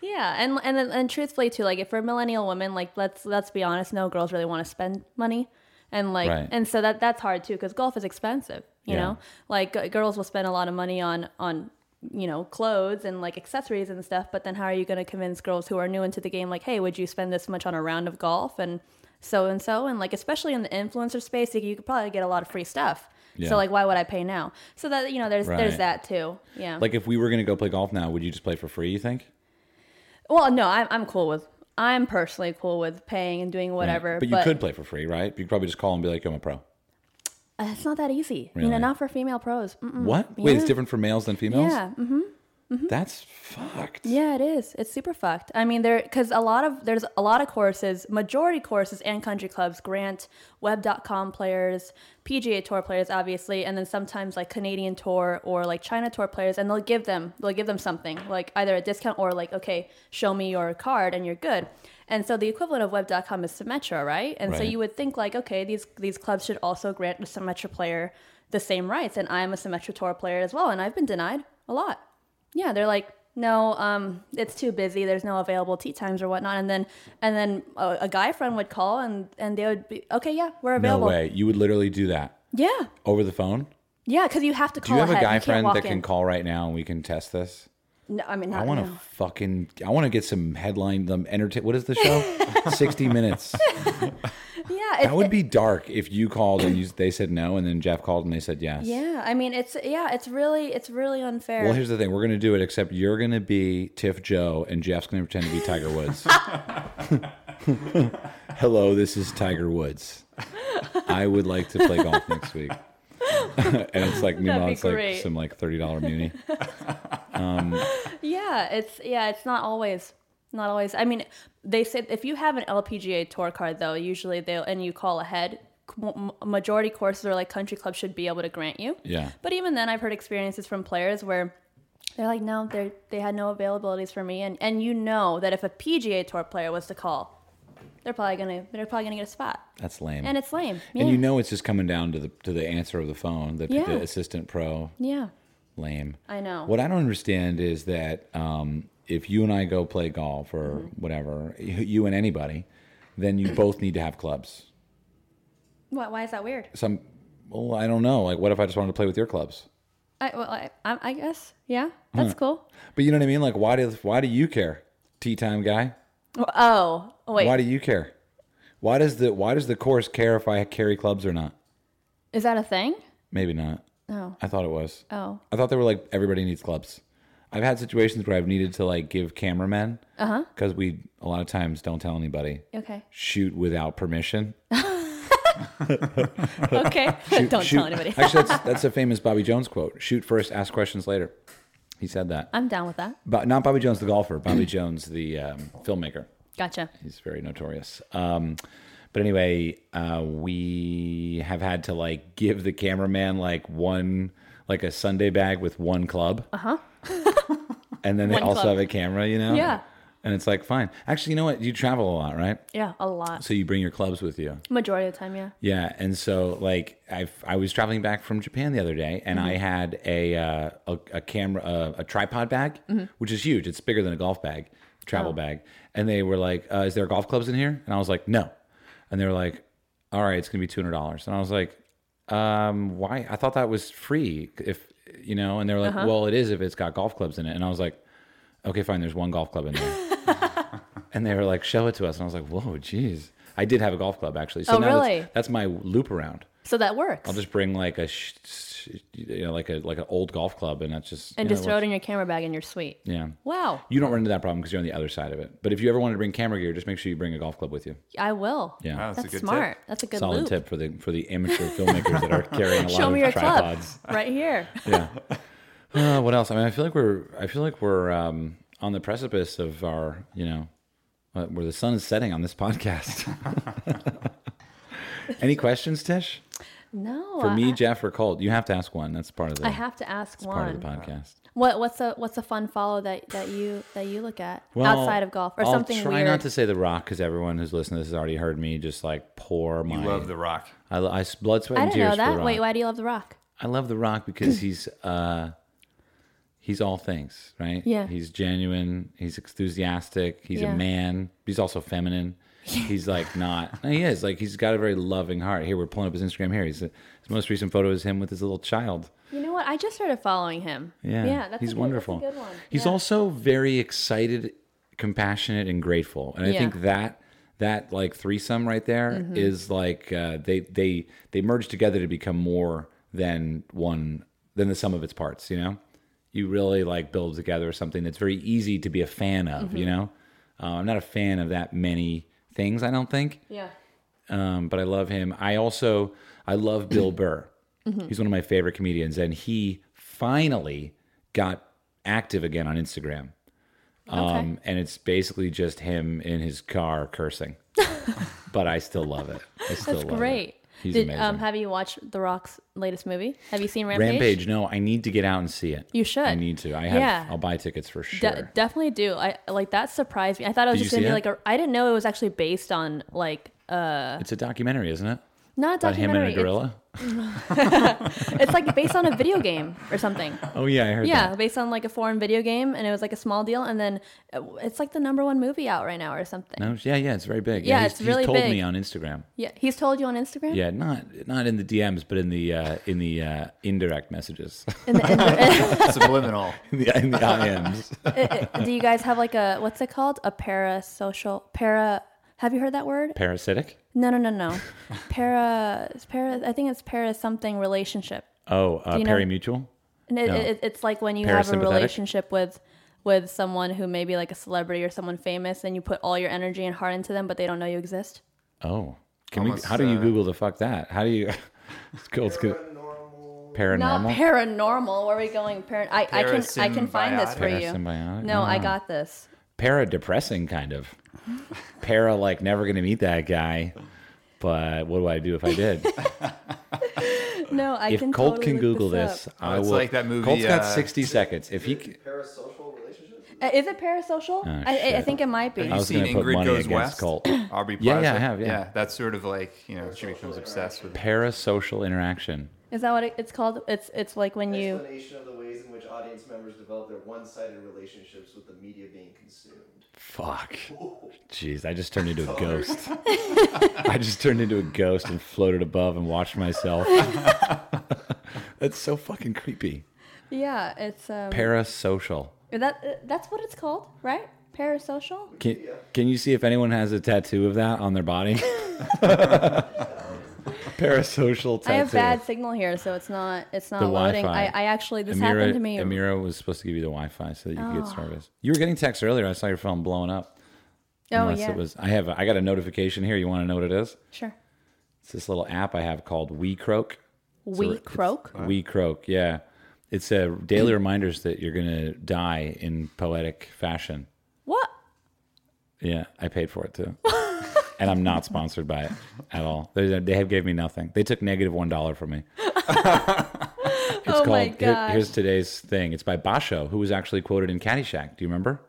Speaker 2: Yeah, and and and truthfully too, like if we're a millennial women, like let's let's be honest, no girls really want to spend money, and like
Speaker 1: Right.
Speaker 2: and so that that's hard too because golf is expensive. You
Speaker 1: Yeah.
Speaker 2: know, like g- girls will spend a lot of money on on you know clothes and like accessories and stuff, but then how are you going to convince girls who are new into the game like, hey, would you spend this much on a round of golf and so and so and like especially in the influencer space, like, you could probably get a lot of free stuff.
Speaker 1: Yeah.
Speaker 2: So like, why would I pay now? So that you know, there's
Speaker 1: Right.
Speaker 2: there's that too. Yeah.
Speaker 1: like if we were going to go play golf now would you just play for free you think
Speaker 2: Well, no, I'm I'm cool with. I'm personally cool with paying and doing
Speaker 1: Right.
Speaker 2: whatever.
Speaker 1: But you could play for free, right? You could probably just call and be like, "I'm a pro."
Speaker 2: Uh, It's not that easy. You
Speaker 1: Really?
Speaker 2: know, not for female pros. Mm-mm.
Speaker 1: What? Wait, it's
Speaker 2: Mm, Yeah.
Speaker 1: different for males than females.
Speaker 2: Yeah. hmm
Speaker 1: That's fucked.
Speaker 2: Yeah, it is. It's super fucked. I mean, there because a lot of there's a lot of courses, majority courses and country clubs grant web.com players, PGA Tour players, obviously, and then sometimes like Canadian Tour or like China Tour players, and they'll give them they'll give them something like either a discount or like okay, show me your card and you're good. And so the equivalent of web.com is Symetra, right? And so
Speaker 1: Right.
Speaker 2: you would think like okay, these these clubs should also grant a Symetra player the same rights, and I'm a Symetra Tour player as well, and I've been denied a lot yeah they're like no um it's too busy there's no available tea times or whatnot and then and then a, a guy friend would call and and they would be okay yeah we're
Speaker 1: No
Speaker 2: available
Speaker 1: way. You would literally do that
Speaker 2: yeah
Speaker 1: over the phone.
Speaker 2: yeah because you have to
Speaker 1: Do
Speaker 2: call
Speaker 1: you have
Speaker 2: ahead.
Speaker 1: a guy
Speaker 2: can't
Speaker 1: friend
Speaker 2: walk
Speaker 1: that
Speaker 2: in. Uh,
Speaker 1: can call right now and we can test this?
Speaker 2: no, i mean not
Speaker 1: I want to
Speaker 2: now.
Speaker 1: fucking. I want to get some headline. Them entertain. What is the show? Sixty minutes.
Speaker 2: yeah it,
Speaker 1: That would be dark if you called and you, they said no, and then Jeff called and they said yes.
Speaker 2: yeah i mean it's yeah it's really it's really unfair
Speaker 1: Well, here's the thing. We're gonna do it, except you're gonna be Tiff Joe, and Jeff's gonna pretend to be Tiger Woods. Hello, this is Tiger Woods. I would like to play golf next week. and it's like meanwhile,
Speaker 2: be
Speaker 1: it's like
Speaker 2: great.
Speaker 1: some like thirty dollar muni.
Speaker 2: yeah it's yeah it's not always not always i mean they said if you have an lpga tour card though usually they'll and you call ahead m- majority courses or like country clubs should be able to grant you
Speaker 1: Yeah.
Speaker 2: But even then, I've heard experiences from players where they're like, no, they they had no availabilities for me, and and you know that if a PGA Tour player was to call, they're probably gonna they're probably gonna get a spot,
Speaker 1: That's lame.
Speaker 2: and it's lame. Yeah.
Speaker 1: And you know it's just coming down to the to the answer of the phone, the,
Speaker 2: Yeah.
Speaker 1: the assistant pro.
Speaker 2: yeah,
Speaker 1: Lame.
Speaker 2: I know.
Speaker 1: What I don't understand is that um, if you and I go play golf or
Speaker 2: Mm-hmm.
Speaker 1: whatever, y- you and anybody, then you both need to have clubs.
Speaker 2: Why, why is that weird?
Speaker 1: Some, well, I don't know. Like, what if I just wanted to play with your clubs?
Speaker 2: I well, I, I, I guess yeah, that's
Speaker 1: Hmm.
Speaker 2: cool.
Speaker 1: But you know what I mean? Like, why do why do you care, tea time guy?
Speaker 2: Well, Oh wait,
Speaker 1: Why do you care? Why does the why does the course care if I carry clubs or not?
Speaker 2: is that a thing?
Speaker 1: Maybe not.
Speaker 2: Oh
Speaker 1: I thought it was.
Speaker 2: oh
Speaker 1: I thought they were like everybody needs clubs. I've had situations where I've needed to like give cameramen
Speaker 2: Uh-huh.
Speaker 1: because we a lot of times don't tell anybody
Speaker 2: okay
Speaker 1: shoot without permission.
Speaker 2: okay. Don't
Speaker 1: Shoot-
Speaker 2: tell anybody.
Speaker 1: Actually, that's that's a famous Bobby Jones quote: "Shoot first, ask questions later." He said that,
Speaker 2: I'm down with that.
Speaker 1: but not Bobby Jones the golfer, Bobby Jones the um, filmmaker.
Speaker 2: Gotcha.
Speaker 1: He's very notorious. Um, but anyway, uh, we have had to like give the cameraman like one like a Sunday bag with one club. Uh huh. and then they
Speaker 2: Uh-huh. One
Speaker 1: also
Speaker 2: club.
Speaker 1: have a camera, you know.
Speaker 2: Yeah.
Speaker 1: And it's like fine. Actually, you know what? You travel a lot, right?
Speaker 2: Yeah, a lot.
Speaker 1: So you bring your clubs with you.
Speaker 2: Majority of the time, yeah.
Speaker 1: Yeah, and so like I I was traveling back from Japan the other day, and I had a uh, a, a camera uh, a tripod bag, which is huge. It's bigger than a golf bag, travel bag. And they were like, uh, "Is there golf clubs in here?" And I was like, "No," and they were like, "All right, it's gonna be two hundred dollars." And I was like, um, "Why? I thought that was free." If you know, and they were like,
Speaker 2: Uh-huh.
Speaker 1: "Well, it is if it's got golf clubs in it." And I was like, "Okay, fine. There's one golf club in there." and they were like, "Show it to us," and I was like, "Whoa, jeez." I did have a golf club actually. So
Speaker 2: Oh,
Speaker 1: now that's-
Speaker 2: really?
Speaker 1: that's my loop around.
Speaker 2: So that works.
Speaker 1: I'll just bring like a, sh- sh- you know, like a like an old golf club, and that's just
Speaker 2: and
Speaker 1: you know,
Speaker 2: just throw it
Speaker 1: works.
Speaker 2: in your camera bag and you're sweet.
Speaker 1: Yeah,
Speaker 2: Wow.
Speaker 1: you don't run into that problem because you're on the other side of it. But if you ever wanted to bring camera gear, just make sure you bring a golf club with you.
Speaker 2: I will.
Speaker 1: Yeah,
Speaker 3: Wow,
Speaker 2: That's
Speaker 3: a good
Speaker 2: smart. That's a good
Speaker 1: solid
Speaker 2: loop.
Speaker 1: tip for the for the amateur filmmakers that are carrying a lot
Speaker 2: Show
Speaker 1: of
Speaker 2: me your
Speaker 1: tripods.
Speaker 2: club right here.
Speaker 1: Uh, what else? I mean, I feel like we're I feel like we're um, on the precipice of our you know uh, where the sun is setting on this podcast. Any questions, Tish?
Speaker 2: No,
Speaker 1: For
Speaker 2: I-
Speaker 1: me, Jeff, or Colt? You have to ask one. That's part of the
Speaker 2: I have to ask
Speaker 1: part of the
Speaker 2: one.
Speaker 1: podcast.
Speaker 2: What what's a what's a fun follow that that you that you look at
Speaker 1: Well,
Speaker 2: outside of golf or
Speaker 1: I'll
Speaker 2: something
Speaker 1: Try
Speaker 2: weird?
Speaker 1: not to say The Rock because everyone who's listening to this has already heard me just like pour my.
Speaker 3: You love The Rock.
Speaker 1: I, lo- I s- blood, sweat,
Speaker 2: I
Speaker 1: and
Speaker 2: didn't
Speaker 1: tears
Speaker 2: know
Speaker 1: for The
Speaker 2: that.
Speaker 1: Rock.
Speaker 2: Wait, why do you love The Rock?
Speaker 1: I love The Rock because he's uh, he's all things, right?
Speaker 2: Yeah.
Speaker 1: He's genuine. He's enthusiastic. He's
Speaker 2: Yeah.
Speaker 1: a man. He's also feminine. He's like not. no, he is like he's got a very loving heart. Here we're pulling up his Instagram. Here he's his most recent photo is him with his little child.
Speaker 2: You know what? I just started following him.
Speaker 1: Yeah,
Speaker 2: yeah, that's
Speaker 1: he's
Speaker 2: a good,
Speaker 1: wonderful.
Speaker 2: That's a good one.
Speaker 1: He's
Speaker 2: Yeah.
Speaker 1: also very excited, compassionate, and grateful. And I
Speaker 2: Yeah. Mm-hmm.
Speaker 1: think that that like threesome right there is like uh, they they they merge together to become more than one than the sum of its parts. You know, you really like build together something that's very easy to be a fan of. You
Speaker 2: Mm-hmm.
Speaker 1: know, uh, I'm not a fan of that many things. I don't think
Speaker 2: yeah.
Speaker 1: um, but I love him. I also I love
Speaker 2: Mm-hmm.
Speaker 1: Bill Burr. He's one of my favorite comedians, and he finally got active again on Instagram.
Speaker 2: Okay.
Speaker 1: Um, and it's basically just him in his car cursing. but I still love it. I still
Speaker 2: That's
Speaker 1: love
Speaker 2: great.
Speaker 1: it. He's
Speaker 2: Did,
Speaker 1: amazing.
Speaker 2: Um, have you watched The Rock's latest movie? Have you seen Rampage?
Speaker 1: Rampage? No, I need to get out and see it.
Speaker 2: You should.
Speaker 1: I need to. I have.
Speaker 2: Yeah.
Speaker 1: I'll buy tickets for sure.
Speaker 2: De- definitely do. I like that surprised me. I thought it was
Speaker 1: Did
Speaker 2: just
Speaker 1: you
Speaker 2: gonna be
Speaker 1: see
Speaker 2: like a. I didn't know it was actually based on like
Speaker 1: it's a documentary, isn't it?
Speaker 2: not a
Speaker 1: About him and
Speaker 2: uh, documentary.
Speaker 1: a gorilla.
Speaker 2: It's, it's like based on a video game or something.
Speaker 1: Oh yeah, I heard
Speaker 2: Yeah,
Speaker 1: that.
Speaker 2: based on like a foreign video game, and it was like a small deal, and then uh, it's like the number one movie out right now or something.
Speaker 1: No, Oh, yeah, yeah. It's very big.
Speaker 2: Yeah,
Speaker 1: he's,
Speaker 2: it's
Speaker 1: he's
Speaker 2: really
Speaker 1: told
Speaker 2: big.
Speaker 1: me on Instagram.
Speaker 2: Yeah, he's told you on Instagram.
Speaker 1: Yeah, not not in the DMs, but in the uh, in the uh, indirect messages,
Speaker 2: In the, uh, in the-
Speaker 3: Subliminal.
Speaker 1: in the, in the IMs.
Speaker 2: i- i- uh, do you guys have like a what's it called? A parasocial para? Have you heard that word?
Speaker 1: Parasitic.
Speaker 2: No, no, no, no. para, it's para. I think it's para something relationship.
Speaker 1: Oh, uh,
Speaker 2: you know-
Speaker 1: perimutual.
Speaker 2: And it, it, it's like when you have a
Speaker 1: Parasympathetic?
Speaker 2: relationship with with someone who may be like a celebrity or someone famous, and you put all your energy and heart into them, but they don't know you exist.
Speaker 1: Oh, can
Speaker 3: Almost,
Speaker 1: we? How do you
Speaker 3: uh,
Speaker 1: Google the fuck that? How do you? It's cool. It's good. Paranormal.
Speaker 2: Not paranormal. Where are we going? Par- I, I can I can find this for you.
Speaker 1: Parasymbiotic?
Speaker 2: No, I
Speaker 1: Ah.
Speaker 2: got this.
Speaker 1: para depressing kind of para like never gonna meet that guy but what do i do if i did
Speaker 2: No, I
Speaker 1: if
Speaker 2: can.
Speaker 1: colt
Speaker 2: totally
Speaker 1: can
Speaker 2: look
Speaker 1: google
Speaker 2: this,
Speaker 1: this,
Speaker 2: up.
Speaker 1: i
Speaker 3: it's
Speaker 1: will
Speaker 3: like that movie,
Speaker 1: colt's got
Speaker 3: uh,
Speaker 1: 60 seconds if he c-
Speaker 4: Parasocial relationship?
Speaker 2: Uh, Is it parasocial? I, I- I
Speaker 1: Oh, shit. Oh.
Speaker 2: think it might be.
Speaker 1: I
Speaker 3: you
Speaker 1: was
Speaker 3: seen
Speaker 1: gonna put
Speaker 3: Ingrid
Speaker 1: money
Speaker 3: Goes
Speaker 1: against
Speaker 3: West?
Speaker 1: Colt.
Speaker 3: Aubrey
Speaker 1: Yeah,
Speaker 3: Plaza.
Speaker 1: yeah, I have, yeah.
Speaker 3: that's sort of like you know she becomes obsessed with.
Speaker 1: parasocial interaction
Speaker 2: Is that what it- it's called? It's it's like when you.
Speaker 4: Explanation of the ways in which audience members develop their one-sided relationships with the media being consumed.
Speaker 1: fuck jeez i just turned into a ghost i just turned into a ghost and floated above and watched myself that's so fucking creepy
Speaker 2: Yeah, it's um.
Speaker 1: parasocial
Speaker 2: that uh, that's what it's called, right? Parasocial.
Speaker 1: can, can you see if anyone has a tattoo of that on their body parasocial tattoo
Speaker 2: I have bad signal here, so it's not it's not
Speaker 1: The
Speaker 2: loading. I,
Speaker 1: Wi-Fi.
Speaker 2: I actually this
Speaker 1: Amira,
Speaker 2: happened to me.
Speaker 1: Amira was supposed to give you the Wi-Fi so that you could get service. You were getting texts earlier. I saw your phone blowing up.
Speaker 2: oh
Speaker 1: Unless
Speaker 2: yeah,
Speaker 1: it was. I have. A, I got a notification here. You want to know what it is?
Speaker 2: sure.
Speaker 1: It's this little app I have called We Croak.
Speaker 2: We
Speaker 1: it's-
Speaker 2: croak.
Speaker 1: We Croak. Yeah, it's a daily reminders that you're gonna die in poetic fashion.
Speaker 2: What?
Speaker 1: Yeah, I paid for it too, and I'm not sponsored by it at all. They, they have gave me nothing. They took negative one dollar from me. It's
Speaker 2: oh my
Speaker 1: here-
Speaker 2: god.
Speaker 1: here's today's thing. It's by Basho, who was actually quoted in Caddyshack. Do you remember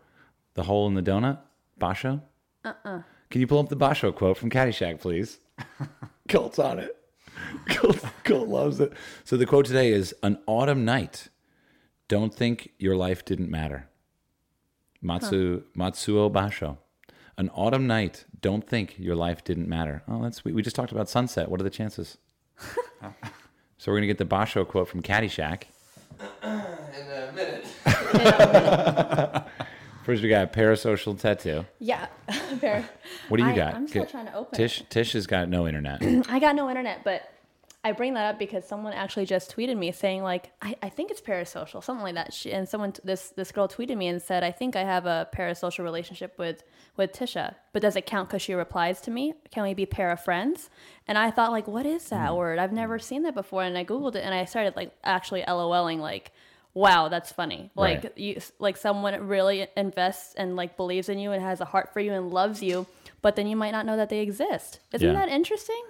Speaker 1: the hole in the donut? Basho. Uh. uh
Speaker 2: Uh-uh.
Speaker 1: Can you pull up the Basho quote from Caddyshack, please? Colt's on it. Colt, Colt loves it. So the quote today is: "An autumn night. Don't think your life didn't matter." Matsu Matsuo Basho. An autumn night. Don't think your life didn't matter. Oh, that's sweet. We just talked about sunset. What are the chances? so we're gonna get the Basho quote from Caddyshack.
Speaker 4: In a minute.
Speaker 1: First, we got a parasocial tattoo.
Speaker 2: yeah. Fair.
Speaker 1: What do you
Speaker 2: I-
Speaker 1: got?
Speaker 2: I'm still
Speaker 1: Get-
Speaker 2: trying to open
Speaker 1: Tish, Tish has got no internet.
Speaker 2: I got no internet, but I bring that up because someone actually just tweeted me saying like I, I think it's parasocial, something like that. She, and someone this this girl tweeted me and said I think I have a parasocial relationship with with Tisha, but does it count because she replies to me? Can we be para friends? And I thought like what is that
Speaker 1: Mm.
Speaker 2: word? I've never seen that before, and I googled it and I started like actually LOLing like. Wow, that's funny. Like
Speaker 1: Right.
Speaker 2: you, like someone really invests and like believes in you and has a heart for you and loves you, but then you might not know that they exist. Isn't
Speaker 1: Yeah.
Speaker 2: that interesting?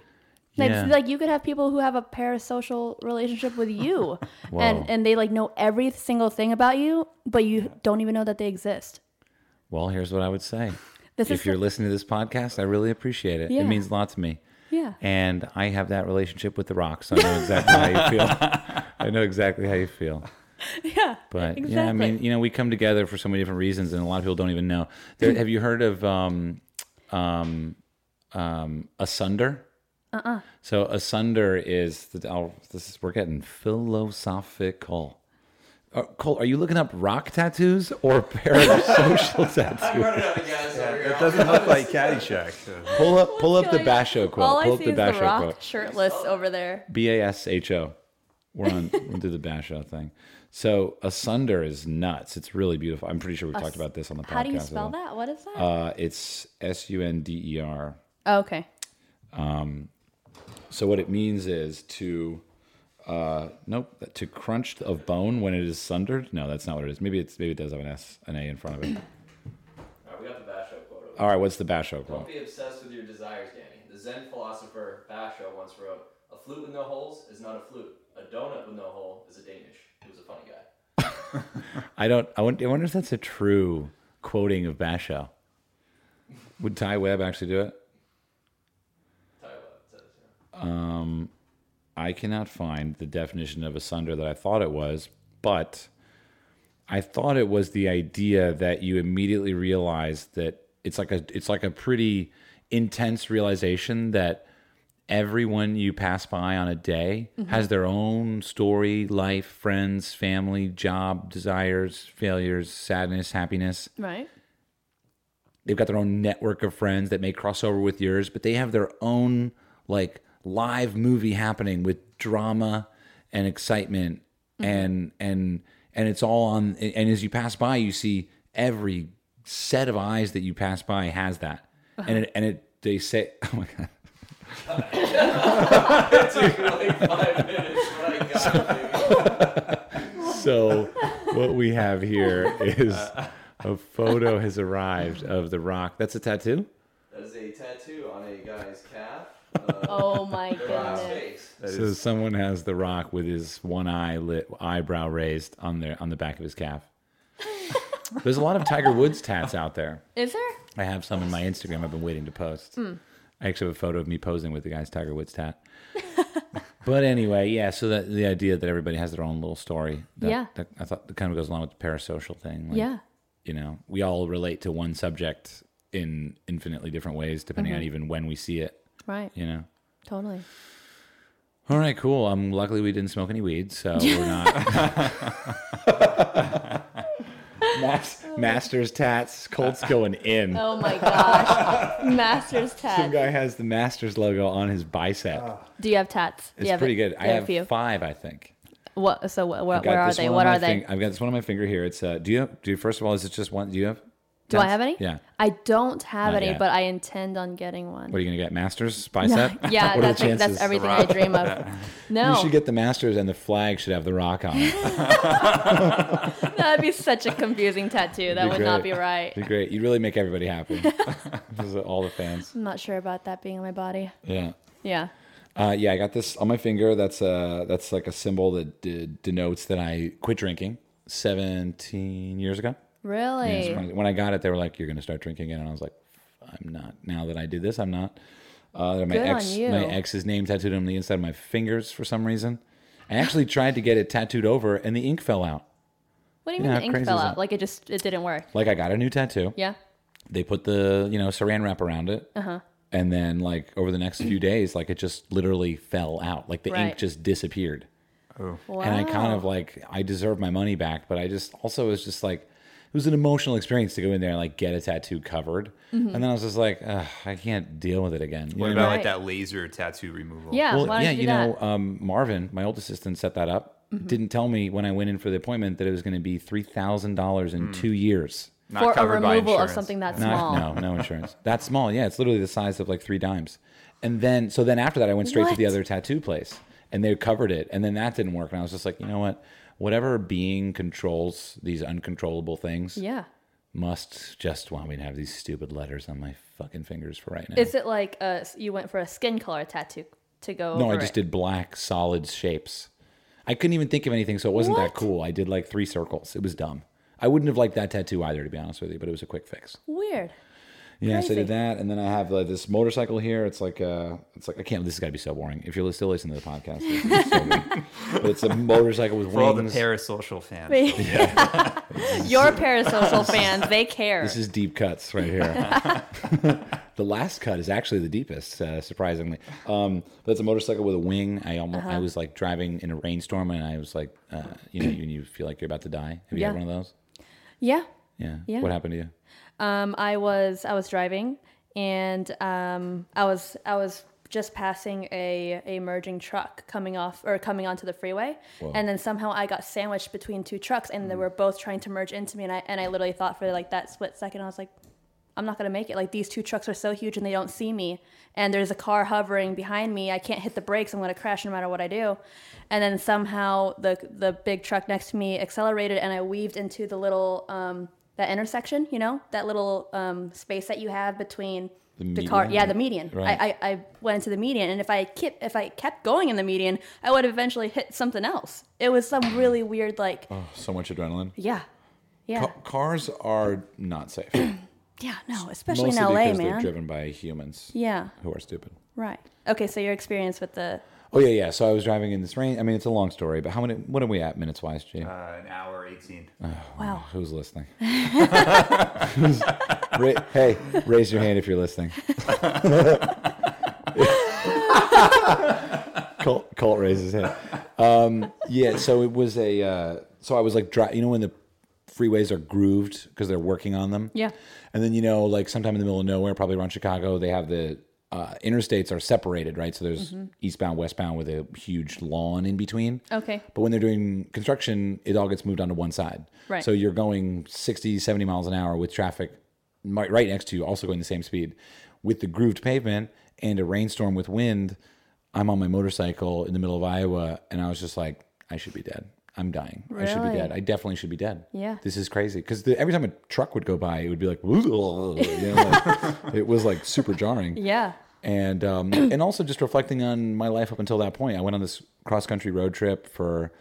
Speaker 2: Like,
Speaker 1: Yeah.
Speaker 2: like you could have people who have a parasocial relationship with you,
Speaker 1: Whoa.
Speaker 2: and and they like know every single thing about you, but you don't even know that they exist.
Speaker 1: well, here's what I would say.
Speaker 2: This
Speaker 1: if
Speaker 2: is
Speaker 1: you're
Speaker 2: the-
Speaker 1: listening to this podcast, I really appreciate it.
Speaker 2: Yeah.
Speaker 1: It means a lot to me.
Speaker 2: Yeah.
Speaker 1: And I have that relationship with the rocks. I know exactly how you feel. I know exactly how you feel.
Speaker 2: Yeah.
Speaker 1: But yeah, I mean, you know, we come together for so many different reasons, and a lot of people don't even know. There,
Speaker 2: Mm-hmm.
Speaker 1: have you heard of um, um, um, asunder? Uh-uh. So asunder is the. I'll, this is we're getting philosophical. Uh, Cole, are you looking up rock tattoos or parasocial tattoos?
Speaker 4: Running out of gas over here.
Speaker 3: It doesn't look like Caddyshack. so-
Speaker 1: Pull up, pull up the
Speaker 2: going on?
Speaker 1: Basho quote.
Speaker 2: All I
Speaker 1: pull
Speaker 2: see
Speaker 1: up the
Speaker 2: is the
Speaker 1: Basho
Speaker 2: rock
Speaker 1: quote.
Speaker 2: shirtless over there.
Speaker 1: B A S H O. We're on. we'll do the Basho thing. So asunder is nuts. It's really beautiful. I'm pretty sure we have talked about this on the podcast.
Speaker 2: How do you
Speaker 1: as
Speaker 2: spell
Speaker 1: well.
Speaker 2: that? What is that?
Speaker 1: Uh, it's S U N D E R.
Speaker 2: oh, okay.
Speaker 1: So what it means is to Uh, nope. That- To crunch of bone when it is sundered. No, that's not what it is. Maybe it's maybe it does have an S, an A in front of it.
Speaker 4: Alright, we got the Basho quote.
Speaker 1: All right. What's the basho
Speaker 4: Don't
Speaker 1: quote?
Speaker 4: be obsessed with your desires, Danny. The Zen philosopher Basho once wrote, "A flute with no holes is not a flute. A donut with no hole is a Danish." He was a funny guy.
Speaker 1: I don't. I wonder, I wonder if that's a true quoting of basho. Would Ty Webb actually do it?
Speaker 4: Tell you what, it says here.
Speaker 1: I cannot find the definition of asunder that I thought it was, but I thought it was the idea that you immediately realize that it's like a it's like a pretty intense realization that everyone you pass by on a day has their own story, life, friends, family, job, desires, failures, sadness, happiness.
Speaker 2: Right.
Speaker 1: They've got their own network of friends that may cross over with yours, but they have their own like live movie happening with drama and excitement and and and it's all on and as you pass by you see every set of eyes that you pass by has that. And it and it they say oh my god
Speaker 4: It took me like five minutes, but I got it. baby.
Speaker 1: So what we have here is a photo has arrived of the rock. That's a tattoo?
Speaker 4: That is a tattoo on a guy's calf. Uh,
Speaker 2: Oh my
Speaker 4: God's
Speaker 2: goodness.
Speaker 4: face.
Speaker 1: so someone has the rock with his one eye lit eyebrow raised on their on the back of his calf. There's a lot of Tiger Woods tats out there.
Speaker 2: Is there?
Speaker 1: I have some in my Instagram I've been waiting to post.
Speaker 2: Hmm.
Speaker 1: I actually have a photo of me posing with the guy's Tiger Woods tat. but anyway, yeah, so that the idea that everybody has their own little story. That,
Speaker 2: Yeah.
Speaker 1: that I thought that kind of goes along with the parasocial thing. like,
Speaker 2: Yeah.
Speaker 1: you know we all relate to one subject in infinitely different ways depending
Speaker 2: Mm-hmm.
Speaker 1: on even when we see it
Speaker 2: Right.
Speaker 1: you know
Speaker 2: Totally.
Speaker 1: all right cool um luckily we didn't smoke any weed so we're not Mas- masters tats colts going in
Speaker 2: Oh my gosh. Master's
Speaker 1: some
Speaker 2: tat.
Speaker 1: guy has the masters logo on his bicep
Speaker 2: Do you have tats? Do
Speaker 1: it's
Speaker 2: you have
Speaker 1: pretty
Speaker 2: it?
Speaker 1: good
Speaker 2: Do
Speaker 1: i
Speaker 2: you a
Speaker 1: have
Speaker 2: few?
Speaker 1: five i think
Speaker 2: What? So what, what,
Speaker 1: I've got
Speaker 2: where are
Speaker 1: this
Speaker 2: they?
Speaker 1: one on
Speaker 2: What
Speaker 1: my
Speaker 2: are they?
Speaker 1: fing- i've got this one on my finger here it's uh do you have do you first of all is it just one do you have
Speaker 2: Do I
Speaker 1: tats?
Speaker 2: have any?
Speaker 1: yeah
Speaker 2: I don't have
Speaker 1: Not
Speaker 2: any,
Speaker 1: yet.
Speaker 2: but I intend on getting one.
Speaker 1: what are you gonna get masters bicep
Speaker 2: yeah,
Speaker 1: what are
Speaker 2: that's
Speaker 1: the
Speaker 2: like,
Speaker 1: chances
Speaker 2: that's everything I dream of.
Speaker 1: You
Speaker 2: No,
Speaker 1: should get the Masters and the flag should have the rock on it.
Speaker 2: that'd be such a confusing tattoo. That
Speaker 1: be
Speaker 2: would not be
Speaker 1: great.
Speaker 2: right.
Speaker 1: It'd be great. You'd really make everybody happy. This is all the fans.
Speaker 2: I'm not sure about that being on my body.
Speaker 1: Yeah.
Speaker 2: Yeah.
Speaker 1: Uh, yeah, I got this on my finger. That's uh that's like a symbol that de- denotes that I quit drinking 17 years ago. Yeah,
Speaker 2: Really?
Speaker 1: it's funny. when I got it, they were like, "You're going to start drinking again," and I was like, "I'm not." Now that I did this, I'm not. Uh, my
Speaker 2: Good on
Speaker 1: ex,
Speaker 2: you.
Speaker 1: my ex's name tattooed on the inside of my fingers for some reason. I actually tried to get it tattooed over, and the ink fell out.
Speaker 2: what do
Speaker 1: Yeah,
Speaker 2: you mean
Speaker 1: how
Speaker 2: the ink
Speaker 1: crazy
Speaker 2: fell
Speaker 1: is
Speaker 2: out?
Speaker 1: that?
Speaker 2: Like it just it didn't work.
Speaker 1: Like I got a new tattoo.
Speaker 2: Yeah.
Speaker 1: they put the you know saran wrap around it
Speaker 2: Uh-huh.
Speaker 1: and then like over the next few days like it just literally fell out like the
Speaker 2: Right.
Speaker 1: ink just disappeared
Speaker 3: Oh.
Speaker 2: Wow.
Speaker 1: and i kind of like i deserve my money back but i just also was just like it was an emotional experience to go in there and like get a tattoo covered
Speaker 2: Mm-hmm.
Speaker 1: and then i was just like Ugh, i can't deal with it again You
Speaker 3: What
Speaker 1: know
Speaker 3: about
Speaker 2: Right.
Speaker 3: like that laser tattoo removal?
Speaker 2: yeah.
Speaker 1: well,
Speaker 2: why don't
Speaker 1: yeah,
Speaker 2: you, do
Speaker 1: you
Speaker 2: that? Mm-hmm.
Speaker 1: know, um, Marvin, my old assistant, set that up. Didn't tell me when I went in for the appointment that it was going to be three thousand dollars
Speaker 3: Hmm.
Speaker 1: in two years.
Speaker 3: Not
Speaker 2: for a
Speaker 3: covered by
Speaker 2: removal of
Speaker 3: insurance.
Speaker 2: something that
Speaker 1: Not-
Speaker 2: small.
Speaker 1: No, no insurance. That's small. Yeah, it's literally the size of like three dimes. And then, so then after that, I went straight to the
Speaker 2: What?
Speaker 1: other tattoo place, and they covered it. And then that didn't work, and I was just like, you know what? Whatever being controls these uncontrollable things
Speaker 2: Yeah.
Speaker 1: must just want me to have these stupid letters on my fucking fingers for right now.
Speaker 2: Is it like uh you went for a skin color tattoo to go?
Speaker 1: no,
Speaker 2: over
Speaker 1: I just
Speaker 2: it?
Speaker 1: did black solid shapes. I couldn't even think of anything, so it wasn't that cool. I did like three circles. It was dumb. I wouldn't have liked that tattoo either, to be honest with you, but it was a quick fix.
Speaker 2: Weird.
Speaker 1: Yeah, so I
Speaker 2: Crazy.
Speaker 1: did that, and then I have like, this motorcycle here. It's like uh it's like I can't. This has got to be so boring. If you're still listening to the podcast, this is so boring. But it's a motorcycle with
Speaker 3: For all the
Speaker 1: wings.
Speaker 3: parasocial fans.
Speaker 2: Your parasocial fans, they care.
Speaker 1: this is deep cuts right here. the last cut is actually the deepest, uh, surprisingly. Um, but it's a motorcycle with a wing. I almost
Speaker 2: Uh-huh.
Speaker 1: I was like driving in a rainstorm, and I was like, uh, you know, when you feel like you're about to die. Have you had
Speaker 2: Yeah.
Speaker 1: one of those?
Speaker 2: yeah.
Speaker 1: Yeah.
Speaker 2: Yeah.
Speaker 1: What happened to you?
Speaker 2: Um, I was I was driving, and um, I was I was just passing a, a merging truck coming off or coming onto the freeway, and then somehow I got sandwiched between two trucks, and they were both trying to merge into me, and I and I literally thought for like that split second I was like, I'm not gonna make it. Like these two trucks are so huge and they don't see me, and there's a car hovering behind me. I can't hit the brakes. I'm gonna crash no matter what I do. And then somehow the the big truck next to me accelerated, and I weaved into the little um, that intersection. You know that little um, space that you have between the, car.
Speaker 1: median?
Speaker 2: Yeah, the median.
Speaker 1: Right.
Speaker 2: I, I I went into the median, and if I kept if I kept going in the median, I would have eventually hit something else. It was some really weird like
Speaker 1: Oh, so much adrenaline.
Speaker 2: yeah, yeah,
Speaker 1: Ca- cars are not safe,
Speaker 2: yeah. No, especially in
Speaker 1: mostly
Speaker 2: LA,
Speaker 1: because they're
Speaker 2: man.
Speaker 1: driven by humans
Speaker 2: Yeah,
Speaker 1: who are stupid.
Speaker 2: right. Okay, so your experience with the
Speaker 1: Oh yeah, yeah. So I was driving in this rain. I mean, it's a long story, but how many? What are we at minutes wise, Jay?
Speaker 3: Uh, an hour eighteen.
Speaker 2: wow.
Speaker 1: Who's listening? Ra- hey, raise your hand if you're listening. Colt, Colt raises his hand. Um, yeah, so it was a. Uh, so I was like, dri- you know, when the freeways are grooved because they're working on them.
Speaker 2: Yeah.
Speaker 1: And then you know, like sometime in the middle of nowhere, probably around Chicago, they have the uh, interstates are separated, right? So there's eastbound, westbound with a huge lawn in between.
Speaker 2: Mm-hmm. Okay.
Speaker 1: But when they're doing construction, it all gets moved onto one side.
Speaker 2: Right.
Speaker 1: So you're going 60, 70 miles an hour with traffic mi- right next to you, also going the same speed. With the grooved pavement and a rainstorm with wind, I'm on my motorcycle in the middle of Iowa, and I was just like, I should be dead. I'm dying. I should be
Speaker 2: Really?
Speaker 1: dead. I definitely should be dead.
Speaker 2: Yeah.
Speaker 1: This is crazy. Because every time a truck would go by, it would be like, you know, like, it was like super jarring
Speaker 2: Yeah.
Speaker 1: and um, and also just reflecting on my life up until that point. I went on this cross country road trip for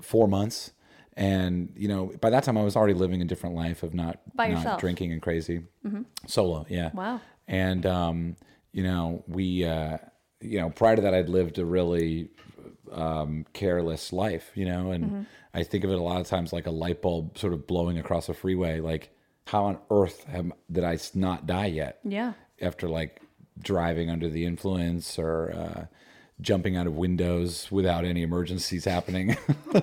Speaker 1: four months, and you know by that time I was already living a different life of not
Speaker 2: By
Speaker 1: not
Speaker 2: yourself. Mm-hmm.
Speaker 1: drinking and crazy solo. Yeah,
Speaker 2: Wow.
Speaker 1: And um, you know we uh, you know prior to that I'd lived a really um, careless life. You know, and
Speaker 2: Mm-hmm.
Speaker 1: I think of it a lot of times like a light bulb sort of blowing across a freeway, like. How on earth am, did I s- not die yet?
Speaker 2: Yeah.
Speaker 1: after like driving under the influence or uh, jumping out of windows without any emergencies happening,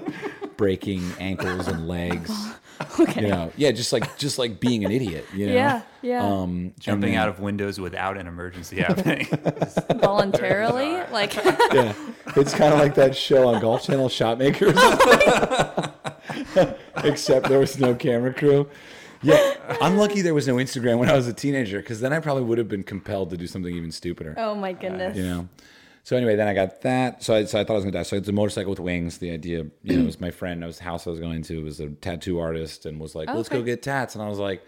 Speaker 1: breaking ankles and legs.
Speaker 2: Okay.
Speaker 1: You know, yeah, just like just like being an idiot. You know,
Speaker 2: Yeah. Yeah.
Speaker 1: Um,
Speaker 3: Jumping out of windows without an emergency happening.
Speaker 2: Voluntarily, like
Speaker 1: yeah, it's kind of like that show on Golf Channel, Shotmakers.
Speaker 2: Oh,
Speaker 1: Except there was no camera crew. Yeah, I'm lucky there was no Instagram when I was a teenager because then I probably would have been compelled to do something even stupider.
Speaker 2: oh my goodness.
Speaker 1: you know. So anyway, then I got that. So I, so I thought I was gonna die. So it's a motorcycle with wings. The idea, you know, it was my friend. I was house I was going to was a tattoo artist and was like, let's go
Speaker 2: Okay.
Speaker 1: get tats. And I was like,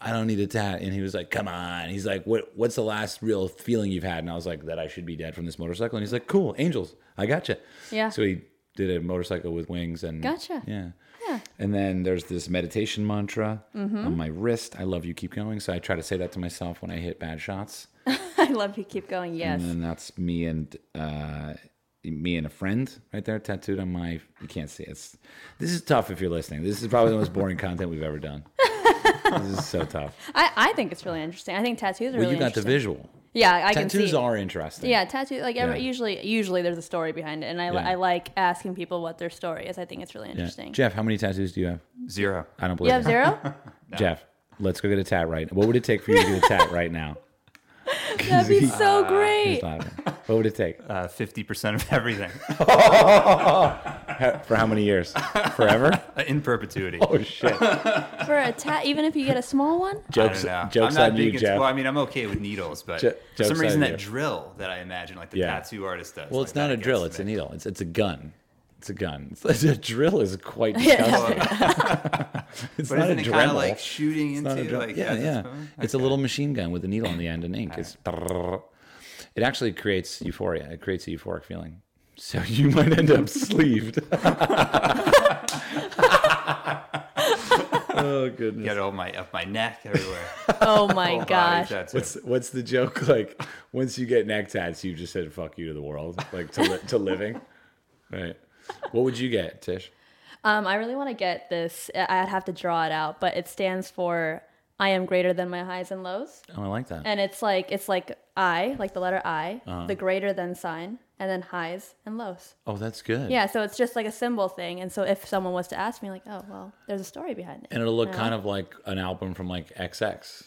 Speaker 1: I don't need a tat. And he was like, come on. He's like, what What's the last real feeling you've had? And I was like, that I should be dead from this motorcycle. And he's like, cool, angels. I gotcha.
Speaker 2: Yeah.
Speaker 1: So he did a motorcycle with wings and
Speaker 2: Gotcha.
Speaker 1: Yeah.
Speaker 2: Yeah. Mm-hmm.
Speaker 1: And then there's this meditation mantra on my wrist. I love you, keep going. So I try to say that to myself when I hit bad shots
Speaker 2: I love you. Keep going. Yes.
Speaker 1: and then that's me and uh, me and a friend right there tattooed on my you can't see it. it's this is tough if you're listening this is probably the most boring content we've ever done this is so tough
Speaker 2: I, I think it's really interesting. I think tattoos are
Speaker 1: well
Speaker 2: really
Speaker 1: you got the
Speaker 2: interesting.
Speaker 1: visual
Speaker 2: Yeah, I can see.
Speaker 1: tattoos are interesting
Speaker 2: Yeah, tattoo. Like every,
Speaker 1: Yeah.
Speaker 2: usually, usually there's a story behind it, and I, li-
Speaker 1: Yeah.
Speaker 2: I like asking people what their story is. I think it's really
Speaker 1: Yeah.
Speaker 2: interesting.
Speaker 1: jeff how many tattoos do you have
Speaker 3: Zero.
Speaker 1: i don't believe
Speaker 2: you have
Speaker 1: it.
Speaker 2: zero?
Speaker 1: jeff let's go get a tat right what would it take for you to get a tat right now
Speaker 2: That'd be so
Speaker 1: He's
Speaker 2: great.
Speaker 1: laughing. what would it take
Speaker 3: Uh, Fifty percent of everything
Speaker 1: for how many years forever
Speaker 3: Uh, in perpetuity.
Speaker 1: oh shit
Speaker 2: For a tat, even if you get a small one.
Speaker 1: jokes,
Speaker 3: I don't know.
Speaker 1: jokes
Speaker 3: I'm not
Speaker 1: on
Speaker 3: big
Speaker 1: you
Speaker 3: into-
Speaker 1: jeff
Speaker 3: Well, I mean, I'm okay with needles, but
Speaker 1: Jo-
Speaker 3: for some
Speaker 1: jokes
Speaker 3: reason
Speaker 1: on
Speaker 3: that
Speaker 1: you.
Speaker 3: drill that I imagine, like the
Speaker 1: Yeah.
Speaker 3: tattoo artist does.
Speaker 1: Well,
Speaker 3: like,
Speaker 1: it's not
Speaker 3: that
Speaker 1: a drill.
Speaker 3: gets
Speaker 1: It's a
Speaker 3: me.
Speaker 1: needle. It's it's a gun. It's a gun. It's, a drill is quite disgusting. it's
Speaker 3: But
Speaker 1: not
Speaker 3: isn't
Speaker 1: a
Speaker 3: it
Speaker 1: Dremel.
Speaker 3: kind of like shooting
Speaker 1: it's
Speaker 3: into
Speaker 1: not a Dremel.
Speaker 3: like
Speaker 1: yeah,
Speaker 3: that's
Speaker 1: yeah.
Speaker 3: fun?
Speaker 1: It's a little machine gun with a needle on the end and ink. It's it actually creates euphoria. It creates a euphoric feeling. So you might end up sleeved. oh goodness.
Speaker 3: Get all my up my neck everywhere.
Speaker 2: Oh my
Speaker 3: Whole body
Speaker 2: gosh.
Speaker 3: tattoo.
Speaker 1: What's what's the joke like? Once you get neck tats, you just said "fuck you" to the world, like to li- to living, right? What would you get, Tish?
Speaker 2: Um, I really want to get this. I- I'd have to draw it out, but it stands for I am greater than my highs and lows.
Speaker 1: Oh, I like that.
Speaker 2: And it's like it's like I, like the letter I,
Speaker 1: Uh-huh.
Speaker 2: the greater than sign, and then highs and lows.
Speaker 1: Oh, that's good.
Speaker 2: Yeah, so it's just like a symbol thing. And so if someone was to ask me, like, oh well, there's a story behind it.
Speaker 1: And it'll look kind of like an album from like XX.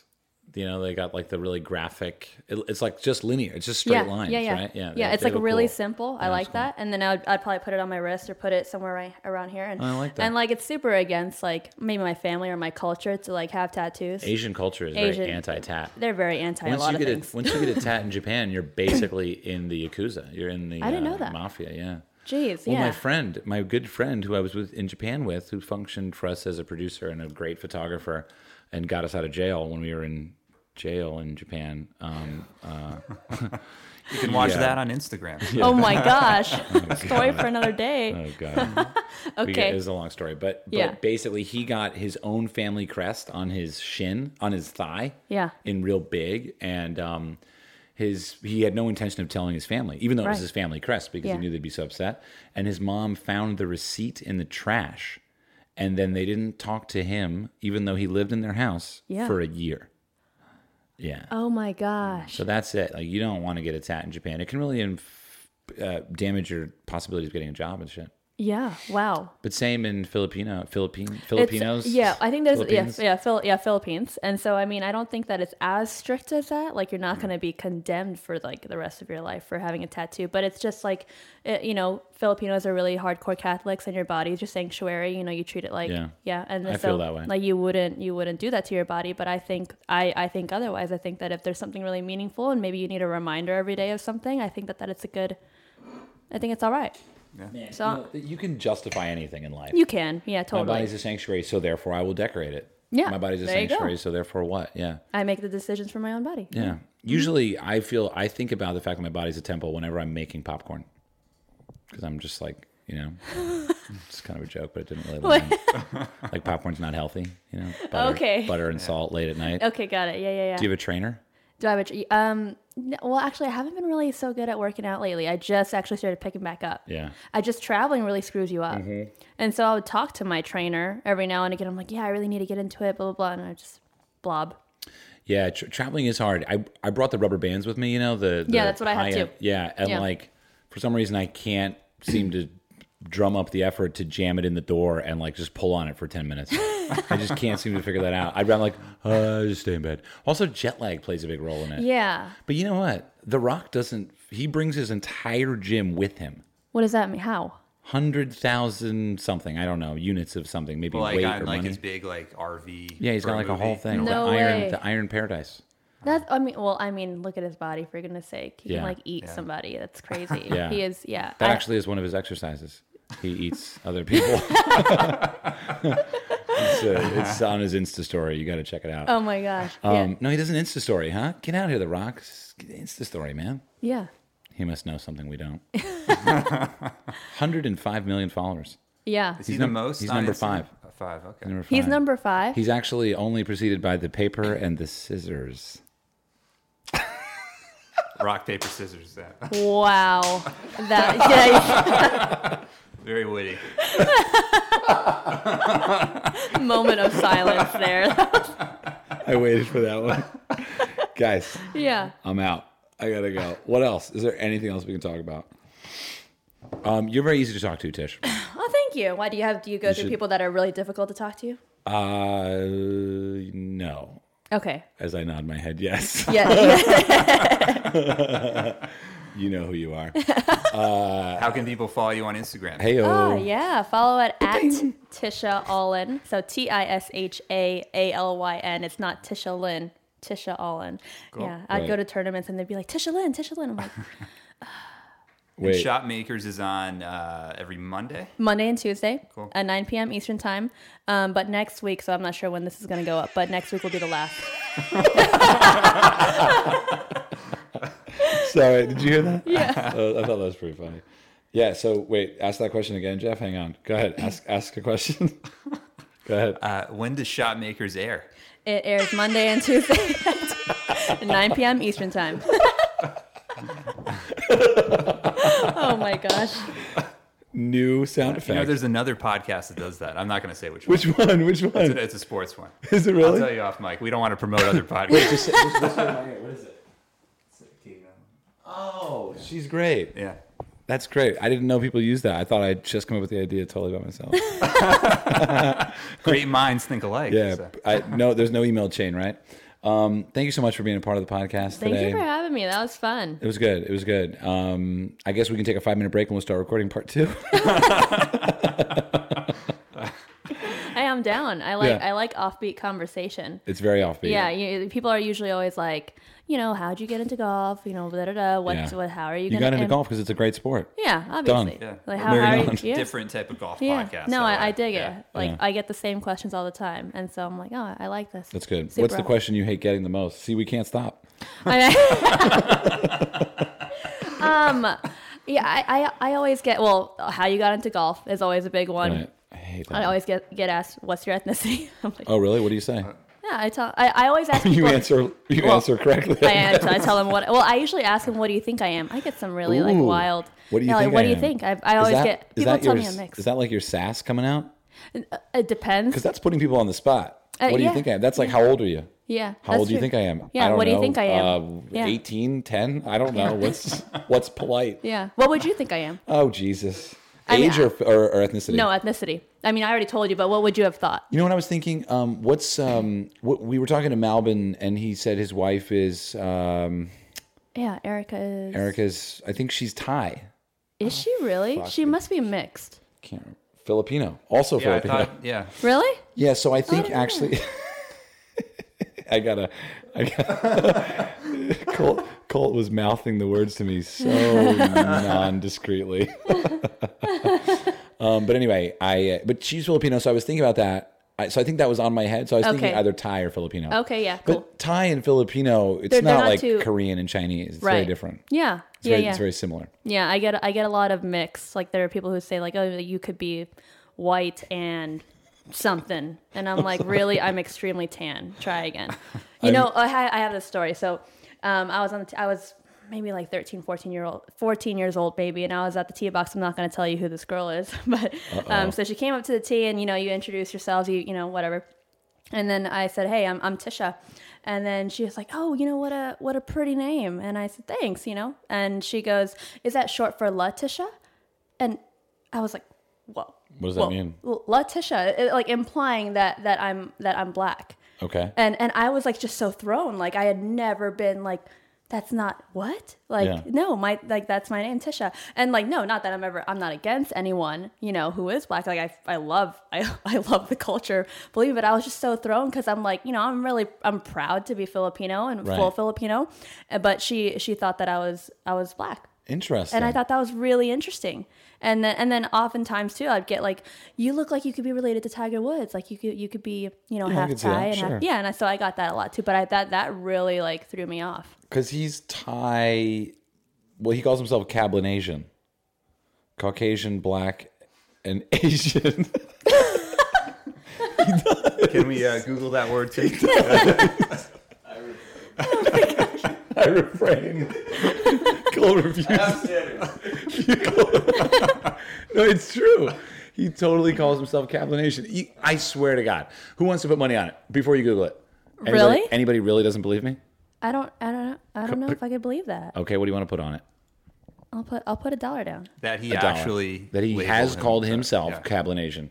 Speaker 1: You know, they got like the really graphic. It, it's like just linear. It's just straight lines,
Speaker 2: yeah, yeah.
Speaker 1: right?
Speaker 2: Yeah,
Speaker 1: they-
Speaker 2: it's
Speaker 1: they
Speaker 2: like
Speaker 1: look
Speaker 2: really
Speaker 1: cool.
Speaker 2: simple. I like that. And then I would, I'd probably put it on my wrist or put it somewhere right around here. And
Speaker 1: I like that.
Speaker 2: And like it's super against like maybe my family or my culture to like have tattoos.
Speaker 1: Asian culture is
Speaker 2: Asian.
Speaker 1: very anti-tat.
Speaker 2: They're very anti a
Speaker 1: Once
Speaker 2: lot
Speaker 1: you
Speaker 2: of
Speaker 1: get
Speaker 2: things.
Speaker 1: a once you get a tat in Japan, you're basically in the yakuza. You're in the
Speaker 2: I didn't
Speaker 1: uh,
Speaker 2: know that.
Speaker 1: mafia. Yeah.
Speaker 2: Jeez,
Speaker 1: Well,
Speaker 2: yeah.
Speaker 1: my friend, my good friend who I was with in Japan with, who functioned for us as a producer and a great photographer, and got us out of jail when we were in jail in Japan. Um, uh,
Speaker 3: You can watch
Speaker 1: Yeah.
Speaker 3: that on Instagram.
Speaker 2: Oh my gosh. Story for another day.
Speaker 1: oh god, We get-
Speaker 2: Okay.
Speaker 1: it was a long story, but but
Speaker 2: Yeah.
Speaker 1: basically he got his own family crest on his shin, on his thigh,
Speaker 2: Yeah.
Speaker 1: in real big, and um, his he had no intention of telling his family, even though it was
Speaker 2: Right.
Speaker 1: his family crest, because
Speaker 2: Yeah.
Speaker 1: he knew they'd be so upset. And his mom found the receipt in the trash, and then they didn't talk to him, even though he lived in their house
Speaker 2: Yeah.
Speaker 1: for a year. Yeah.
Speaker 2: Oh my gosh.
Speaker 1: So that's it. Like you don't want to get a tat in Japan. It can really inf- uh, damage your possibilities of getting a job and shit.
Speaker 2: Yeah. Wow.
Speaker 1: But same in Filipino, Philippine,
Speaker 2: It's-
Speaker 1: Filipinos.
Speaker 2: Yeah, I think there's yeah,
Speaker 1: Philippines?
Speaker 2: yeah, Phil, yeah, Philippines. And so I mean, I don't think that it's as strict as that. Like you're
Speaker 1: Mm.
Speaker 2: not going to be condemned for like the rest of your life for having a tattoo, but it's just like it, you know, Filipinos are really hardcore Catholics and your body's your sanctuary, you know, you treat it like
Speaker 1: Yeah.
Speaker 2: yeah. and
Speaker 1: I
Speaker 2: so
Speaker 1: feel that way.
Speaker 2: like you wouldn't you wouldn't do that to your body, but I think I I think otherwise. I think that if there's something really meaningful and maybe you need a reminder every day of something, I think that that it's a good I think it's all right. so
Speaker 1: You know, that you can justify anything in life.
Speaker 2: you can. Yeah,
Speaker 1: My
Speaker 2: totally.
Speaker 1: body's a sanctuary, so therefore I will decorate it.
Speaker 2: Yeah,
Speaker 1: My body's a
Speaker 2: there you go.
Speaker 1: sanctuary, so therefore what? Yeah.
Speaker 2: I make the decisions for my own body.
Speaker 1: Yeah. Usually I feel, I think about the fact that my body's a temple whenever I'm making popcorn. Because I'm just like, you know, it's kind of a joke, but it didn't really land. like popcorn's not healthy, you know? Butter,
Speaker 2: Okay.
Speaker 1: Butter and salt late at night.
Speaker 2: Okay, got it. Yeah, yeah, yeah.
Speaker 1: Do you have a trainer?
Speaker 2: Do I have a tr- um? No, well, actually, I haven't been really so good at working out lately. I just actually started picking back up.
Speaker 1: Yeah. Mm-hmm.
Speaker 2: I just traveling really screws you up, and so I would talk to my trainer every now and again. I'm like, yeah, I really need to get into it, blah blah blah, and I just blob.
Speaker 1: Yeah, tra- traveling is hard. I I brought the rubber bands with me. You know the, the
Speaker 2: Yeah, that's what I have,
Speaker 1: high end-
Speaker 2: too.
Speaker 1: Yeah, and
Speaker 2: Yeah.
Speaker 1: like for some reason I can't seem to drum up the effort to jam it in the door and like just pull on it for ten minutes. I just can't seem to figure that out. I'd rather like uh, just stay in bed. Also, jet lag plays a big role in it.
Speaker 2: Yeah.
Speaker 1: But you know what? The Rock doesn't. He brings his entire gym with him.
Speaker 2: What does that mean? How?
Speaker 1: Hundred thousand something. I don't know units of something. Maybe
Speaker 3: like
Speaker 1: weight
Speaker 3: on
Speaker 1: or
Speaker 3: like
Speaker 1: money.
Speaker 3: his big like RV.
Speaker 1: yeah, he's
Speaker 3: for
Speaker 1: got like a
Speaker 3: movie.
Speaker 1: whole thing.
Speaker 2: No
Speaker 1: the Iron,
Speaker 2: way.
Speaker 1: the Iron Paradise.
Speaker 2: That I mean, well, I mean, look at his body for goodness sake. He
Speaker 1: Yeah.
Speaker 2: can like eat somebody. That's crazy.
Speaker 1: Yeah.
Speaker 2: He is. Yeah.
Speaker 1: That
Speaker 2: I-
Speaker 1: actually is one of his exercises. He eats other people. it's, uh, it's on his Insta story. You got to check it out.
Speaker 2: oh my gosh.
Speaker 1: um, No, he does an Insta story, huh? Get out here, The Rock. Insta story, man.
Speaker 2: yeah. Yeah.
Speaker 1: He must know something we don't. 105 million followers.
Speaker 2: Yeah.
Speaker 3: Is he
Speaker 1: He's
Speaker 3: the
Speaker 1: num-
Speaker 3: most?
Speaker 1: he's
Speaker 3: on
Speaker 1: number
Speaker 3: Instagram?
Speaker 1: five.
Speaker 3: Uh, Five. Okay.
Speaker 1: Number
Speaker 2: He's
Speaker 1: five.
Speaker 2: number five.
Speaker 1: He's actually only preceded by the paper and the scissors.
Speaker 3: Rock paper scissors. That
Speaker 2: wow. That. Yeah.
Speaker 3: very witty.
Speaker 2: moment of silence there.
Speaker 1: I waited for that one. Guys,
Speaker 2: yeah.
Speaker 1: I'm out. I gotta go. What else? Is there anything else we can talk about? Um, you're very easy to talk to, Tish.
Speaker 2: Oh, thank you. Why do you have? Do you go through
Speaker 1: should-
Speaker 2: people that are really difficult to talk to?
Speaker 1: Uh, no.
Speaker 2: Okay.
Speaker 1: As I nod my head, yes.
Speaker 2: Yeah. yeah.
Speaker 1: you know who you are.
Speaker 2: Oh,
Speaker 3: How can people follow you on Instagram?
Speaker 1: Hey,
Speaker 2: Ah,
Speaker 1: oh.
Speaker 2: yeah. Follow it at Tisha Allen. So T I S H A A L Y N. It's not Tisha Lynn. Tisha Allen. Yeah. I'd
Speaker 1: Right.
Speaker 2: go to tournaments and they'd be like Tisha Lynn, Tisha Lynn. I'm like
Speaker 1: Wait.
Speaker 3: Shop Makers is on uh, every Monday.
Speaker 2: Monday and Tuesday
Speaker 3: Cool.
Speaker 2: at 9 p.m. Eastern time. Um, but next week, so I'm not sure when this is going to go up, but next week will be the last.
Speaker 1: Sorry, did you hear that?
Speaker 2: Yeah.
Speaker 1: Uh, I thought that was pretty funny. Yeah, so wait, ask that question again, Jeff. Hang on. Go ahead. Ask ask a question. go ahead.
Speaker 3: Uh, when does Shop Makers air?
Speaker 2: It airs Monday and Tuesday at 9 p.m. Eastern Time. oh my gosh.
Speaker 1: New sound
Speaker 3: You know,
Speaker 1: effect.
Speaker 3: there's another podcast that does that. I'm not going to say which,
Speaker 1: which
Speaker 3: one.
Speaker 1: one? Which
Speaker 3: It's a,
Speaker 1: one?
Speaker 3: it's a sports one.
Speaker 1: Is it
Speaker 3: I'll tell
Speaker 1: really?
Speaker 3: you off, Mike. We don't want to promote other podcasts.
Speaker 1: Just-
Speaker 4: What is it? Oh,
Speaker 1: She's great.
Speaker 3: yeah.
Speaker 1: That's great. I didn't know people use that. I thought I'd just come up with the idea totally by myself.
Speaker 3: Great minds think alike.
Speaker 1: Yeah,
Speaker 3: so.
Speaker 1: I no. There's no email chain, right? Um, thank you so much for being a part of the podcast
Speaker 2: Thank
Speaker 1: today.
Speaker 2: you for having me. That was fun.
Speaker 1: it was good. It was good. Um, I guess we can take a five minute break and we'll start recording part two.
Speaker 2: I am down. I like
Speaker 1: Yeah.
Speaker 2: I like offbeat conversation.
Speaker 1: it's very offbeat.
Speaker 2: Yeah, you, people are usually always like, you know, how'd you get into golf? You know, da da da. What,
Speaker 1: Yeah.
Speaker 2: what? How are you?
Speaker 1: You
Speaker 2: gonna
Speaker 1: got into
Speaker 2: and-
Speaker 1: golf because it's a great sport.
Speaker 2: Yeah, obviously.
Speaker 3: Yeah.
Speaker 2: Like how,
Speaker 1: Moving
Speaker 2: how are
Speaker 1: on.
Speaker 2: you? Yeah.
Speaker 3: Different type of golf
Speaker 2: yeah.
Speaker 3: podcast.
Speaker 2: No,
Speaker 3: that
Speaker 2: I, I
Speaker 3: way.
Speaker 2: dig
Speaker 3: Yeah.
Speaker 2: it. Like
Speaker 1: Yeah.
Speaker 2: I get the same questions all the time, and so I'm like, oh, I like this.
Speaker 1: That's good.
Speaker 2: Super
Speaker 1: What's the
Speaker 2: helpful.
Speaker 1: question you hate getting the most? See, we can't stop.
Speaker 2: I- um, yeah, I, I I always get well, how you got into golf is always a big one.
Speaker 1: Right. I hate that.
Speaker 2: I always get get asked, what's your ethnicity? I'm like,
Speaker 1: oh, really? What do you say?
Speaker 2: yeah, I tell. I, I always ask
Speaker 1: you
Speaker 2: people.
Speaker 1: answer. You answer correctly.
Speaker 2: I answer. I tell them what. Well, I usually ask them, "What do you think I am?" I get some really like
Speaker 1: Ooh.
Speaker 2: wild.
Speaker 1: What do you
Speaker 2: yeah,
Speaker 1: think
Speaker 2: Like, what
Speaker 1: I
Speaker 2: do you
Speaker 1: am?
Speaker 2: think? I, I
Speaker 1: Is
Speaker 2: always
Speaker 1: that-
Speaker 2: get
Speaker 1: is
Speaker 2: people
Speaker 1: that
Speaker 2: tell
Speaker 1: your,
Speaker 2: me I'm mixed.
Speaker 1: Is that like your sass coming out?
Speaker 2: Uh, it depends.
Speaker 1: Because that's putting people on the spot.
Speaker 2: Uh,
Speaker 1: what do you
Speaker 2: yeah.
Speaker 1: think I am? That's like, how old are you?
Speaker 2: Yeah.
Speaker 1: How
Speaker 2: that's
Speaker 1: old do you
Speaker 2: true.
Speaker 1: think I am?
Speaker 2: Yeah.
Speaker 1: I don't
Speaker 2: what do you
Speaker 1: know.
Speaker 2: think I am?
Speaker 1: Uh,
Speaker 2: yeah.
Speaker 1: 18, 10? I don't know. What's what's polite?
Speaker 2: Yeah. What would you think I am?
Speaker 1: Oh, Jesus.
Speaker 2: I mean,
Speaker 1: Age or, or, or ethnicity?
Speaker 2: No ethnicity. I mean, I already told you, but what would you have thought?
Speaker 1: You know what I was thinking? Um, what's um, what, we were talking to Malbin, and he said his wife is um,
Speaker 2: Yeah, Erica is.
Speaker 1: Erica's. I think she's Thai.
Speaker 2: Is she really? She must be mixed.
Speaker 1: Can't remember. Filipino, also
Speaker 3: Yeah, I
Speaker 1: Filipino.
Speaker 3: thought, yeah.
Speaker 2: Really?
Speaker 1: Yeah, so I
Speaker 2: Oh.
Speaker 1: think actually, I gotta, I gotta. Colt, Colt was mouthing the words to me so non discreetly. um, but anyway, I uh, but she's Filipino, so I was thinking about that. I, so I think that was on my head. So I was thinking
Speaker 2: Okay.
Speaker 1: either Thai or Filipino.
Speaker 2: Okay, yeah, cool.
Speaker 1: But Thai and Filipino, it's
Speaker 2: They're- they're
Speaker 1: not,
Speaker 2: not
Speaker 1: like
Speaker 2: too-
Speaker 1: Korean and Chinese. It's very
Speaker 2: Right.
Speaker 1: different.
Speaker 2: Yeah.
Speaker 1: It's
Speaker 2: yeah.
Speaker 1: very,
Speaker 2: yeah.
Speaker 1: it's very similar.
Speaker 2: Yeah. I get I get a lot of mixed. Like there are people who say like, oh, you could be white and something, and I'm like, really? I'm extremely tan. Try again. You know, I, ha- I have this story. So, um, I was on the t- I was maybe like 13 14 year old 14 years old baby and i was at the tee box i'm not going to tell you who this girl is but um, so she came up to the tee and you know you introduce yourselves you you know whatever and then I said, "Hey, I'm, I'm Tisha," and then she was like, "Oh, you know what a what a pretty name." And I said, "Thanks," you know. And she goes, "Is that short for Latisha?" And I was like, "Whoa."
Speaker 1: What does that
Speaker 2: whoa,
Speaker 1: mean?
Speaker 2: L- Latisha, it- like implying that that I'm that I'm black.
Speaker 1: Okay.
Speaker 2: And and I was like just so thrown. Like I had never been like that's not what? Like
Speaker 1: Yeah.
Speaker 2: no, my like that's my name Tisha. And like no, not that I'm ever I'm not against anyone, you know, who is black. Like I I love I I love the culture. Believe it, I was just so thrown cuz I'm like, you know, I'm really I'm proud to be Filipino and full
Speaker 1: Right.
Speaker 2: Filipino. Uh, But she she thought that I was I was black.
Speaker 1: Interesting.
Speaker 2: And I thought that was really interesting. And then and then oftentimes too, I'd get like, you look like you could be related to Tiger Woods. Like you could you could be you know half
Speaker 1: could see that,
Speaker 2: Thai and
Speaker 1: sure.
Speaker 2: half yeah. And I, so I got that a lot too. But I that that really like threw me off.
Speaker 1: Because he's Thai. Well, he calls himself Cablinasian, Caucasian, Black, and Asian.
Speaker 3: Can we uh, Google that word too?
Speaker 1: I refrain. Cole refuses.
Speaker 4: Standards.
Speaker 1: No, it's true. He totally calls himself Cablinasian. He- I swear to God. Who wants to put money on it before you Google it? Anybody-
Speaker 2: Really?
Speaker 1: Anybody really doesn't believe me?
Speaker 2: I don't I don't know I don't know if I could believe that.
Speaker 1: Okay, what do you want to put on it?
Speaker 2: I'll put I'll put a dollar down.
Speaker 3: that he
Speaker 1: Dollar.
Speaker 3: actually
Speaker 1: that he
Speaker 3: labeled
Speaker 1: has
Speaker 3: him.
Speaker 1: called himself
Speaker 3: Yeah.
Speaker 1: Cablinasian.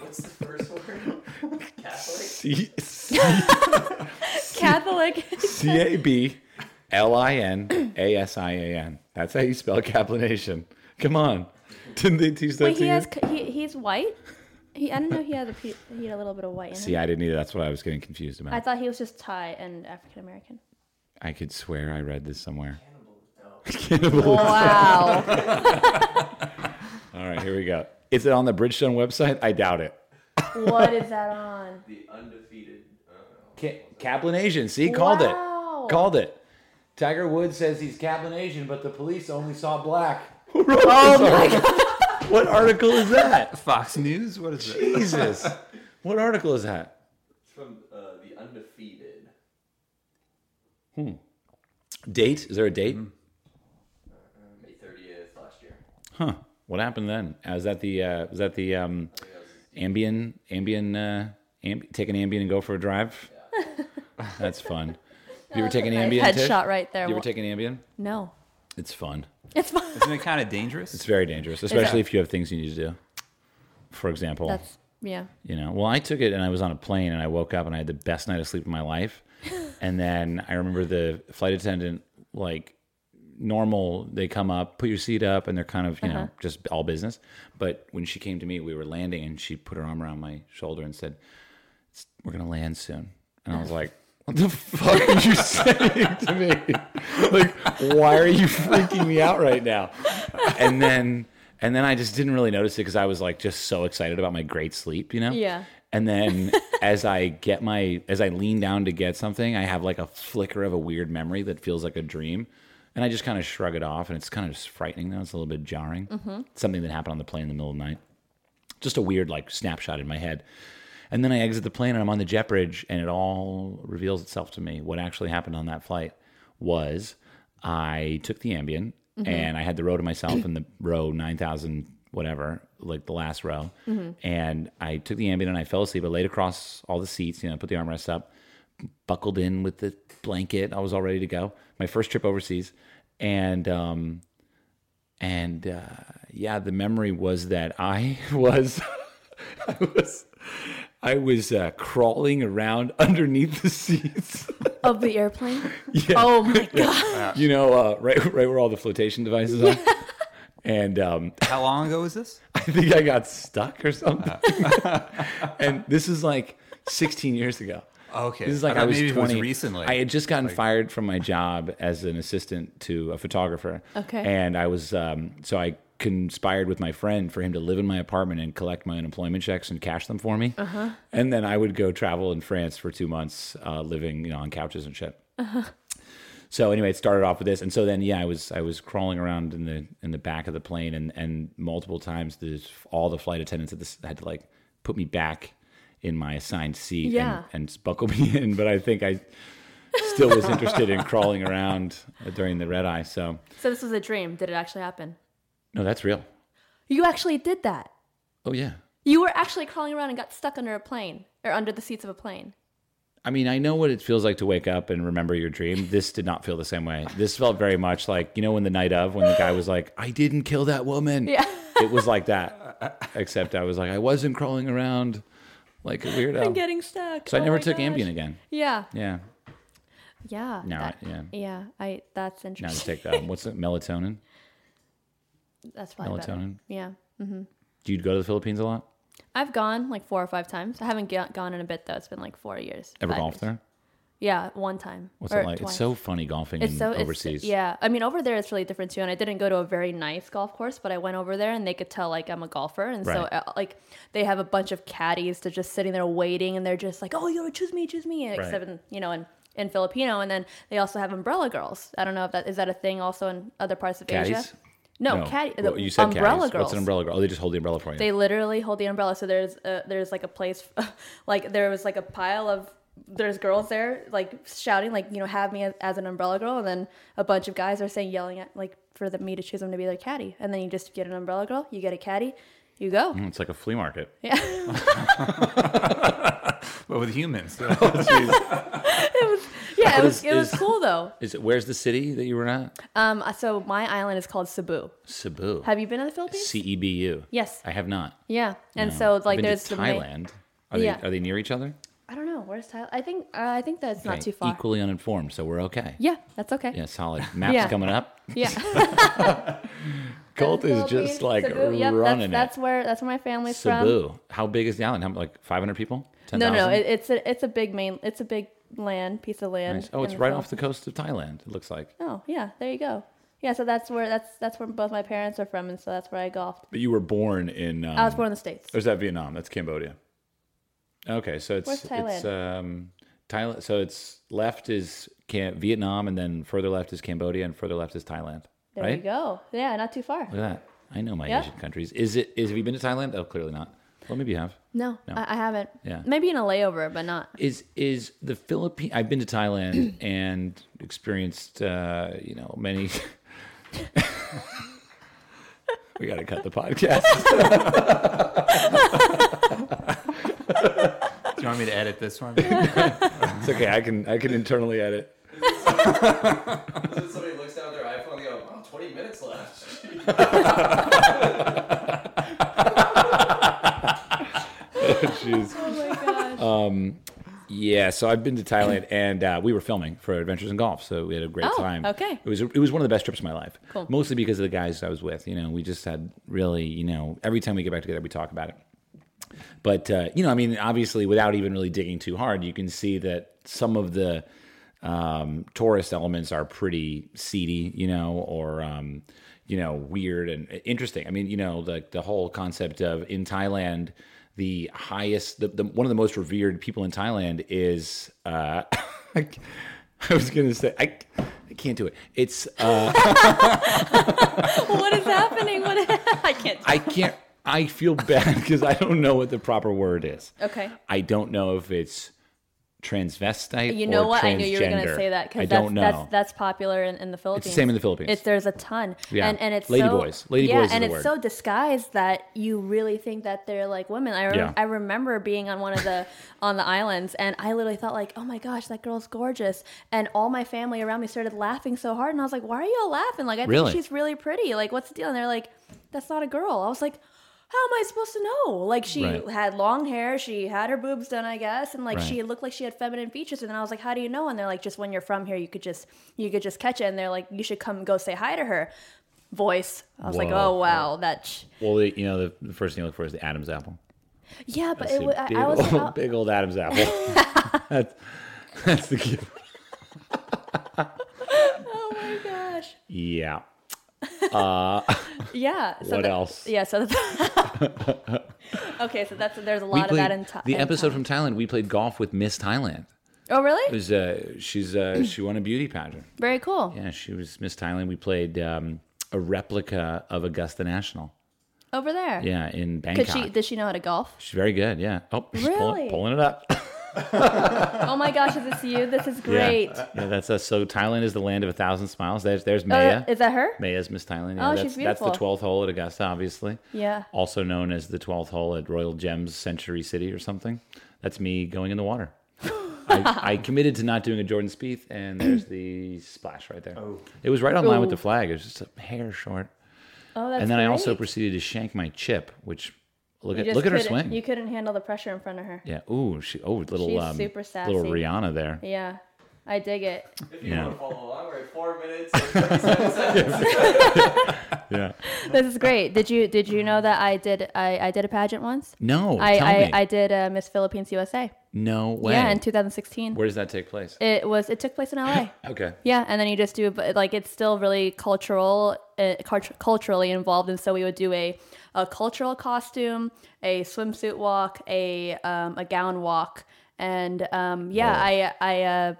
Speaker 4: What's the first word? Catholic?
Speaker 1: C
Speaker 2: Catholic.
Speaker 1: C A B L I N A S I A N. That's how you spell Cablination. Come on. Didn't they teach that
Speaker 2: Wait,
Speaker 1: to
Speaker 2: he
Speaker 1: you?
Speaker 2: has c- he, he's white. He, I didn't know he had a pe- he had a little bit of white in
Speaker 1: See,
Speaker 2: him.
Speaker 1: I didn't either. That's what I was getting confused about.
Speaker 2: I thought he was just Thai and African American.
Speaker 1: I could swear I read this somewhere.
Speaker 2: Wow.
Speaker 1: All right, here we go. Is it on the Bridgestone website? I doubt it.
Speaker 2: what is that on?
Speaker 4: The undefeated. Uh,
Speaker 1: Ca- Cablinasian. See, called
Speaker 2: Wow.
Speaker 1: it. Called it. Tiger Woods says he's Cablinasian, but the police only saw black.
Speaker 2: Oh
Speaker 1: Who wrote this article? What article is that?
Speaker 3: Fox News. What is it?
Speaker 1: Jesus. What article is that?
Speaker 4: it's from uh, the undefeated.
Speaker 1: Date? Is there a date?
Speaker 4: May 30th last year.
Speaker 1: Huh. What happened then? Uh, Is that the uh, was that the um, Ambien Ambien uh, amb- take an Ambien and go for a drive? That's fun. you ever take an
Speaker 2: Nice
Speaker 1: Ambien? Tish?
Speaker 2: headshot right there.
Speaker 1: You ever take an Ambien?
Speaker 2: no.
Speaker 1: It's fun.
Speaker 2: It's fine.
Speaker 3: Isn't it kind of dangerous?
Speaker 1: It's very dangerous, especially if you have things you need to do. For example,
Speaker 2: That's Yeah.
Speaker 1: You know, well, I took it and I was on a plane and I woke up and I had the best night of sleep of my life. and then I remember the flight attendant, like normal, they come up, put your seat up, and they're kind of, you know, just all business. But when she came to me, we were landing and she put her arm around my shoulder and said, "It's- We're going to land soon. And I was like, what the fuck are you saying to me? Like, why are you freaking me out right now? And then, and then I just didn't really notice it because I was like just so excited about my great sleep, you know?
Speaker 2: Yeah.
Speaker 1: And then as I get my, as I lean down to get something, I have like a flicker of a weird memory that feels like a dream. And I just kind of shrug it off. And it's kind of just frightening though. It's a little bit jarring. Something that happened on the plane in the middle of the night. Just a weird like snapshot in my head. And then I exit the plane and I'm on the jet bridge and it all reveals itself to me. What actually happened on that flight was I took the Ambien and I had the row to myself in the row 9,000 whatever, like the last row. And I took the Ambien and I fell asleep. I laid across all the seats, you know, put the armrest up, buckled in with the blanket. I was all ready to go. My first trip overseas. And, um, and uh, yeah, the memory was that I was, I was, I was uh, crawling around underneath the seats.
Speaker 2: Of the airplane. Oh my god.
Speaker 1: you know, uh, right, right where all the flotation devices are. And um,
Speaker 3: How long ago was this?
Speaker 1: I think I got stuck or something. and this is like 16 years ago.
Speaker 3: Okay.
Speaker 1: This is like
Speaker 3: I
Speaker 1: I,
Speaker 3: thought
Speaker 1: was
Speaker 3: maybe it was
Speaker 1: 20.
Speaker 3: recently.
Speaker 1: I had just gotten fired from my job as an assistant to a photographer.
Speaker 2: Okay.
Speaker 1: And I was um, so I conspired with my friend for him to live in my apartment and collect my unemployment checks and cash them for me. Uh-huh. And then I would go travel in France for two months, uh, living you know on couches and shit. So anyway, it started off with this, and so then yeah, I was I was crawling around in the in the back of the plane, and and multiple times the all the flight attendants at this had to like put me back in my assigned seat
Speaker 2: Yeah.
Speaker 1: and, and buckle me in. But I think I still was interested in crawling around during the red eye. So
Speaker 2: So this was a dream. Did it actually happen?
Speaker 1: no, that's real.
Speaker 2: You actually did that.
Speaker 1: Oh yeah.
Speaker 2: You were actually crawling around and got stuck under a plane or under the seats of a plane.
Speaker 1: I mean, I know what it feels like to wake up and remember your dream. This did not feel the same way. This felt very much like, you know, when the night of, when the guy was like, I didn't kill that woman.
Speaker 2: Yeah.
Speaker 1: It was like that. Except I was like, I wasn't crawling around like a
Speaker 2: I'm
Speaker 1: weirdo.
Speaker 2: getting stuck.
Speaker 1: so I
Speaker 2: Oh
Speaker 1: never
Speaker 2: my
Speaker 1: took
Speaker 2: gosh.
Speaker 1: Ambien again.
Speaker 2: Yeah.
Speaker 1: Yeah.
Speaker 2: Yeah.
Speaker 1: No,
Speaker 2: that-
Speaker 1: yeah.
Speaker 2: Yeah. I that's
Speaker 1: Now just
Speaker 2: interesting.
Speaker 1: take um, what's it, melatonin?
Speaker 2: that's probably better.
Speaker 1: melatonin.
Speaker 2: Yeah.
Speaker 1: Do you go to the Philippines a lot?
Speaker 2: I've gone like four or five times. I haven't g- gone in a bit though. It's been like four years.
Speaker 1: Ever
Speaker 2: five
Speaker 1: golf
Speaker 2: years.
Speaker 1: there?
Speaker 2: Yeah, one time.
Speaker 1: What's
Speaker 2: or
Speaker 1: it like?
Speaker 2: twice.
Speaker 1: It's so funny golfing
Speaker 2: It's
Speaker 1: in
Speaker 2: so it's-
Speaker 1: overseas.
Speaker 2: yeah, I mean, over there it's really different too. And I didn't go to a very nice golf course, but I went over there and they could tell like I'm a golfer, and so
Speaker 1: Right.
Speaker 2: uh, like they have a bunch of caddies to just sitting there waiting, and they're just like, "Oh, you choose me, choose me," and except in, you know in in Filipino, and then they also have umbrella girls. I don't know if that is that a thing also in other parts of Asia.
Speaker 1: Caddies?
Speaker 2: No,
Speaker 1: No.
Speaker 2: caddy. the
Speaker 1: Well, you said
Speaker 2: umbrella
Speaker 1: caddies.
Speaker 2: girls.
Speaker 1: What's an umbrella girl? Oh, they just hold the umbrella for you.
Speaker 2: They literally hold the umbrella. So there's a, there's like a place, like there was like a pile of there's girls there like shouting like you know have me as, as an umbrella girl, and then a bunch of guys are saying yelling at like for the, me to choose them to be their caddy, and then you just get an umbrella girl, you get a caddy, you go.
Speaker 1: Mm, it's like a flea market.
Speaker 3: But with humans. Oh,
Speaker 2: Yeah, it was
Speaker 1: Is-
Speaker 2: it was
Speaker 1: is-
Speaker 2: cool though.
Speaker 1: Is it where's the city that you were at?
Speaker 2: Um, so my island is called Cebu.
Speaker 1: Cebu.
Speaker 2: Have you been to the Philippines?
Speaker 1: C E B U.
Speaker 2: Yes.
Speaker 1: I have not.
Speaker 2: yeah, and so
Speaker 1: I've
Speaker 2: like
Speaker 1: been
Speaker 2: there's
Speaker 1: to
Speaker 2: the main-
Speaker 1: Thailand. Are they
Speaker 2: Yeah.
Speaker 1: are they near each other?
Speaker 2: I don't know where's Thailand. I think uh, I think that's
Speaker 1: Okay,
Speaker 2: not too far.
Speaker 1: Equally uninformed, so we're okay.
Speaker 2: Yeah, that's okay.
Speaker 1: Yeah, solid. Maps
Speaker 2: Yeah.
Speaker 1: coming up.
Speaker 2: yeah.
Speaker 1: Colt is
Speaker 2: Philippines,
Speaker 1: just like
Speaker 2: Cebu. Yep,
Speaker 1: running
Speaker 2: that's, that's where that's where my family's
Speaker 1: it.
Speaker 2: from.
Speaker 1: Cebu. How big is the island? How like 500 people? 10,000?
Speaker 2: No, no, no. It, it's a it's a big main. It's a big land piece of land.
Speaker 1: Nice. Oh, it's
Speaker 2: in
Speaker 1: right off the
Speaker 2: Philippines.
Speaker 1: coast of Thailand. It looks like.
Speaker 2: Oh yeah, there you go. Yeah, so that's where that's that's where both my parents are from, and so that's where I golfed.
Speaker 1: But you were born in. Um,
Speaker 2: I was born in the states.
Speaker 1: Or is that Vietnam? That's Cambodia. Okay, so it's
Speaker 2: Where's Thailand?
Speaker 1: it's um, Thailand. So it's left is Cam- Vietnam, and then further left is Cambodia, and further left is Thailand.
Speaker 2: There
Speaker 1: right?
Speaker 2: you go. Yeah, not too far.
Speaker 1: Look at that. I know my
Speaker 2: Yeah.
Speaker 1: Asian countries. Is it? Is have you been to Thailand? Oh, clearly not. Well, maybe you have.
Speaker 2: No, I, I haven't.
Speaker 1: Yeah.
Speaker 2: Maybe in a layover, but not.
Speaker 1: Is is the Philippine? I've been to Thailand and experienced, uh, you know, many. we got to cut the podcast.
Speaker 3: Do you want me to edit this one?
Speaker 1: it's okay. I can I can internally edit.
Speaker 4: So somebody looks down at their iPhone and they go, oh, 20 minutes left.
Speaker 5: issues.
Speaker 2: Oh my gosh.
Speaker 1: Yeah, so I've been to Thailand, and uh, we were filming for Adventures in Golf, so we had a great
Speaker 2: Oh,
Speaker 1: time.
Speaker 2: okay.
Speaker 1: it was it was one of the best trips of my life.
Speaker 2: Cool.
Speaker 1: Mostly because of the guys I was with. You know, we just had really, you know, every time we get back together, we talk about it. But uh, you know, I mean, obviously, without even really digging too hard, you can see that some of the um, tourist elements are pretty seedy, you know, or um, you know, weird and interesting. I mean, you know, the the whole concept of in Thailand, the highest, the, the one of the most revered people in Thailand is. Uh, I, I was gonna say I, I can't do it. It's uh,
Speaker 2: what is happening? What I can't.
Speaker 1: I can't. I feel bad because I don't know what the proper word is.
Speaker 2: Okay.
Speaker 1: I don't know if it's transvestite.
Speaker 2: You know
Speaker 1: or
Speaker 2: what? I knew you were going
Speaker 1: transgender.
Speaker 2: to say that
Speaker 1: I
Speaker 2: because that's,
Speaker 1: don't know.
Speaker 2: that's that's popular in, in the Philippines.
Speaker 1: same in the Philippines.
Speaker 2: It's there's a ton.
Speaker 1: Yeah.
Speaker 2: And and it's
Speaker 1: Ladyboys.
Speaker 2: So,
Speaker 1: Ladyboys
Speaker 2: yeah,
Speaker 1: is
Speaker 2: and
Speaker 1: the
Speaker 2: it's
Speaker 1: word.
Speaker 2: so disguised that you really think that they're like women. I rem-
Speaker 1: Yeah.
Speaker 2: I remember being on one of the on the islands and I literally thought like, "Oh my gosh, that girl's gorgeous." And all my family around me started laughing so hard and I was like, "Why are you all laughing? Like I
Speaker 1: Really?
Speaker 2: think she's really pretty. Like what's the deal?" And they're like, "That's not a girl." I was like, how am I supposed to know? Like she
Speaker 1: Right.
Speaker 2: had long hair, she had her boobs done, I guess, and like
Speaker 1: Right.
Speaker 2: she looked like she had feminine features. And then I was like, how do you know? And they're like, just when you're from here, you could just you could just catch it. And they're like, you should come go say hi to her. Voice. I was like,
Speaker 1: Whoa.
Speaker 2: oh wow, that. Sh-.
Speaker 1: Well, the, you know, the, the first thing you look for is the Adam's apple.
Speaker 2: Yeah, but
Speaker 1: It's
Speaker 2: it
Speaker 1: a
Speaker 2: was. I,
Speaker 1: big,
Speaker 2: I was.
Speaker 1: old,
Speaker 2: Like, how-
Speaker 1: big old Adam's apple. that's, that's the gift.
Speaker 2: oh my gosh.
Speaker 1: Yeah.
Speaker 2: Yeah. So
Speaker 1: What
Speaker 2: the-
Speaker 1: else?
Speaker 2: Yeah. So. The, okay, so that's there's a
Speaker 1: We
Speaker 2: lot of
Speaker 1: played-
Speaker 2: that in Thai.
Speaker 1: the episode from Thailand. We played golf with Miss Thailand.
Speaker 2: Oh
Speaker 1: It
Speaker 2: really?
Speaker 1: was uh, she's uh, she won a beauty pageant.
Speaker 2: Very cool.
Speaker 1: Yeah, she was Miss Thailand. We played um, a replica of Augusta National.
Speaker 2: Over there.
Speaker 1: Yeah, in Bangkok.
Speaker 2: Could she? Did she know how to golf?
Speaker 1: She's very good. Yeah. Oh, she's pull-
Speaker 2: Really?
Speaker 1: pulling it up.
Speaker 2: Oh my gosh, is this you? This is great.
Speaker 1: Yeah. yeah, that's us. So Thailand is the land of a thousand smiles. There's there's
Speaker 2: Oh,
Speaker 1: Maya.
Speaker 2: is that her?
Speaker 1: Maya's Miss Thailand.
Speaker 2: Oh,
Speaker 1: that's,
Speaker 2: she's
Speaker 1: That's
Speaker 2: beautiful.
Speaker 1: the twelfth hole at Augusta, obviously.
Speaker 2: Yeah.
Speaker 1: Also known as the twelfth hole at Royal Gems Century City or something. That's me going in the water. I, I committed to not doing a Jordan Spieth, and there's the splash right there. It was right on line with the
Speaker 2: Ooh.
Speaker 1: flag. It was just a hair short.
Speaker 2: Oh, that's
Speaker 1: and then I also
Speaker 2: great.
Speaker 1: proceeded to shank my chip, which look
Speaker 2: You
Speaker 1: at
Speaker 2: just
Speaker 1: look at her
Speaker 2: couldn't-
Speaker 1: swing.
Speaker 2: You couldn't handle the pressure in front of her.
Speaker 1: Yeah. Ooh, she. Oh, little
Speaker 2: She's
Speaker 1: um,
Speaker 2: super
Speaker 1: little
Speaker 2: sassy.
Speaker 1: Rihanna there.
Speaker 2: Yeah, I dig it.
Speaker 4: If you
Speaker 1: Yeah.
Speaker 4: want to follow along, we're at four minutes. and 37 seconds.
Speaker 1: Yeah.
Speaker 2: This is great. Did you did you know that I did I, I did a pageant once?
Speaker 1: No,
Speaker 2: I
Speaker 1: tell
Speaker 2: I,
Speaker 1: me.
Speaker 2: I did uh, Miss Philippines USA.
Speaker 1: no way.
Speaker 2: Yeah, in 2016.
Speaker 1: Where does that take place?
Speaker 2: it was it took place in LA.
Speaker 1: okay.
Speaker 2: Yeah, and then you just do but like it's still really cultural, uh, cult- culturally involved, and so we would do a, a cultural costume, a swimsuit walk, a um, a gown walk, and um, yeah, I I uh,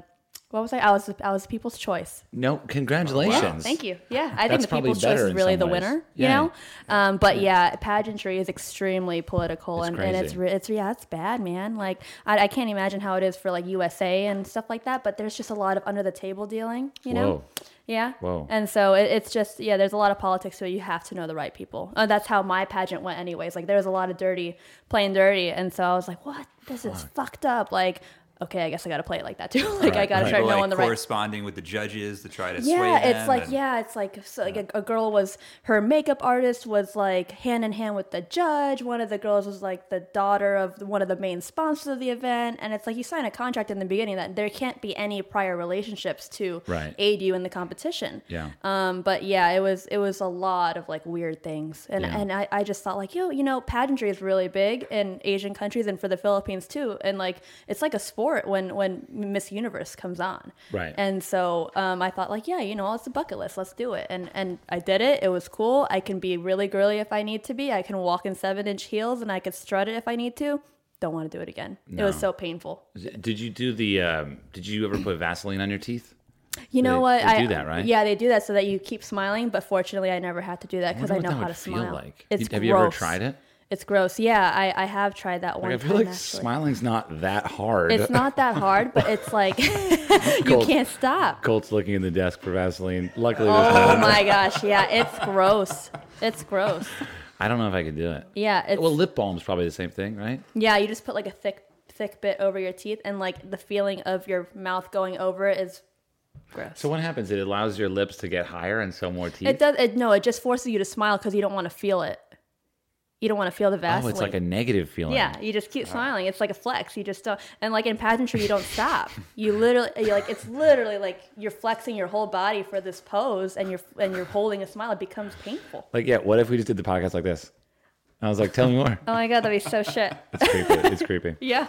Speaker 2: what was I? I was I was People's Choice.
Speaker 1: No, congratulations.
Speaker 2: Oh, Thank you. Yeah,
Speaker 1: That's
Speaker 2: I think the
Speaker 1: probably
Speaker 2: People's
Speaker 1: better
Speaker 2: Choice is
Speaker 1: in
Speaker 2: really
Speaker 1: some
Speaker 2: the
Speaker 1: ways.
Speaker 2: winner.
Speaker 1: Yeah.
Speaker 2: You know, um, but yeah, pageantry is extremely political, and, and it's
Speaker 1: crazy.
Speaker 2: re- it's yeah, it's bad, man. Like I, I can't imagine how it is for like USA and stuff like that. But there's just a lot of under the table dealing. You know.
Speaker 1: Whoa.
Speaker 2: Yeah.
Speaker 1: Whoa.
Speaker 2: And so it, it's just yeah, there's a lot of politics, so you have to know the right people. Uh, that's how my pageant went, anyways. Like there was a lot of dirty, playing dirty, and so I was like, what? This is fucked up. Like. Okay, I guess I gotta play it like that too. like I gotta start
Speaker 3: People,
Speaker 2: knowing
Speaker 3: like,
Speaker 2: the right
Speaker 3: corresponding with the judges to try to sway
Speaker 2: yeah,
Speaker 3: them.
Speaker 2: it's like
Speaker 3: and-
Speaker 2: yeah, it's like so like a, a girl was her makeup artist was like hand in hand with the judge. One of the girls was like the daughter of one of the main sponsors of the event, and it's like you sign a contract in the beginning that there can't be any prior relationships to
Speaker 1: Right.
Speaker 2: aid you in the competition.
Speaker 1: Yeah.
Speaker 2: Um, but yeah, it was it was a lot of like weird things, and
Speaker 1: Yeah.
Speaker 2: and I, I just thought like yo, you know, pageantry is really big in Asian countries and for the Philippines too, and like it's like a sport when when Miss Universe comes on,
Speaker 1: Right.
Speaker 2: And so um, I thought like yeah, you know, it's a bucket list, let's do it, and and I did it. It was cool. I can be really girly if I need to be. I can walk in seven inch heels and I could strut it if I need to. Don't want to do it again. It was so painful.
Speaker 1: Did you do the? Um, did you ever put Vaseline on your teeth?
Speaker 2: You know
Speaker 1: They-
Speaker 2: what?
Speaker 1: they
Speaker 2: I,
Speaker 1: do that, right?
Speaker 2: Yeah, they do that so that you keep smiling. But fortunately, I never had to do that because
Speaker 1: wonder
Speaker 2: I,
Speaker 1: what
Speaker 2: know
Speaker 1: that
Speaker 2: how
Speaker 1: would
Speaker 2: to
Speaker 1: feel
Speaker 2: smile.
Speaker 1: like.
Speaker 2: It's
Speaker 1: Have you ever
Speaker 2: gross.
Speaker 1: tried it?
Speaker 2: It's gross. Yeah, I, I have tried that one
Speaker 1: I feel
Speaker 2: time.
Speaker 1: like
Speaker 2: actually.
Speaker 1: smiling's not that hard.
Speaker 2: It's not that hard, but it's like you
Speaker 1: Cold.
Speaker 2: can't stop.
Speaker 1: Colt's looking in the desk for Vaseline. Luckily, there's
Speaker 2: Oh
Speaker 1: none.
Speaker 2: my gosh! Yeah, it's gross. It's gross.
Speaker 1: I don't know if I could do it.
Speaker 2: Yeah, it's
Speaker 1: Well, lip balm's probably the same thing, right?
Speaker 2: yeah. You just put like a thick thick bit over your teeth, and like the feeling of your mouth going over it is gross.
Speaker 1: So what happens? It allows your lips to get higher and so more teeth.
Speaker 2: it does. It, no, it just forces you to smile because you don't want to feel it. you don't want to feel the
Speaker 1: Oh,
Speaker 2: Vaseline.
Speaker 1: it's like a negative feeling.
Speaker 2: yeah, you just keep smiling. It's like a flex. You just don't, and like in pageantry, you don't stop. You literally, you're like it's literally like you're flexing your whole body for this pose, and you're and you're holding a smile. It becomes painful.
Speaker 1: Like, yeah, what if we just did the podcast like this? I was like, tell me more.
Speaker 2: Oh my god, that'd be so shit.
Speaker 1: It's creepy. It's creepy.
Speaker 2: Yeah.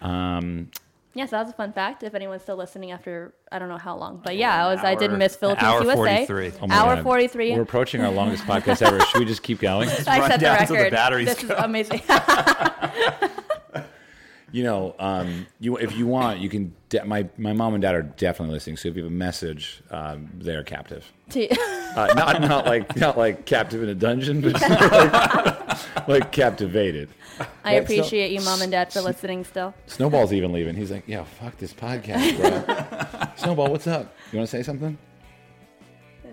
Speaker 1: Um,
Speaker 2: Yeah, so that was a fun fact. If anyone's still listening after I don't know how long, but yeah, I was I did
Speaker 3: hour-
Speaker 2: Miss Philippines
Speaker 3: hour
Speaker 2: USA.
Speaker 3: 43.
Speaker 1: oh my
Speaker 2: Hour
Speaker 1: God.
Speaker 2: forty three.
Speaker 1: We're approaching our longest podcast ever. Should we just keep going?
Speaker 2: I
Speaker 3: Run
Speaker 2: set the
Speaker 3: down till the
Speaker 2: record.
Speaker 3: batteries
Speaker 2: this
Speaker 3: go.
Speaker 2: is amazing.
Speaker 1: You know, um, you if you want, you can. De- my my mom and dad are definitely listening. So if you have a message, um, they are captive. Uh, not not like not like captive in a dungeon, but like, like captivated.
Speaker 2: I
Speaker 1: That's
Speaker 2: appreciate you, mom and dad, for listening. Still,
Speaker 1: Snowball's even leaving. He's like, "Yeah, fuck this podcast, bro." Snowball, what's up? You want to say something?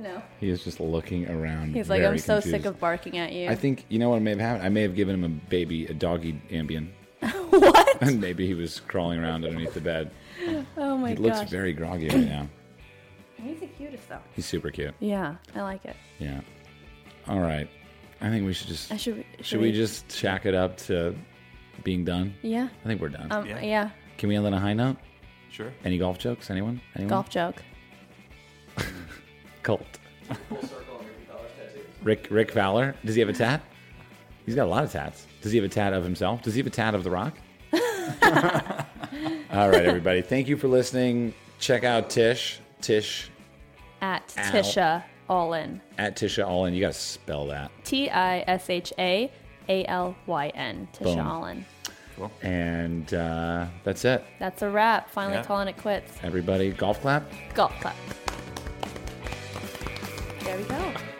Speaker 2: no.
Speaker 1: He is just looking around.
Speaker 2: He's like,
Speaker 1: very
Speaker 2: I'm so sick
Speaker 1: confused.
Speaker 2: of barking at you.
Speaker 1: I think you know what may have happened. I may have given him a baby, a doggy Ambien,
Speaker 2: what?
Speaker 1: and maybe he was crawling around underneath the bed.
Speaker 2: Oh my
Speaker 1: He
Speaker 2: gosh.
Speaker 1: looks very groggy right now.
Speaker 2: He's the cutest though.
Speaker 1: He's super cute.
Speaker 2: Yeah, I like it.
Speaker 1: Yeah. All right. I think we should just
Speaker 2: I
Speaker 1: should,
Speaker 2: should. Should,
Speaker 1: we just shack it up to being done?
Speaker 2: Yeah.
Speaker 1: I think we're done.
Speaker 2: Um,
Speaker 3: Yeah.
Speaker 2: yeah.
Speaker 1: Can we end on a high note?
Speaker 3: Sure.
Speaker 1: Any golf jokes? Anyone? Anyone?
Speaker 2: Golf joke.
Speaker 1: Colt.
Speaker 4: Full circle on your $50 tattoo.
Speaker 1: Rick Rick Fowler. Does he have a tat? He's got a lot of tats. Does he have a tat of himself? Does he have a tat of The Rock? All right, everybody. Thank you for listening. Check out Tish. Tish
Speaker 2: At Tisha Allin.
Speaker 1: at Tisha Allen. You got to spell that.
Speaker 2: T I S H A A L Y N. Tisha
Speaker 1: Boom.
Speaker 2: Allin.
Speaker 1: And uh, that's it,
Speaker 2: That's a wrap. Finally
Speaker 3: Yeah.
Speaker 2: calling it quits.
Speaker 1: everybody. Golf clap.
Speaker 2: Golf clap. There we go.